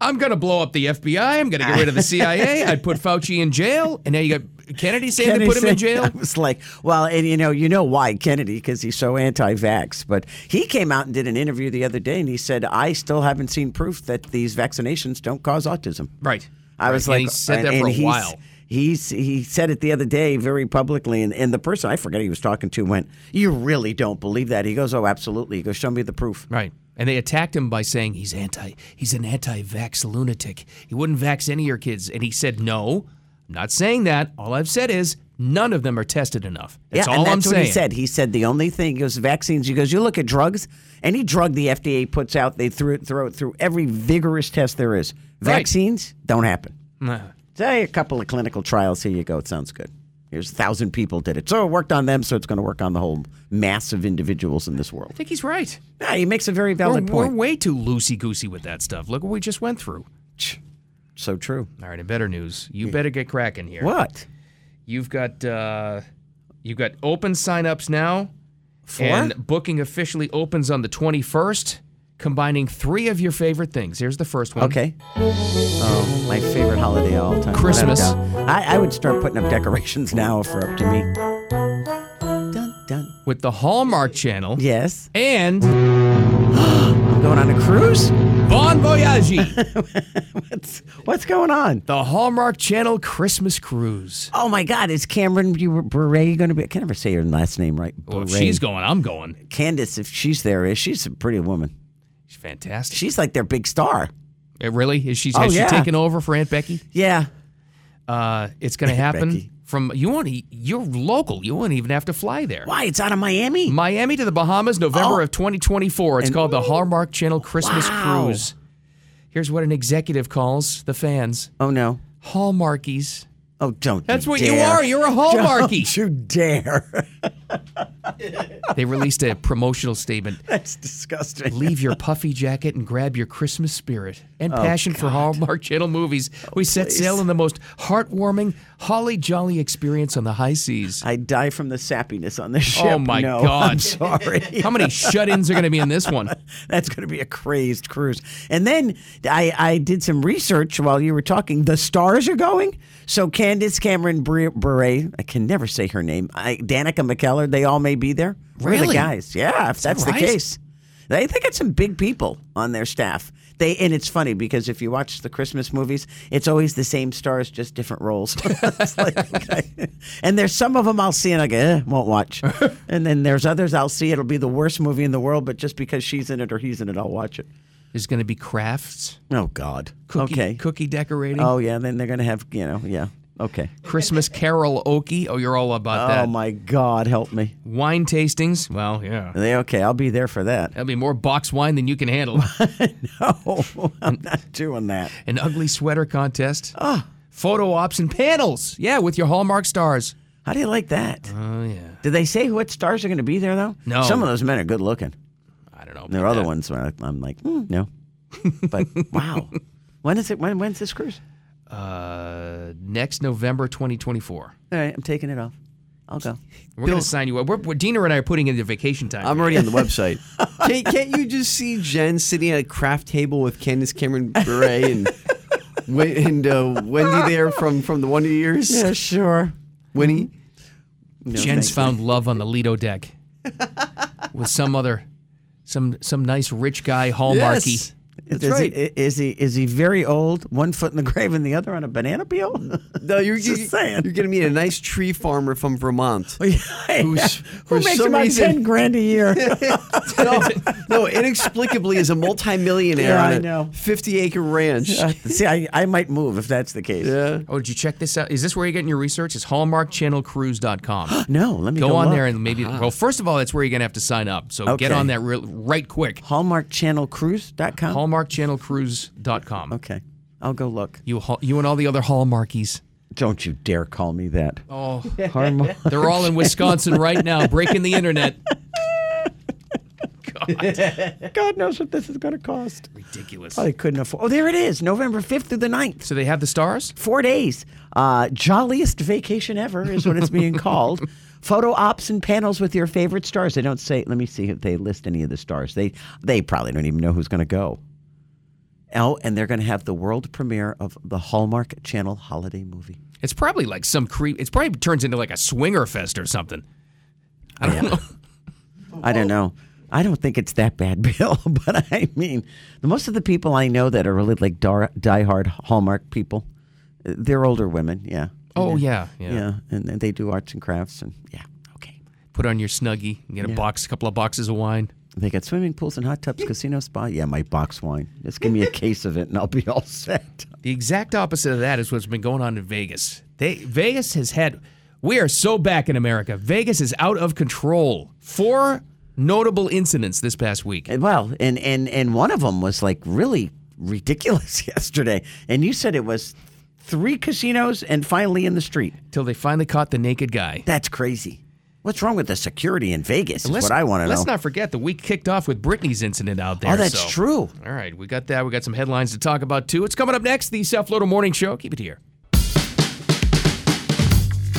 Speaker 2: "I'm going to blow up the FBI. I'm going to get rid of the CIA. I put Fauci in jail, and now you got Kennedy saying
Speaker 3: Kennedy
Speaker 2: they put him in
Speaker 3: said-
Speaker 2: jail."
Speaker 3: I was like, well, and you know, you know why Kennedy because he's so anti-vax. But he came out and did an interview the other day, and he said, "I still haven't seen proof that these vaccinations don't cause autism."
Speaker 2: Right.
Speaker 3: I was
Speaker 2: Right,
Speaker 3: like, uh,
Speaker 2: and he said that
Speaker 3: and
Speaker 2: for a
Speaker 3: he's-
Speaker 2: while.
Speaker 3: He's he said it the other day very publicly, and, and the person I forget he was talking to went, "You really don't believe that?" He goes, "Oh, absolutely." He goes, "Show me the proof."
Speaker 2: Right. And they attacked him by saying he's anti he's an anti-vax lunatic. He wouldn't vax any of your kids. And he said, No, I'm not saying that. All I've said is none of them are tested enough. That's
Speaker 3: yeah,
Speaker 2: all
Speaker 3: and
Speaker 2: I'm
Speaker 3: that's what
Speaker 2: saying.
Speaker 3: he said. He said the only thing he goes vaccines. He goes, you look at drugs. Any drug the FDA puts out, they threw it, throw it through every vigorous test there is.
Speaker 2: Right.
Speaker 3: Vaccines don't happen.
Speaker 2: Nah.
Speaker 3: Say a couple of clinical trials. Here you go. It sounds good. Here's a thousand people did it, so it worked on them. So it's going to work on the whole mass of individuals in this world.
Speaker 2: I think he's right.
Speaker 3: Yeah, he makes a very
Speaker 2: We're,
Speaker 3: valid
Speaker 2: we're
Speaker 3: point.
Speaker 2: way too loosey goosey with that stuff. Look what we just went through.
Speaker 3: so true.
Speaker 2: All right, in better news, you better get cracking here.
Speaker 3: What?
Speaker 2: You've got uh you've got open signups now.
Speaker 3: For?
Speaker 2: And booking officially opens on the twenty first, combining three of your favorite things. Here's the first one.
Speaker 3: Okay. Oh, my favorite holiday of all time.
Speaker 2: Christmas.
Speaker 3: Without a doubt. I, I would start putting up decorations now for up to me. Dun dun.
Speaker 2: With the Hallmark Channel.
Speaker 3: Yes.
Speaker 2: And
Speaker 3: Going on a cruise?
Speaker 2: Bon Voyage,
Speaker 3: What's what's going on?
Speaker 2: the Hallmark Channel Christmas cruise.
Speaker 3: Oh my God! Is Cameron Bu- Bure going to be? I can never say her last name right.
Speaker 2: Well, if
Speaker 3: Bure.
Speaker 2: she's going, I'm going.
Speaker 3: Candace, if she's there, is she's a pretty woman.
Speaker 2: She's fantastic.
Speaker 3: She's like their big star.
Speaker 2: Eh, really? Is she?
Speaker 3: Oh,
Speaker 2: has
Speaker 3: yeah.
Speaker 2: she taken over for Aunt Becky?
Speaker 3: Yeah.
Speaker 2: Uh, it's going to happen
Speaker 3: Becky.
Speaker 2: from you won't. e- You're local. You won't even have to fly there.
Speaker 3: Why? It's out of Miami.
Speaker 2: Miami to the Bahamas, November
Speaker 3: Oh.
Speaker 2: of 2024. It's
Speaker 3: And-
Speaker 2: called the Hallmark Channel Christmas
Speaker 3: Wow.
Speaker 2: Cruise. Here's what an executive calls the fans
Speaker 3: Oh no.
Speaker 2: hallmarkies.
Speaker 3: Oh, don't.
Speaker 2: That's what you
Speaker 3: dare.
Speaker 2: are. You're a
Speaker 3: Don't
Speaker 2: hallmarkie.
Speaker 3: you dare.
Speaker 2: they released a promotional statement.
Speaker 3: That's disgusting.
Speaker 2: Leave your puffy jacket and grab your Christmas spirit and passion for Hallmark Channel movies. we set sail on the most heartwarming, holly jolly experience on the high seas.
Speaker 3: I die from the sappiness on this ship.
Speaker 2: Oh, my
Speaker 3: No,
Speaker 2: God.
Speaker 3: I'm sorry.
Speaker 2: How many shut ins are going to be in this one?
Speaker 3: That's going to be a crazed cruise. And then I, I did some research while you were talking. The stars are going. So Candace Cameron Bre- Bure, I can never say her name, I, Danica McKellar, they all may be there. We're the
Speaker 2: Really?
Speaker 3: guys. Yeah, if that's
Speaker 2: right?
Speaker 3: the case. They, they got some big people on their staff. They And it's funny because if you watch the Christmas movies, it's always the same stars, just different roles. It's like, okay. And there's some of them I'll see and I go, eh, won't watch. and then there's others I'll see. It'll be the worst movie in the world, but just because she's in it or he's in it, I'll watch it.
Speaker 2: There's going to be crafts,
Speaker 3: Oh, God.
Speaker 2: cookie,
Speaker 3: okay.
Speaker 2: cookie decorating,
Speaker 3: Oh, yeah. Then they're going to have, you know, yeah. Okay.
Speaker 2: Christmas karaoke. Oh, you're all about that.
Speaker 3: Oh, my God. Help me.
Speaker 2: Wine tastings. Well, yeah.
Speaker 3: They okay. I'll be there for that.
Speaker 2: That'll be more box wine than you can handle.
Speaker 3: Oh, I'm not doing that.
Speaker 2: An ugly sweater contest.
Speaker 3: Ah.
Speaker 2: Photo ops and panels. Yeah, with your Hallmark stars.
Speaker 3: How do you like that?
Speaker 2: Oh, yeah.
Speaker 3: Did they say what stars are going to be there though?
Speaker 2: No.
Speaker 3: Some of those men are good looking.
Speaker 2: I don't know.
Speaker 3: There are
Speaker 2: about
Speaker 3: other
Speaker 2: that.
Speaker 3: ones where I- I'm like, mm, no. But wow, when is it? When when's this cruise?
Speaker 2: Uh, next November 2024.
Speaker 3: All right, I'm taking it off. I'll go.
Speaker 2: We're going to sign you up. We're, we're, Dina and I are putting in the vacation time.
Speaker 4: I'm already on the website. can't, can't you just see Jen sitting at a craft table with Candace Cameron Bure and Wen- and uh, Wendy there from from the Wonder Years?
Speaker 3: Yeah, sure.
Speaker 4: Winnie.
Speaker 2: Jen's found love on the Lido deck with some other, some some nice rich guy hallmarky.
Speaker 4: Yes. That's
Speaker 3: is,
Speaker 4: right.
Speaker 3: he, is he is he very old? One foot in the grave and the other on a banana peel?
Speaker 4: no, Uh, you're
Speaker 3: Just
Speaker 4: you-
Speaker 3: saying.
Speaker 4: You're gonna meet a nice tree farmer from Vermont. Who's-
Speaker 3: Who
Speaker 4: for
Speaker 3: makes
Speaker 4: some
Speaker 3: about
Speaker 4: reason-
Speaker 3: ten grand a year?
Speaker 4: no, no, inexplicably is a multimillionaire
Speaker 3: Yeah,
Speaker 4: on
Speaker 3: I
Speaker 4: a
Speaker 3: know.
Speaker 4: 50 acre ranch.
Speaker 3: See, I, I might move if that's the case.
Speaker 4: Yeah.
Speaker 2: Oh, did you check this out? Is this where you're getting your research? It's hallmarkchannelcruise.com.
Speaker 3: No, let me
Speaker 2: go
Speaker 3: go
Speaker 2: on
Speaker 3: look.
Speaker 2: there and maybe. Well, first of all, that's where you're going to have to sign up. So get
Speaker 3: Okay.
Speaker 2: on that real, right quick.
Speaker 3: HallmarkChannelCruise.com.
Speaker 2: Hallmarkchannelcruise.com.
Speaker 3: okay, I'll go look.
Speaker 2: You hall- you and all the other hallmarkies.
Speaker 3: Don't you dare call me that.
Speaker 2: Oh,
Speaker 3: Hallmark-
Speaker 2: they're all in Wisconsin right now, breaking the internet.
Speaker 3: God knows what this is going to cost.
Speaker 2: Ridiculous.
Speaker 3: Probably couldn't afford. Oh, there it is, November 5th through the 9th.
Speaker 2: So they have the stars.
Speaker 3: Four days. Uh, jolliest vacation ever is what it's being called. Photo ops and panels with your favorite stars. They don't say, let me see if they list any of the stars. They, they probably don't even know who's going to go. Oh, and they're going to have the world premiere of the Hallmark Channel holiday movie.
Speaker 2: It's probably like some creep. It's probably turns into like a swinger fest or something. I don't know.
Speaker 3: I don't know. I don't think it's that bad, Bill. But I mean, the most of the people I know that are really like dar- diehard Hallmark people, uh, they're older women. Yeah.
Speaker 2: Oh yeah, yeah.
Speaker 3: yeah, And, and they do arts and crafts, and yeah, okay.
Speaker 2: Put on your snuggie and get a box, a couple of boxes of wine.
Speaker 3: They got swimming pools and hot tubs, casino spa. Yeah, my box wine. Just give me a case of it, and I'll be all set.
Speaker 2: The exact opposite of that is what's been going on in Vegas. They Vegas has had. We are so back in America. Vegas is out of control. Four notable incidents this past week.
Speaker 3: And well, and and and one of them was like really ridiculous yesterday, and you said it was three casinos and finally in the street.
Speaker 2: Till they finally caught the naked guy.
Speaker 3: That's crazy. What's wrong with the security in Vegas? Is
Speaker 2: Let's-
Speaker 3: what I want to know.
Speaker 2: Let's not forget the week kicked off with Britney's incident out there.
Speaker 3: oh, that's
Speaker 2: so-
Speaker 3: true.
Speaker 2: All right, we got that. We got some headlines to talk about too. It's coming up next, the South Florida Morning Show. Keep it here.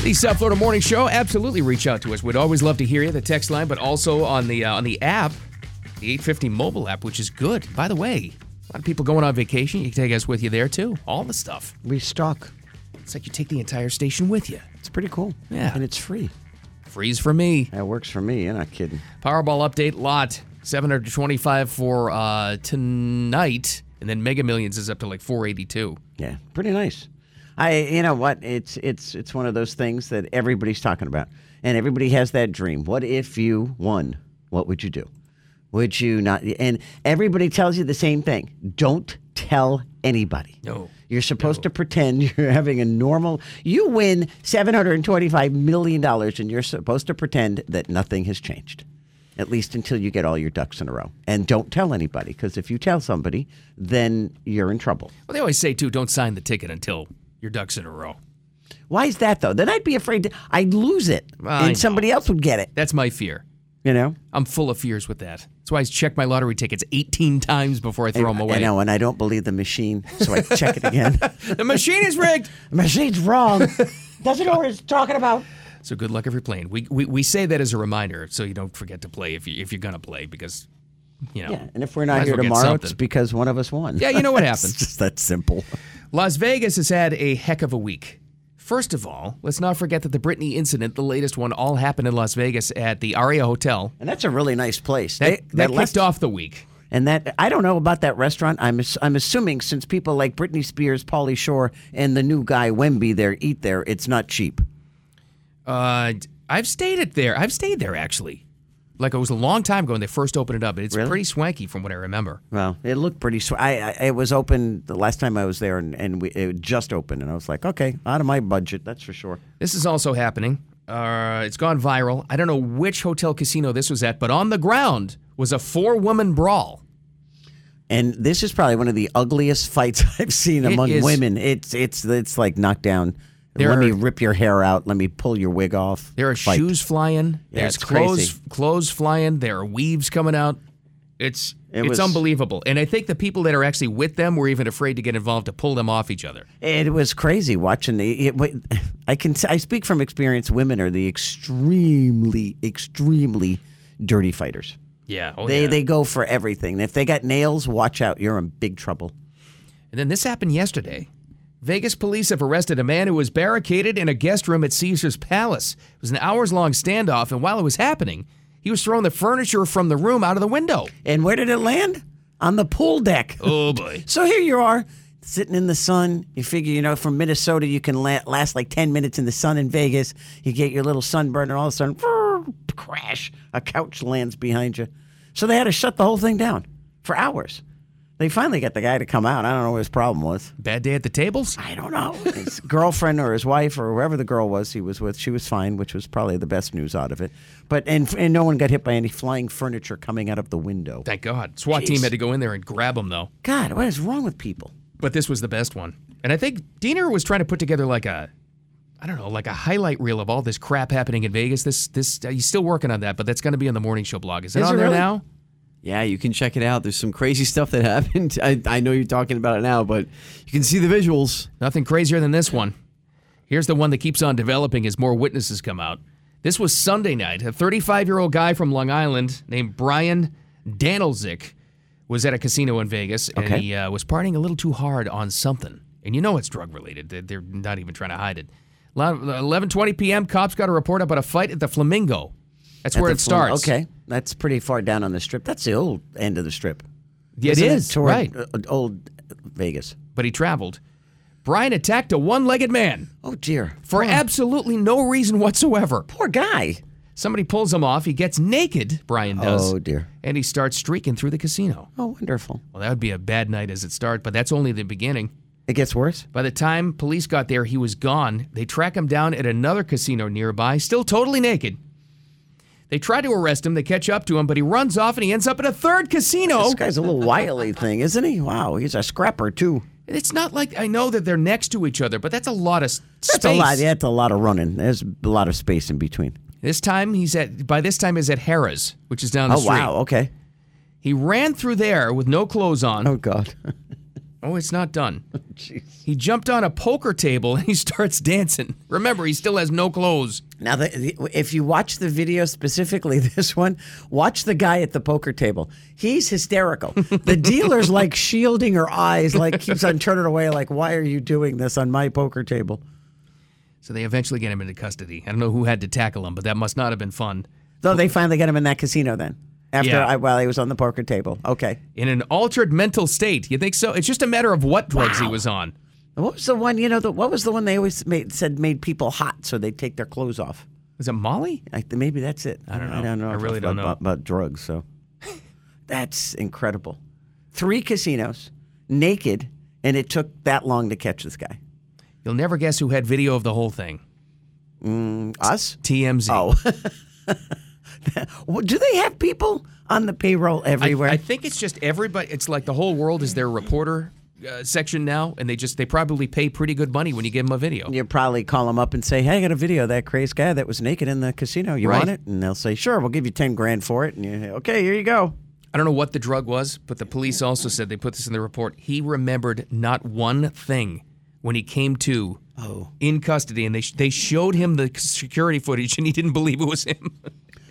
Speaker 2: The South Florida Morning Show. Absolutely, reach out to us. We'd always love to hear you. The text line, but also on the uh, on the app, the 850 mobile app, which is good. By the way, a lot of people going on vacation. You can take us with you there too. All the stuff.
Speaker 3: Restock.
Speaker 2: It's like you take the entire station with you.
Speaker 3: It's pretty cool.
Speaker 2: Yeah.
Speaker 3: and it's free.
Speaker 2: Freeze for me.
Speaker 3: That works for me. You're not kidding.
Speaker 2: Powerball update lot 725 for uh, tonight, and then Mega Millions is up to like 482.
Speaker 3: Yeah, pretty nice. I, you know what? It's it's it's one of those things that everybody's talking about, and everybody has that dream. What if you won? What would you do? Would you not? And everybody tells you the same thing. Don't tell anybody.
Speaker 2: No.
Speaker 3: You're supposed to pretend you're having a normal. You win seven hundred and twenty-five million dollars, and you're supposed to pretend that nothing has changed. at least until you get all your ducks in a row. And don't tell anybody, because if you tell somebody, then you're in trouble.
Speaker 2: Well, they always say too, don't sign the ticket until your ducks in a row.
Speaker 3: Why is that though? Then I'd be afraid to, I'd lose it,
Speaker 2: Well, I know.
Speaker 3: and somebody else would get it.
Speaker 2: That's my fear.
Speaker 3: You know.
Speaker 2: I'm full of fears with that. That's why I check my lottery tickets 18 times before I throw them away.
Speaker 3: I know, and I don't believe the machine, so I check it again.
Speaker 2: The machine is rigged.
Speaker 3: the machine's wrong. Doesn't know what it's talking about.
Speaker 2: So good luck if you're playing. We, we we say that as a reminder, so you don't forget to play if you if you're gonna play because, you know.
Speaker 3: Yeah, and if we're not
Speaker 2: might as
Speaker 3: here
Speaker 2: well get
Speaker 3: tomorrow, it's
Speaker 2: something.
Speaker 3: because one of us won.
Speaker 2: Yeah, you know what
Speaker 3: it's
Speaker 2: happened.
Speaker 3: just that simple.
Speaker 2: Las Vegas has had a heck of a week. First of all, let's not forget that the Britney incident, the latest one, all happened in Las Vegas at the Aria Hotel.
Speaker 3: And that's a really nice place.
Speaker 2: That,
Speaker 3: They-
Speaker 2: that,
Speaker 3: that
Speaker 2: kicked
Speaker 3: last-
Speaker 2: off the week.
Speaker 3: And that I don't know about that restaurant. I'm ass- I'm assuming since people like Britney Spears, Pauly Shore, and the new guy Wemby there eat there, it's not cheap.
Speaker 2: Uh, I've stayed at there. I've stayed there actually. Like it was a long time ago when they first opened it up, and it's
Speaker 3: Really?
Speaker 2: pretty swanky from what I remember.
Speaker 3: Well, it looked pretty. Sw- I, I it was open the last time I was there, and and we, it just opened, and I was like, okay, out of my budget, that's for sure.
Speaker 2: This is also happening. Uh, it's gone viral. I don't know which hotel casino this was at, but on the ground was a four woman brawl.
Speaker 3: And this is probably one of the ugliest fights I've seen
Speaker 2: It
Speaker 3: among
Speaker 2: is-
Speaker 3: women. It's it's it's like knockdown.
Speaker 2: There
Speaker 3: let me
Speaker 2: are-
Speaker 3: rip your hair out. Let me pull your wig off.
Speaker 2: There are
Speaker 3: Fight.
Speaker 2: shoes flying.
Speaker 3: Yeah,
Speaker 2: There's
Speaker 3: it's
Speaker 2: clothes
Speaker 3: crazy.
Speaker 2: clothes flying. There are weaves coming out. It's
Speaker 3: It
Speaker 2: it's
Speaker 3: was-
Speaker 2: unbelievable. And I think the people that are actually with them were even afraid to get involved to pull them off each other.
Speaker 3: It was crazy watching the. It, wa- I can I speak from experience. Women are the extremely extremely dirty fighters.
Speaker 2: Yeah. Oh,
Speaker 3: They
Speaker 2: yeah.
Speaker 3: they go for everything. If they got nails, watch out. You're in big trouble.
Speaker 2: And then this happened yesterday. Vegas police have arrested a man who was barricaded in a guest room at Caesar's Palace. It was an hours long standoff, and while it was happening, he was throwing the furniture from the room out of the window.
Speaker 3: And where did it land? On the pool deck.
Speaker 2: Oh boy.
Speaker 3: So here you are, sitting in the sun. You figure, you know, from Minnesota, you can la- last like 10 minutes in the sun in Vegas. You get your little sunburn, and all of a sudden, crash, a couch lands behind you. So they had to shut the whole thing down for hours. They finally got the guy to come out. I don't know what his problem was.
Speaker 2: Bad day at the tables?
Speaker 3: I don't know. His girlfriend or his wife or whoever the girl was he was with, she was fine, which was probably the best news out of it. But and, and no one got hit by any flying furniture coming out of the window.
Speaker 2: Thank God. SWAT team
Speaker 3: Jeez.
Speaker 2: had to go in there and grab him though.
Speaker 3: God, what is wrong with people?
Speaker 2: But this was the best one. And I think Diener was trying to put together like a I don't know, like a highlight reel of all this crap happening in Vegas. This this uh, he's still working on that, but that's going to be on the morning show blog. Is it
Speaker 3: Is
Speaker 2: on
Speaker 3: it
Speaker 2: there
Speaker 3: really?
Speaker 2: now?
Speaker 4: Yeah, you can check it out. There's some crazy stuff that happened. I, I know you're talking about it now, but you can see the visuals.
Speaker 2: Nothing crazier than this one. Here's the one that keeps on developing as more witnesses come out. This was Sunday night. A 35 year old guy from Long Island named Brian Danilzik was at a casino in Vegas and
Speaker 3: Okay.
Speaker 2: he uh, was partying a little too hard on something. And you know it's drug related, They- they're not even trying to hide it. 11:20 p.m. Cops got a report about a fight at the Flamingo. That's where
Speaker 3: At
Speaker 2: it
Speaker 3: the Flam-
Speaker 2: starts.
Speaker 3: Okay, that's pretty far down on the strip. That's the old end of the strip.
Speaker 2: it
Speaker 3: Isn't
Speaker 2: is
Speaker 3: toward,
Speaker 2: right.
Speaker 3: uh, old Vegas.
Speaker 2: But he traveled. Brian attacked a one-legged man
Speaker 3: Oh dear,
Speaker 2: for
Speaker 3: poor,
Speaker 2: absolutely no reason whatsoever.
Speaker 3: poor guy.
Speaker 2: Somebody pulls him off. He gets naked, Brian does.
Speaker 3: Oh dear.
Speaker 2: And he starts streaking through the casino.
Speaker 3: Oh wonderful.
Speaker 2: Well, that would be a bad night as it starts, but that's only the beginning.
Speaker 3: It gets worse.
Speaker 2: By the time police got there, he was gone. They track him down at another casino nearby, still totally naked. They try to arrest him. They catch up to him, but he runs off and he ends up at a third casino.
Speaker 3: This guy's a little wily thing, isn't he? Wow, he's a scrapper too.
Speaker 2: It's not like I know that they're next to each other, but that's a lot of s- space.
Speaker 3: That's a lot. That's a lot of running. There's a lot of space in between.
Speaker 2: This time he's at. By this time he's at Harrah's, which is down the
Speaker 3: Oh
Speaker 2: street.
Speaker 3: wow. Okay.
Speaker 2: He ran through there with no clothes on.
Speaker 3: Oh god.
Speaker 2: Oh, it's not done.
Speaker 3: Jeez.
Speaker 2: He jumped on a poker table and he starts dancing. Remember, he still has no clothes.
Speaker 3: Now, the, the- if you watch the video specifically, this one, watch the guy at the poker table. He's hysterical. The dealer's like shielding her eyes, like keeps on turning away, like, why are you doing this on my poker table?
Speaker 2: So they eventually get him into custody. I don't know who had to tackle him, but that must not have been fun.
Speaker 3: Though they finally got him in that casino then, after
Speaker 2: Yeah.
Speaker 3: I, while he was on the poker table. Okay.
Speaker 2: In an altered mental state, you think so? It's just a matter of what drugs he was on.
Speaker 3: And What was the one, you know, the, what was the one they always made, said made people hot so they'd take their clothes off?
Speaker 2: Was it Molly?
Speaker 3: I, th- maybe that's it. I
Speaker 2: don't
Speaker 3: I
Speaker 2: know.
Speaker 3: don't know.
Speaker 2: I
Speaker 3: if
Speaker 2: really
Speaker 3: about,
Speaker 2: don't know.
Speaker 3: about, about drugs. So that's incredible. Three casinos, naked, and it took that long to catch this guy.
Speaker 2: You'll never guess who had video of the whole thing.
Speaker 3: Us?
Speaker 2: TMZ.
Speaker 3: Oh, Do they have people on the payroll everywhere?
Speaker 2: I, I think it's just everybody. It's like the whole world is their reporter uh, section now, and they just they probably pay pretty good money when you give them a video.
Speaker 3: you probably call them up and say, "Hey, I got a video of that crazy guy that was naked in the casino. You want
Speaker 2: Right.
Speaker 3: it?" And they'll say, "Sure, we'll give you ten grand for it." And you, okay, here you go.
Speaker 2: I don't know what the drug was, but the police also said they put this in the report. He remembered not one thing when he came to
Speaker 3: Oh.
Speaker 2: in custody, and they sh- they showed him the security footage, and he didn't believe it was him.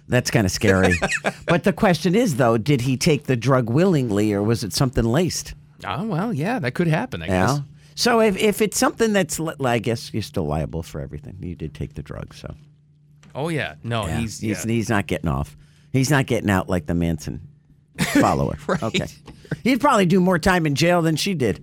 Speaker 3: That's kind of scary. but the question is, though, did he take the drug willingly or was it something laced?
Speaker 2: oh well, yeah, that could happen. I guess.
Speaker 3: Yeah. So if, if it's something that's, li- I guess you're still liable for everything. You did take the drug, so
Speaker 2: Oh yeah, no, he's, yeah.
Speaker 3: he's he's not getting off. He's not getting out like the Manson follower. Okay, he'd probably do more time in jail than she did.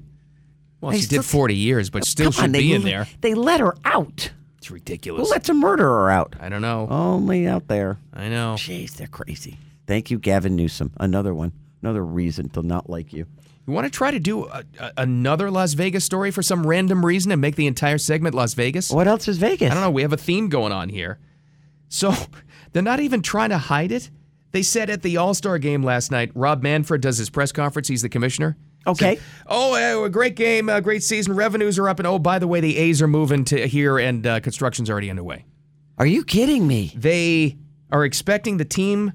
Speaker 2: well, she
Speaker 3: he's
Speaker 2: did
Speaker 3: still-
Speaker 2: forty years, but still
Speaker 3: Oh, Come
Speaker 2: should
Speaker 3: on, they
Speaker 2: be in
Speaker 3: let-
Speaker 2: there.
Speaker 3: They let her out.
Speaker 2: It's
Speaker 3: Who
Speaker 2: ridiculous.
Speaker 3: lets a murderer out?
Speaker 2: I don't know.
Speaker 3: Only out there.
Speaker 2: I know.
Speaker 3: Jeez, they're crazy. Thank you, Gavin Newsom. Another one. Another reason to not like you.
Speaker 2: You want to try to do a, a, another Las Vegas story for some random reason and make the entire segment Las Vegas?
Speaker 3: What else is Vegas?
Speaker 2: I don't know. We have a theme going on here. So they're not even trying to hide it. They said at the All Star game last night, Rob Manfred does his press conference. He's the commissioner.
Speaker 3: Okay.
Speaker 2: Said, oh, uh, great game, uh, great season. Revenues are up, and oh, by the way, the A's are moving to here, and uh, construction's already underway.
Speaker 3: Are you kidding me?
Speaker 2: They are expecting the team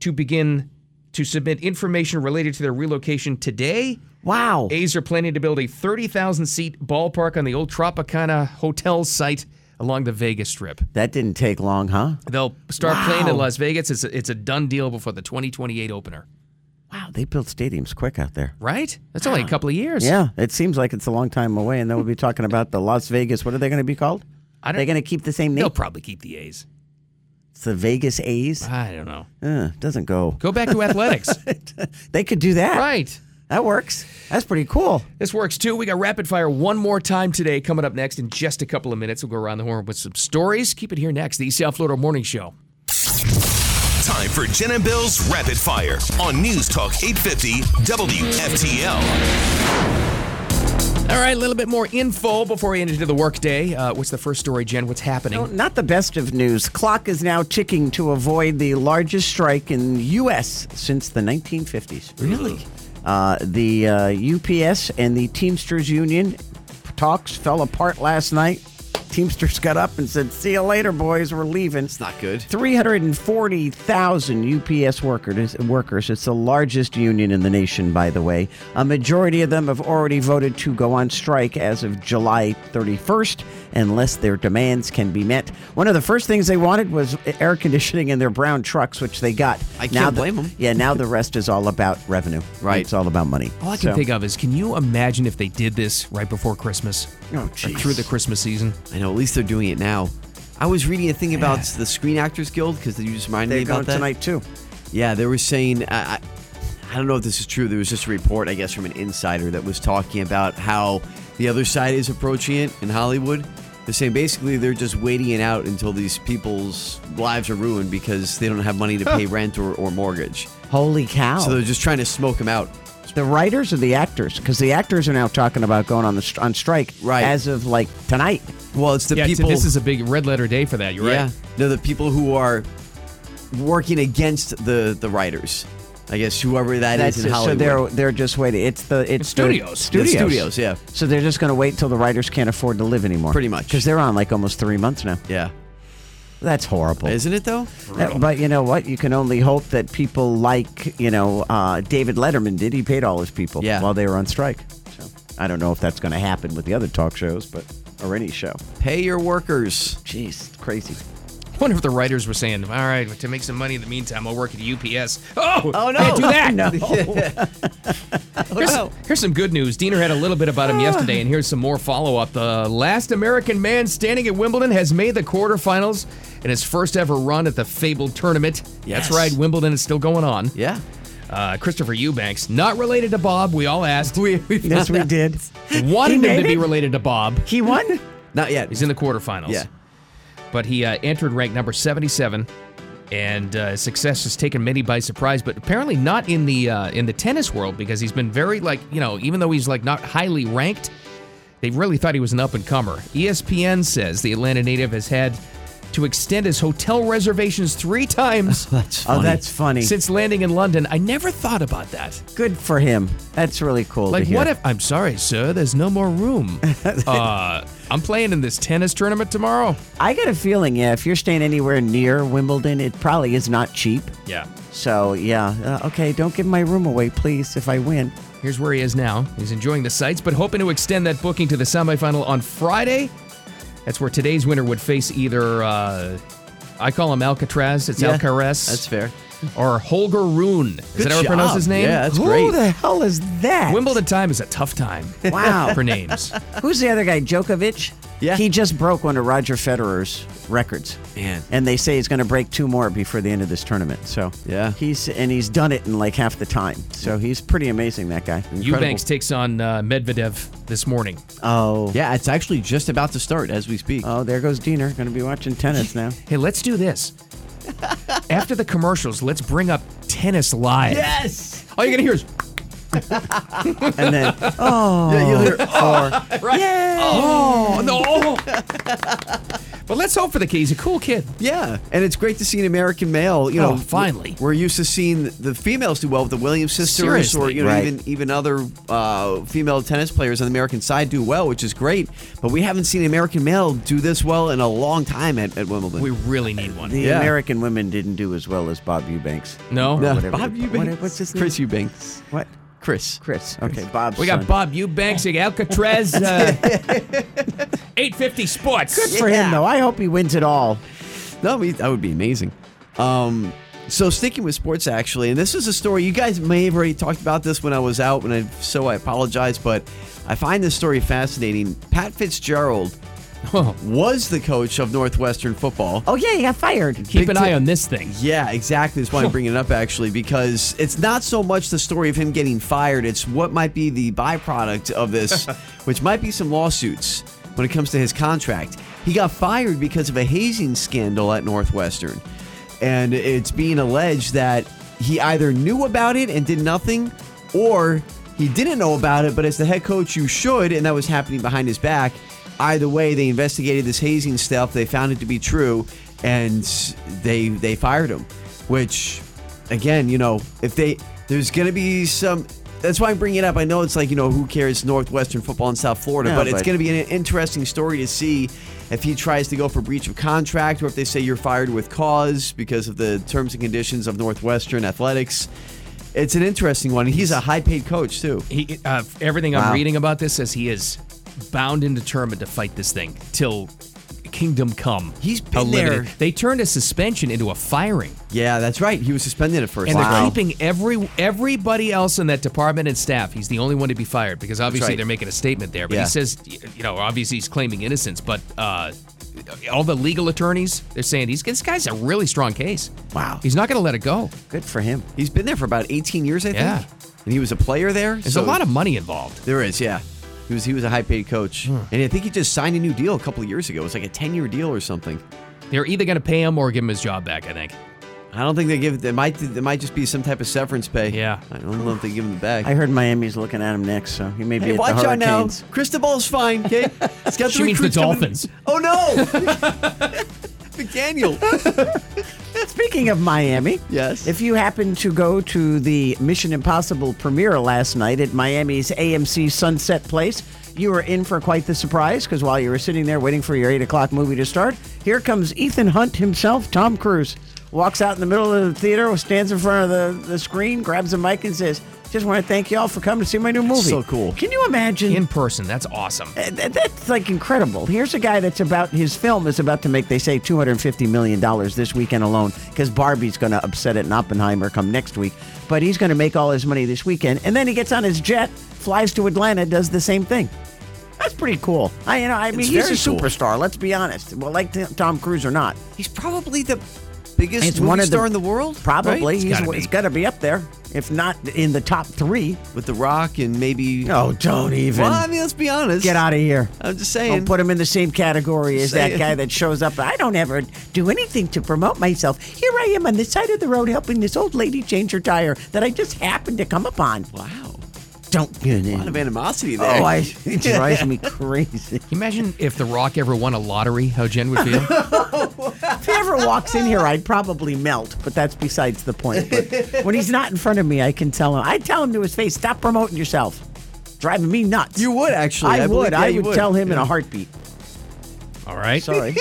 Speaker 2: to begin to submit information related to their relocation today.
Speaker 3: Wow.
Speaker 2: A's are planning to build a 30,000 seat ballpark on the old Tropicana hotel site along the Vegas Strip.
Speaker 3: That didn't take long, huh?
Speaker 2: They'll start playing in
Speaker 3: Wow.
Speaker 2: Las Vegas. It's a, it's a done deal before the 2028 opener,
Speaker 3: Wow, they build stadiums quick out there.
Speaker 2: right? That's only a couple of years.
Speaker 3: Yeah, it seems like it's a long time away, and then we'll be talking about the Las Vegas. What are they going to be called?
Speaker 2: I don't-
Speaker 3: They're going to keep the same name.
Speaker 2: They'll probably keep the A's.
Speaker 3: It's the Vegas A's.
Speaker 2: I don't know.
Speaker 3: Uh, doesn't go.
Speaker 2: Go back to athletics.
Speaker 3: They could do that.
Speaker 2: right.
Speaker 3: That works. That's pretty cool.
Speaker 2: This works too. We got rapid fire one more time today coming up next in just a couple of minutes. We'll go around the horn with some stories. Keep it here next. The East South Florida Morning Show.
Speaker 1: Time for Jen and Bill's Rapid Fire on News Talk 850 WFTL.
Speaker 2: All right, a little bit more info before we end into the workday. Uh, what's the first story, Jen? What's happening?
Speaker 3: Not the best of news. Clock is now ticking to avoid the largest strike in U.S. since the 1950s. Really? Uh, the uh, UPS and the Teamsters Union talks fell apart last night. Teamsters got up and said, "See you later, boys. We're leaving."
Speaker 4: It's not good.
Speaker 3: 340,000 UPS workers, workers. It's the largest union in the nation, by the way. A majority of them have already voted to go on strike as of July 31st, unless their demands can be met. One of the first things they wanted was air conditioning in their brown trucks, which they got.
Speaker 4: I can't
Speaker 3: Now the-
Speaker 4: blame 'em.
Speaker 3: Yeah, now the rest is all about revenue.
Speaker 4: Right. Oh,
Speaker 3: It's all about money.
Speaker 2: All I can
Speaker 3: So-
Speaker 2: think of is can you imagine if they did this right before Christmas?
Speaker 3: Oh,
Speaker 2: Or
Speaker 3: jeez.
Speaker 2: Through the Christmas season?
Speaker 4: I know. At least they're doing it now. I was reading a thing about the Screen Actors Guild because you just reminded
Speaker 3: They're
Speaker 4: me
Speaker 3: going
Speaker 4: about that.
Speaker 3: tonight, too.
Speaker 4: Yeah, they were saying. I, I, I don't know if this is true. There was just a report, I guess, from an insider that was talking about how the other side is approaching it in Hollywood. They're saying basically they're just waiting it out until these people's lives are ruined because they don't have money to pay rent or, or mortgage.
Speaker 3: Holy cow.
Speaker 4: So they're just trying to smoke them out.
Speaker 3: The writers or the actors? Because the actors are now talking about going on the str- on strike
Speaker 4: Right.
Speaker 3: as of like tonight.
Speaker 4: Well, it's the
Speaker 2: yeah, t-
Speaker 4: people.
Speaker 2: this is a big red letter day for that. You're
Speaker 4: Yeah,
Speaker 2: right.
Speaker 4: no, the people who are working against the the writers. I guess whoever that is in
Speaker 3: it. so
Speaker 4: Hollywood.
Speaker 3: they're they're just waiting. It's the it's,
Speaker 2: It's
Speaker 3: the
Speaker 2: studios.
Speaker 3: studios,
Speaker 4: The studios, yeah.
Speaker 3: So they're just going to wait till the writers can't afford to live anymore.
Speaker 4: Pretty much.
Speaker 3: because they're on like almost three months now.
Speaker 4: yeah,
Speaker 3: That's horrible.
Speaker 4: isn't it though?
Speaker 3: Uh, But you know what? You can only hope that people like you know uh, David Letterman did. He paid all his people
Speaker 4: Yeah.
Speaker 3: while they were on strike. So I don't know if that's going to happen with the other talk shows, but or any show.
Speaker 4: Pay your workers.
Speaker 3: Jeez, crazy.
Speaker 2: wonder if the writers were saying, all right, to make some money in the meantime, I'll work at UPS. Oh,
Speaker 4: Oh, no. Oh,
Speaker 2: Can't do that. Oh.
Speaker 3: No.
Speaker 2: Here's, here's some good news. Diener had a little bit
Speaker 4: Ah.
Speaker 2: about him yesterday, and here's some more follow up. The last American man standing at Wimbledon has made the quarterfinals in his first ever run at the fabled tournament.
Speaker 4: Yes.
Speaker 2: That's right, Wimbledon is still going on.
Speaker 4: Yeah,
Speaker 2: Uh, Christopher Eubanks, not related to Bob, we all asked. We,
Speaker 3: yes, we did. He
Speaker 2: wanted him
Speaker 3: made
Speaker 2: to be
Speaker 3: it?
Speaker 2: related to Bob.
Speaker 3: He won.
Speaker 4: not yet.
Speaker 2: He's in the quarterfinals.
Speaker 4: Yeah.
Speaker 2: But he uh, entered ranked number 77, and uh, his success has taken many by surprise. But apparently not in the uh, in the tennis world because he's been very like you know even though he's like not highly E ranked, they really thought he was an up and comer. ESPN says the Atlanta native has had to extend his hotel reservations three times
Speaker 4: That's
Speaker 3: Oh,
Speaker 4: funny.
Speaker 3: that's funny.
Speaker 2: since landing in London. I never thought about that.
Speaker 3: Good for him. That's really cool. to
Speaker 2: Like,
Speaker 3: hear.
Speaker 2: what if I'm sorry, sir? There's no more room. uh, I'm playing in this tennis tournament tomorrow.
Speaker 3: I got a feeling, yeah, if you're staying anywhere near Wimbledon, it probably is not cheap.
Speaker 2: Yeah.
Speaker 3: So, yeah. Uh, okay, don't give my room away, please, if I win.
Speaker 2: Here's where he is now. He's enjoying the sights, but hoping to extend that booking to the semifinal on Friday. That's where today's winner would face either uh, I call him Alcatraz. It's
Speaker 4: Yeah,
Speaker 2: Alcaraz.
Speaker 4: that's fair.
Speaker 2: Or Holger Rune. Is that how I pronounce his name?
Speaker 4: Yeah, that's
Speaker 3: Who
Speaker 4: great.
Speaker 3: the hell is that?
Speaker 2: Wimbledon time is a tough time.
Speaker 3: Wow.
Speaker 2: For names.
Speaker 3: Who's the other guy? Djokovic?
Speaker 4: Yeah.
Speaker 3: He just broke one of Roger Federer's records.
Speaker 4: Man.
Speaker 3: And they say he's going to break two more before the end of this tournament. So,
Speaker 4: Yeah.
Speaker 3: He's and he's done it in like half the time. So, he's pretty amazing that guy. Incredible.
Speaker 2: Eubanks takes on uh, Medvedev this morning.
Speaker 3: Oh.
Speaker 4: Yeah, it's actually just about to start as we speak.
Speaker 3: Oh, there goes Diener. Going to be watching tennis now.
Speaker 2: Hey, let's do this. After the commercials, let's bring up tennis live.
Speaker 4: yes.
Speaker 2: All you're gonna hear is
Speaker 3: And then, oh.
Speaker 4: Yeah, you'll hear.
Speaker 2: right. Oh no! but let's hope for the kid. He's a cool kid.
Speaker 4: Yeah, and it's great to see an American male. You
Speaker 2: Oh,
Speaker 4: know,
Speaker 2: finally.
Speaker 4: we're used to seeing the females do well with the Williams sisters, or
Speaker 2: Seriously.
Speaker 4: you know,
Speaker 3: Right.
Speaker 4: even even other uh, female tennis players on the American side do well, which is great. But we haven't seen an American male do this well in a long time at, at Wimbledon.
Speaker 2: We really need one.
Speaker 3: The
Speaker 4: Yeah.
Speaker 3: American women didn't do as well as Bob Eubanks.
Speaker 2: No?
Speaker 4: No,
Speaker 3: whatever
Speaker 4: Bob
Speaker 3: they- what-
Speaker 4: Eubanks,
Speaker 3: what's his
Speaker 4: Chris Eubanks,
Speaker 3: What?
Speaker 4: Chris,
Speaker 3: Chris. Okay, Bob's
Speaker 2: We got
Speaker 3: son.
Speaker 2: Bob Eubanks, Alcatraz, uh, 850 Sports.
Speaker 3: Good for him, though. I hope he wins it all.
Speaker 4: No, we, that would be amazing. Um, so sticking with sports, actually, and this is a story you guys may have already talked about this when I was out, and I, so I apologize, but I find this story fascinating. Pat Fitzgerald
Speaker 2: Oh.
Speaker 4: was the coach of Northwestern football.
Speaker 3: Oh, yeah, he got fired.
Speaker 2: Keep an
Speaker 4: Big
Speaker 2: eye
Speaker 4: Ten-
Speaker 2: on this thing.
Speaker 4: Yeah, exactly. That's why I'm bringing it up, actually, because it's not so much the story of him getting fired, it's what might be the byproduct of this, which might be some lawsuits when it comes to his contract. He got fired because of a hazing scandal at Northwestern. And it's being alleged that he either knew about it and did nothing, or he didn't know about it, but as the head coach, you should, and that was happening behind his back. Either way, they investigated this hazing stuff. They found it to be true, and they they fired him. Which, again, you know, if they there's going to be some. That's why I'm bringing it up. I know it's like you know who cares Northwestern football in South Florida,
Speaker 3: No,
Speaker 4: but, it's
Speaker 3: but-
Speaker 4: going to be an interesting story to see if he tries to go for breach of contract or if they say you're fired with cause because of the terms and conditions of Northwestern athletics. It's an interesting one. He's a high-paid coach too.
Speaker 2: He, uh, everything
Speaker 4: Wow.
Speaker 2: I'm reading about this says he is bound and determined to fight this thing till kingdom come.
Speaker 4: He's been
Speaker 2: Eliminated.
Speaker 4: there.
Speaker 2: They turned a suspension into a firing.
Speaker 4: Yeah, that's right. He was suspended at first.
Speaker 2: And
Speaker 4: Wow.
Speaker 2: they're keeping every everybody else in that department and staff. He's the only one to be fired because obviously
Speaker 4: right.
Speaker 2: they're making a statement there. But
Speaker 4: Yeah.
Speaker 2: he says, you know, obviously he's claiming innocence, but uh, all the legal attorneys they're saying he's this guy's a really strong case.
Speaker 3: Wow.
Speaker 2: he's not going to let it go.
Speaker 3: Good for him.
Speaker 4: He's been there for about 18 years, I think.
Speaker 2: Yeah.
Speaker 4: And he was a player there.
Speaker 2: There's a lot of money involved.
Speaker 4: There is, yeah. He was he was a high-paid coach,
Speaker 2: Hmm.
Speaker 4: and I think he just signed a new deal a couple of years ago. It was like a 10-year deal or something.
Speaker 2: They're either going to pay him or give him his job back. I think.
Speaker 4: I don't think they give. They might. There might just be some type of severance pay.
Speaker 2: Yeah.
Speaker 4: I don't know if they give him the bag.
Speaker 3: I heard Miami's looking at him next, so he may be
Speaker 4: Hey,
Speaker 3: at the
Speaker 4: watch out now.
Speaker 3: Hurricanes.
Speaker 4: Cristobal's fine, okay? It's got
Speaker 2: She means the
Speaker 4: recruits coming-
Speaker 2: Dolphins.
Speaker 4: Oh, no! McDaniel.
Speaker 3: Uh, Speaking of Miami,
Speaker 4: Yes.
Speaker 3: If you happened to go to the Mission Impossible premiere last night at Miami's AMC Sunset Place, you were in for quite the surprise because while you were sitting there waiting for your eight o'clock movie to start, here comes Ethan Hunt himself, Tom Cruise, walks out in the middle of the theater, stands in front of the, the screen, grabs a mic, and says, "Just want to thank you all for coming to see my new movie."
Speaker 4: so cool.
Speaker 3: Can you imagine?
Speaker 2: In person, that's awesome.
Speaker 3: Th- That's like incredible. Here's a guy that's about his film is about to make they say 250 million dollars this weekend alone because Barbie's going to upset it and Oppenheimer come next week, but he's going to make all his money this weekend and then he gets on his jet, flies to Atlanta, does the same thing. That's pretty cool. I you know I mean
Speaker 4: It's
Speaker 3: he's a
Speaker 4: very cool.
Speaker 3: superstar. Let's be honest. Well, like T- Tom Cruise or not,
Speaker 4: He's probably the biggest
Speaker 3: it's
Speaker 4: movie
Speaker 3: one of
Speaker 4: star in the world. right?
Speaker 3: Probably he's
Speaker 2: gotta
Speaker 3: it's
Speaker 2: be.
Speaker 3: got to be up there, if not in the top three.
Speaker 4: With The Rock and maybe.
Speaker 3: Oh, don't even.
Speaker 4: Well, I mean, let's be honest.
Speaker 3: Get out of here.
Speaker 4: I'm just
Speaker 3: Don't
Speaker 4: saying.
Speaker 3: put him in the same category as that
Speaker 4: Saying.
Speaker 3: guy that shows up. I don't ever do anything to promote myself. Here I am on the side of the road helping this old lady change her tire that I just happened to come upon.
Speaker 4: wow.
Speaker 3: don't get
Speaker 4: A lot of
Speaker 3: in.
Speaker 4: animosity there.
Speaker 3: Oh, I, it drives me crazy.
Speaker 2: Imagine if The Rock ever won a lottery, how Jen would feel.
Speaker 3: If he ever walks in here, I'd probably melt, but that's besides the point. But when he's not in front of me, I can tell him. I tell him to his face, stop promoting yourself. Driving me nuts.
Speaker 4: You would, actually.
Speaker 3: I,
Speaker 4: I believe-
Speaker 3: would.
Speaker 4: yeah,
Speaker 3: I
Speaker 4: you
Speaker 3: would
Speaker 4: would.
Speaker 3: tell him in
Speaker 4: Yeah.
Speaker 3: a heartbeat.
Speaker 2: All right.
Speaker 3: Sorry.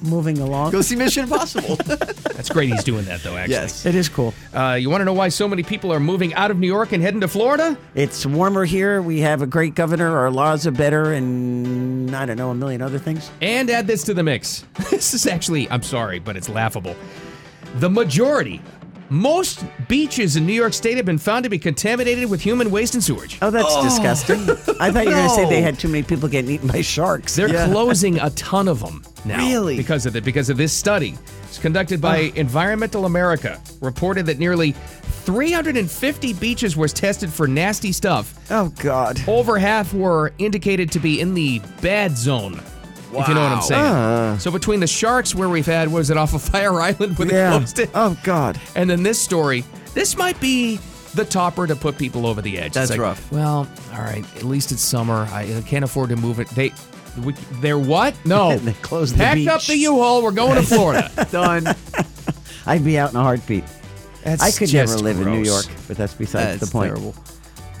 Speaker 3: Moving along.
Speaker 4: Go see Mission Impossible.
Speaker 2: That's great he's doing that, though, actually.
Speaker 4: yes.
Speaker 3: It is cool.
Speaker 2: Uh, you want to know why so many people are moving out of New York and heading to Florida?
Speaker 3: It's warmer here. We have a great governor. Our laws are better, and I don't know, a million other things.
Speaker 2: And add this to the mix. this is actually, I'm sorry, but it's laughable. The majority, most beaches in New York State have been found to be contaminated with human waste and sewage.
Speaker 3: Oh, that's disgusting. I thought you were going to say they
Speaker 4: No.
Speaker 3: had too many people getting eaten by sharks.
Speaker 2: They're
Speaker 4: Yeah.
Speaker 2: closing a ton of them now.
Speaker 4: Really?
Speaker 2: Because of it, because of this study. It's conducted by Environmental America. Reported that nearly 350 beaches were tested for nasty stuff.
Speaker 4: Oh, God.
Speaker 2: Over half were indicated to be in the bad zone. If you know what I'm saying.
Speaker 3: Ah.
Speaker 2: So between the sharks where we've had, what was it off of Fire Island when they
Speaker 4: Yeah.
Speaker 2: closed it?
Speaker 4: Oh, God.
Speaker 3: Uh-huh.
Speaker 2: And then this story, this might be the topper to put people over the edge. It's
Speaker 4: That's
Speaker 2: like,
Speaker 4: rough.
Speaker 2: Well, all right, at least it's summer. I I can't afford to move it. They, we, they're what? No,
Speaker 3: They closed the
Speaker 2: Pack up
Speaker 3: beach.
Speaker 2: the U-Haul. We're going to Florida.
Speaker 4: Done.
Speaker 3: I'd be out in a heartbeat.
Speaker 2: That's
Speaker 3: I could never
Speaker 2: just
Speaker 3: live in New
Speaker 2: gross.
Speaker 3: York, but that's besides the
Speaker 4: That's
Speaker 3: point.
Speaker 4: terrible.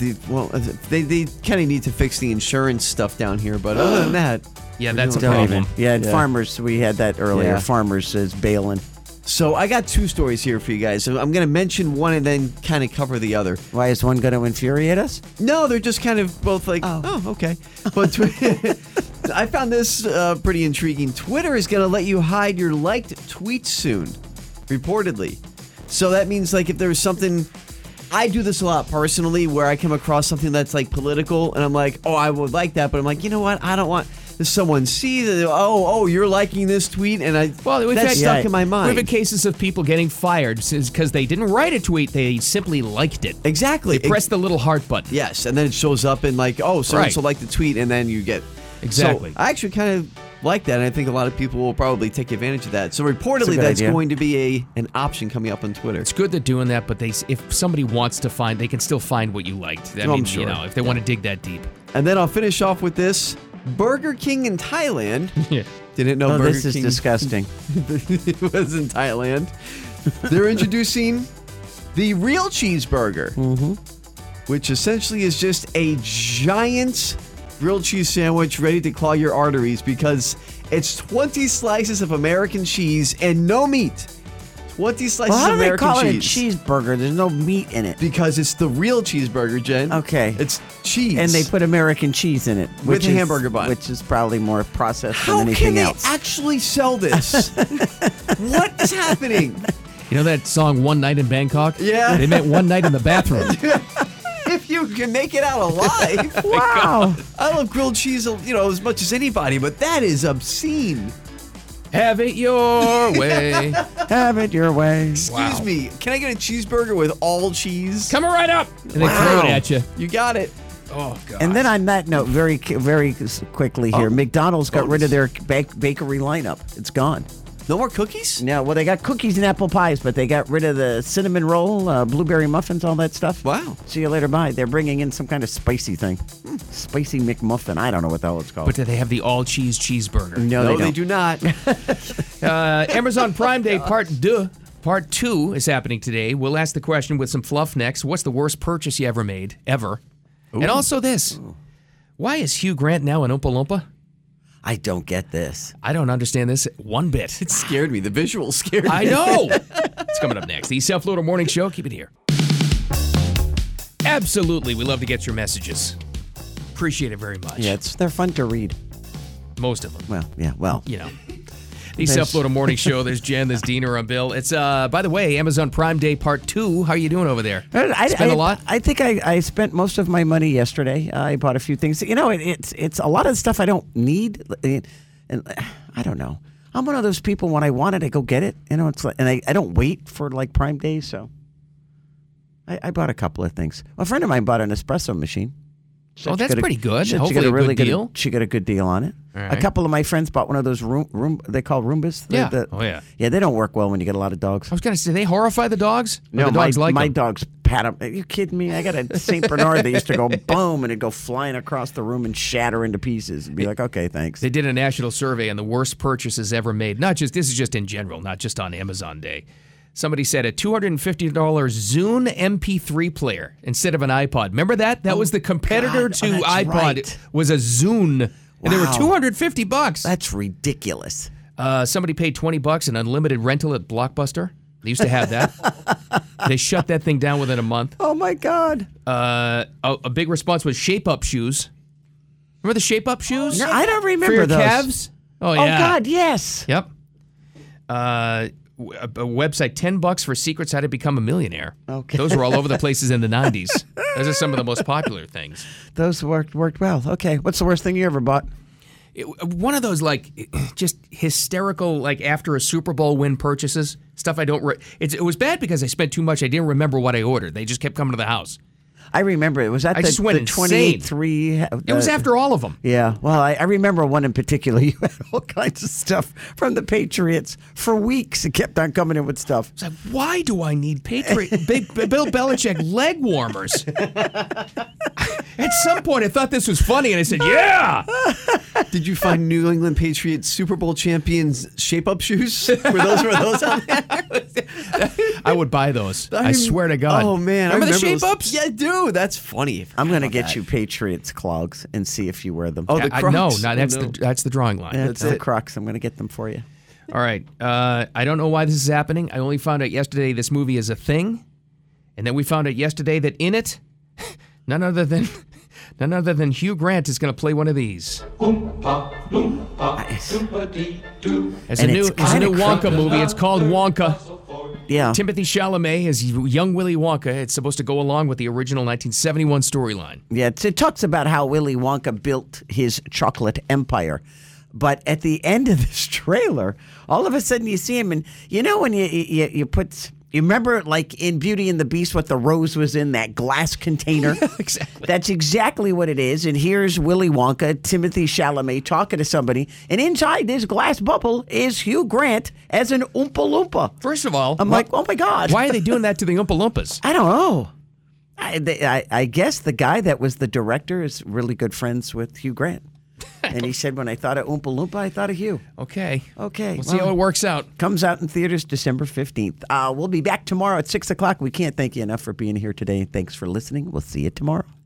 Speaker 4: The, well, uh, they, they kind of need to fix the insurance stuff down here, but other than that,
Speaker 2: Yeah,
Speaker 4: we're
Speaker 2: that's
Speaker 4: doing
Speaker 2: a
Speaker 4: okay.
Speaker 2: problem.
Speaker 3: Yeah, and
Speaker 4: Yeah.
Speaker 3: farmers, we had that earlier.
Speaker 4: Yeah.
Speaker 3: Farmers is bailing.
Speaker 4: So I got two stories here for you guys. So I'm going to mention one and then kind of cover the other.
Speaker 3: Why is one going to infuriate us?
Speaker 4: No, they're just kind of both like, oh, okay. But tw- I found this uh, pretty intriguing. Twitter is going to let you hide your liked tweets soon, reportedly. So that means like if there's something, I do this a lot personally, where I come across something that's like political, and I'm like, oh, I would like that, but I'm like, you know what? I don't want someone see that. Oh, oh, you're liking this tweet, and I
Speaker 2: Well, we've
Speaker 4: that's
Speaker 2: had-
Speaker 4: stuck
Speaker 3: Yeah.
Speaker 4: in my mind.
Speaker 2: We've had cases of people getting fired because they didn't write a tweet; they simply liked it.
Speaker 4: Exactly.
Speaker 2: They pressed the little heart button.
Speaker 4: Yes, and then it shows up in like, oh, so and so
Speaker 2: Right.
Speaker 4: liked the tweet, and then you get
Speaker 2: Exactly.
Speaker 4: So I actually kind of like that, and I think a lot of people will probably take advantage of that. So reportedly,
Speaker 3: good
Speaker 4: that's
Speaker 3: idea.
Speaker 4: going to be a an option coming up on Twitter.
Speaker 2: It's good they're doing that, but they if somebody wants to find, they can still find what you liked. I
Speaker 4: I'm
Speaker 2: mean,
Speaker 4: sure.
Speaker 2: you know, if they want to dig that deep.
Speaker 4: And then I'll finish off with this: Burger King in Thailand.
Speaker 2: Yeah.
Speaker 4: Didn't know
Speaker 3: oh,
Speaker 4: Burger
Speaker 3: this is
Speaker 4: King
Speaker 3: disgusting.
Speaker 4: was in Thailand. They're introducing the real cheeseburger,
Speaker 3: Mm-hmm.
Speaker 4: which essentially is just a giant grilled cheese sandwich ready to claw your arteries because it's 20 slices of American cheese and no meat. 20 slices
Speaker 3: Well, how
Speaker 4: of
Speaker 3: do they
Speaker 4: American
Speaker 3: call
Speaker 4: cheese.
Speaker 3: it a cheeseburger? There's no meat in it.
Speaker 4: Because it's the real cheeseburger, Jen.
Speaker 3: Okay.
Speaker 4: It's cheese.
Speaker 3: And they put American cheese in it. Which
Speaker 4: a
Speaker 3: is-
Speaker 4: hamburger bun.
Speaker 3: Which is probably more processed
Speaker 4: How
Speaker 3: than anything
Speaker 4: can they
Speaker 3: else.
Speaker 4: actually sell this? what is happening?
Speaker 2: You know that song "One Night in Bangkok"?
Speaker 4: Yeah.
Speaker 2: They meant one night in the bathroom.
Speaker 4: if you can make it out alive.
Speaker 3: Wow.
Speaker 4: I love grilled cheese, you know, as much as anybody, but that is obscene.
Speaker 2: Have it your way.
Speaker 3: Have it your way.
Speaker 4: Excuse
Speaker 2: Wow.
Speaker 4: me. Can I get a cheeseburger with all cheese?
Speaker 2: Come right up. And they throw it at you.
Speaker 4: You got it.
Speaker 2: Oh god.
Speaker 3: And then on that note, very very quickly
Speaker 4: Oh.
Speaker 3: here, McDonald's got rid of their bak- bakery lineup. It's gone.
Speaker 4: No more cookies?
Speaker 3: No, well, they got cookies and apple pies, but they got rid of the cinnamon roll, uh, blueberry muffins, all that stuff.
Speaker 4: Wow. Hmm.
Speaker 3: See you later. Bye. They're bringing in some kind of spicy thing, spicy McMuffin. I don't know what the hell it's called.
Speaker 2: but do they have the all cheese cheeseburger?
Speaker 3: no,
Speaker 4: No,
Speaker 3: they
Speaker 4: they,
Speaker 3: don't.
Speaker 4: do not.
Speaker 2: Uh, Amazon Prime Day Part Deux. Part two is happening today. We'll ask the question with some fluff next. What's the worst purchase you ever made? Ever. And also this. Why is Hugh Grant now an Oompa Loompa?
Speaker 3: I don't get this.
Speaker 2: I don't understand this one bit.
Speaker 4: It scared me. The visual scared me.
Speaker 2: I know. it's coming up next. The South Florida Morning Show. Keep it here. Absolutely. We love to get your messages. Appreciate it very much.
Speaker 3: Yeah, it's they're fun to read.
Speaker 2: Most of them.
Speaker 3: Well, yeah, well,
Speaker 2: you know. The South Florida Morning Show. There's Jen, there's Dina, I'm Bill. It's uh by the way, Amazon Prime Day Part Two. How are you doing over there?
Speaker 3: Uh, I,
Speaker 2: Spend
Speaker 3: I-
Speaker 2: a lot?
Speaker 3: I think I, I spent most of my money yesterday. I bought a few things. You know, it, it's it's a lot of stuff I don't need, and and, I don't know. I'm one of those people when I want it, I go get it. You know, it's like, and I, I don't wait for like Prime Day, so I, I bought a couple of things. A friend of mine bought an espresso machine.
Speaker 2: Oh,
Speaker 3: she
Speaker 2: that's
Speaker 3: got a-
Speaker 2: pretty good.
Speaker 3: she- she got
Speaker 2: Hopefully a good deal.
Speaker 3: She got a good deal on it.
Speaker 2: All
Speaker 3: A
Speaker 2: right.
Speaker 3: couple of my friends bought one of those room room they call Roombas. The-
Speaker 2: Yeah.
Speaker 3: the-
Speaker 2: Oh, yeah.
Speaker 3: Yeah, they don't work well when you get a lot of dogs.
Speaker 2: I was gonna say they horrify the dogs. Or the
Speaker 3: my,
Speaker 2: dogs like
Speaker 3: my
Speaker 2: them?
Speaker 3: dogs pat him. Are you kidding me? I got a St. Bernard that used to go boom and it'd go flying across the room and shatter into pieces and be like, okay, thanks.
Speaker 2: They did a national survey on the worst purchases ever made. Not just this is just in general, not just on Amazon Day. Somebody said a $250 Zune MP3 player instead of an iPod. Remember that? That was the competitor
Speaker 3: God.
Speaker 2: to
Speaker 3: Oh, that's
Speaker 2: iPod.
Speaker 3: right.
Speaker 2: It was a Zune. And they were
Speaker 3: Wow.
Speaker 2: 250 bucks.
Speaker 3: That's ridiculous.
Speaker 2: Uh, somebody paid 20 bucks an unlimited rental at Blockbuster. They used to have that. they shut that thing down within a month.
Speaker 3: Oh my God.
Speaker 2: Uh, a, a big response was shape up shoes. Remember the shape up shoes?
Speaker 3: No, I don't remember
Speaker 2: For your
Speaker 3: those.
Speaker 2: calves? Oh, yeah.
Speaker 3: Oh God, yes.
Speaker 2: Yep. Uh, w- a, a website, 10 bucks for secrets how to become a millionaire.
Speaker 3: Okay.
Speaker 2: Those were all over the places in the 90s. Those are some of the most popular things.
Speaker 3: Those worked worked well. Okay. What's the worst thing you ever bought?
Speaker 2: It- uh, one of those, like, just hysterical, like, after a Super Bowl win purchases, stuff I don't. Re- it's, it was bad because I spent too much. I didn't remember what I ordered. They just kept coming to the house.
Speaker 3: I remember it was at
Speaker 2: I
Speaker 3: the,
Speaker 2: just went
Speaker 3: the
Speaker 2: insane.
Speaker 3: 23.
Speaker 2: It
Speaker 3: Uh,
Speaker 2: was after all of them.
Speaker 3: Yeah. Well, I, I remember one in particular. You had all kinds of stuff from the Patriots for weeks. It kept on coming in with stuff.
Speaker 2: It's like, why do I need Patriot Ba- Ba- Bill Belichick leg warmers? At some point, I thought this was funny, and I said, "Yeah."
Speaker 4: Did you find New England Patriots Super Bowl champions shape up shoes? Were those were those on there?
Speaker 2: I would buy those. I,
Speaker 4: mean,
Speaker 2: swear to God.
Speaker 4: Oh man, I
Speaker 2: remember, the shape
Speaker 4: those-
Speaker 2: ups?
Speaker 4: Yeah, dude, that's funny.
Speaker 3: I'm going to get you Patriots clogs and see if you wear them.
Speaker 4: Oh, the
Speaker 2: I, no, no,
Speaker 4: Crocs.
Speaker 2: that's
Speaker 4: Oh,
Speaker 2: the that's the drawing line.
Speaker 3: that's the Crocs. I'm going to get them for you.
Speaker 2: All right, uh, I don't know why this is happening. I only found out yesterday this movie is a thing, and then we found out yesterday that in it, none other than none other than Hugh Grant is going to play one of these. As a
Speaker 3: And
Speaker 2: new
Speaker 3: it's
Speaker 2: as a new
Speaker 3: kinda
Speaker 2: Wonka movie, it's called Wonka.
Speaker 3: Yeah.
Speaker 2: Timothy Chalamet as young Willy Wonka. It's supposed to go along with the original 1971 storyline.
Speaker 3: Yeah, it's, it talks about how Willy Wonka built his chocolate empire. But at the end of this trailer, all of a sudden you see him, and you know when you you, you put you remember like in Beauty and the Beast what the rose was in that glass container. exactly. That's exactly what it is. And here's Willy Wonka, Timothy Chalamet talking to somebody, and inside this glass bubble is Hugh Grant as an Oompa Loompa.
Speaker 2: First of all,
Speaker 3: I'm
Speaker 2: why-
Speaker 3: like, oh my god,
Speaker 2: why are they doing that to the Oompa Loompas?
Speaker 3: I don't know. I, they, I, I guess the guy that was the director is really good friends with Hugh Grant. and he said, when I thought of Oompa Loompa, I thought of Hugh.
Speaker 2: Okay.
Speaker 3: Okay.
Speaker 2: We'll see how
Speaker 3: well,
Speaker 2: it works out.
Speaker 3: Comes out in theaters December 15th. Uh, we'll be back tomorrow at 6 o'clock. We can't thank you enough for being here today. Thanks for listening. We'll see you tomorrow.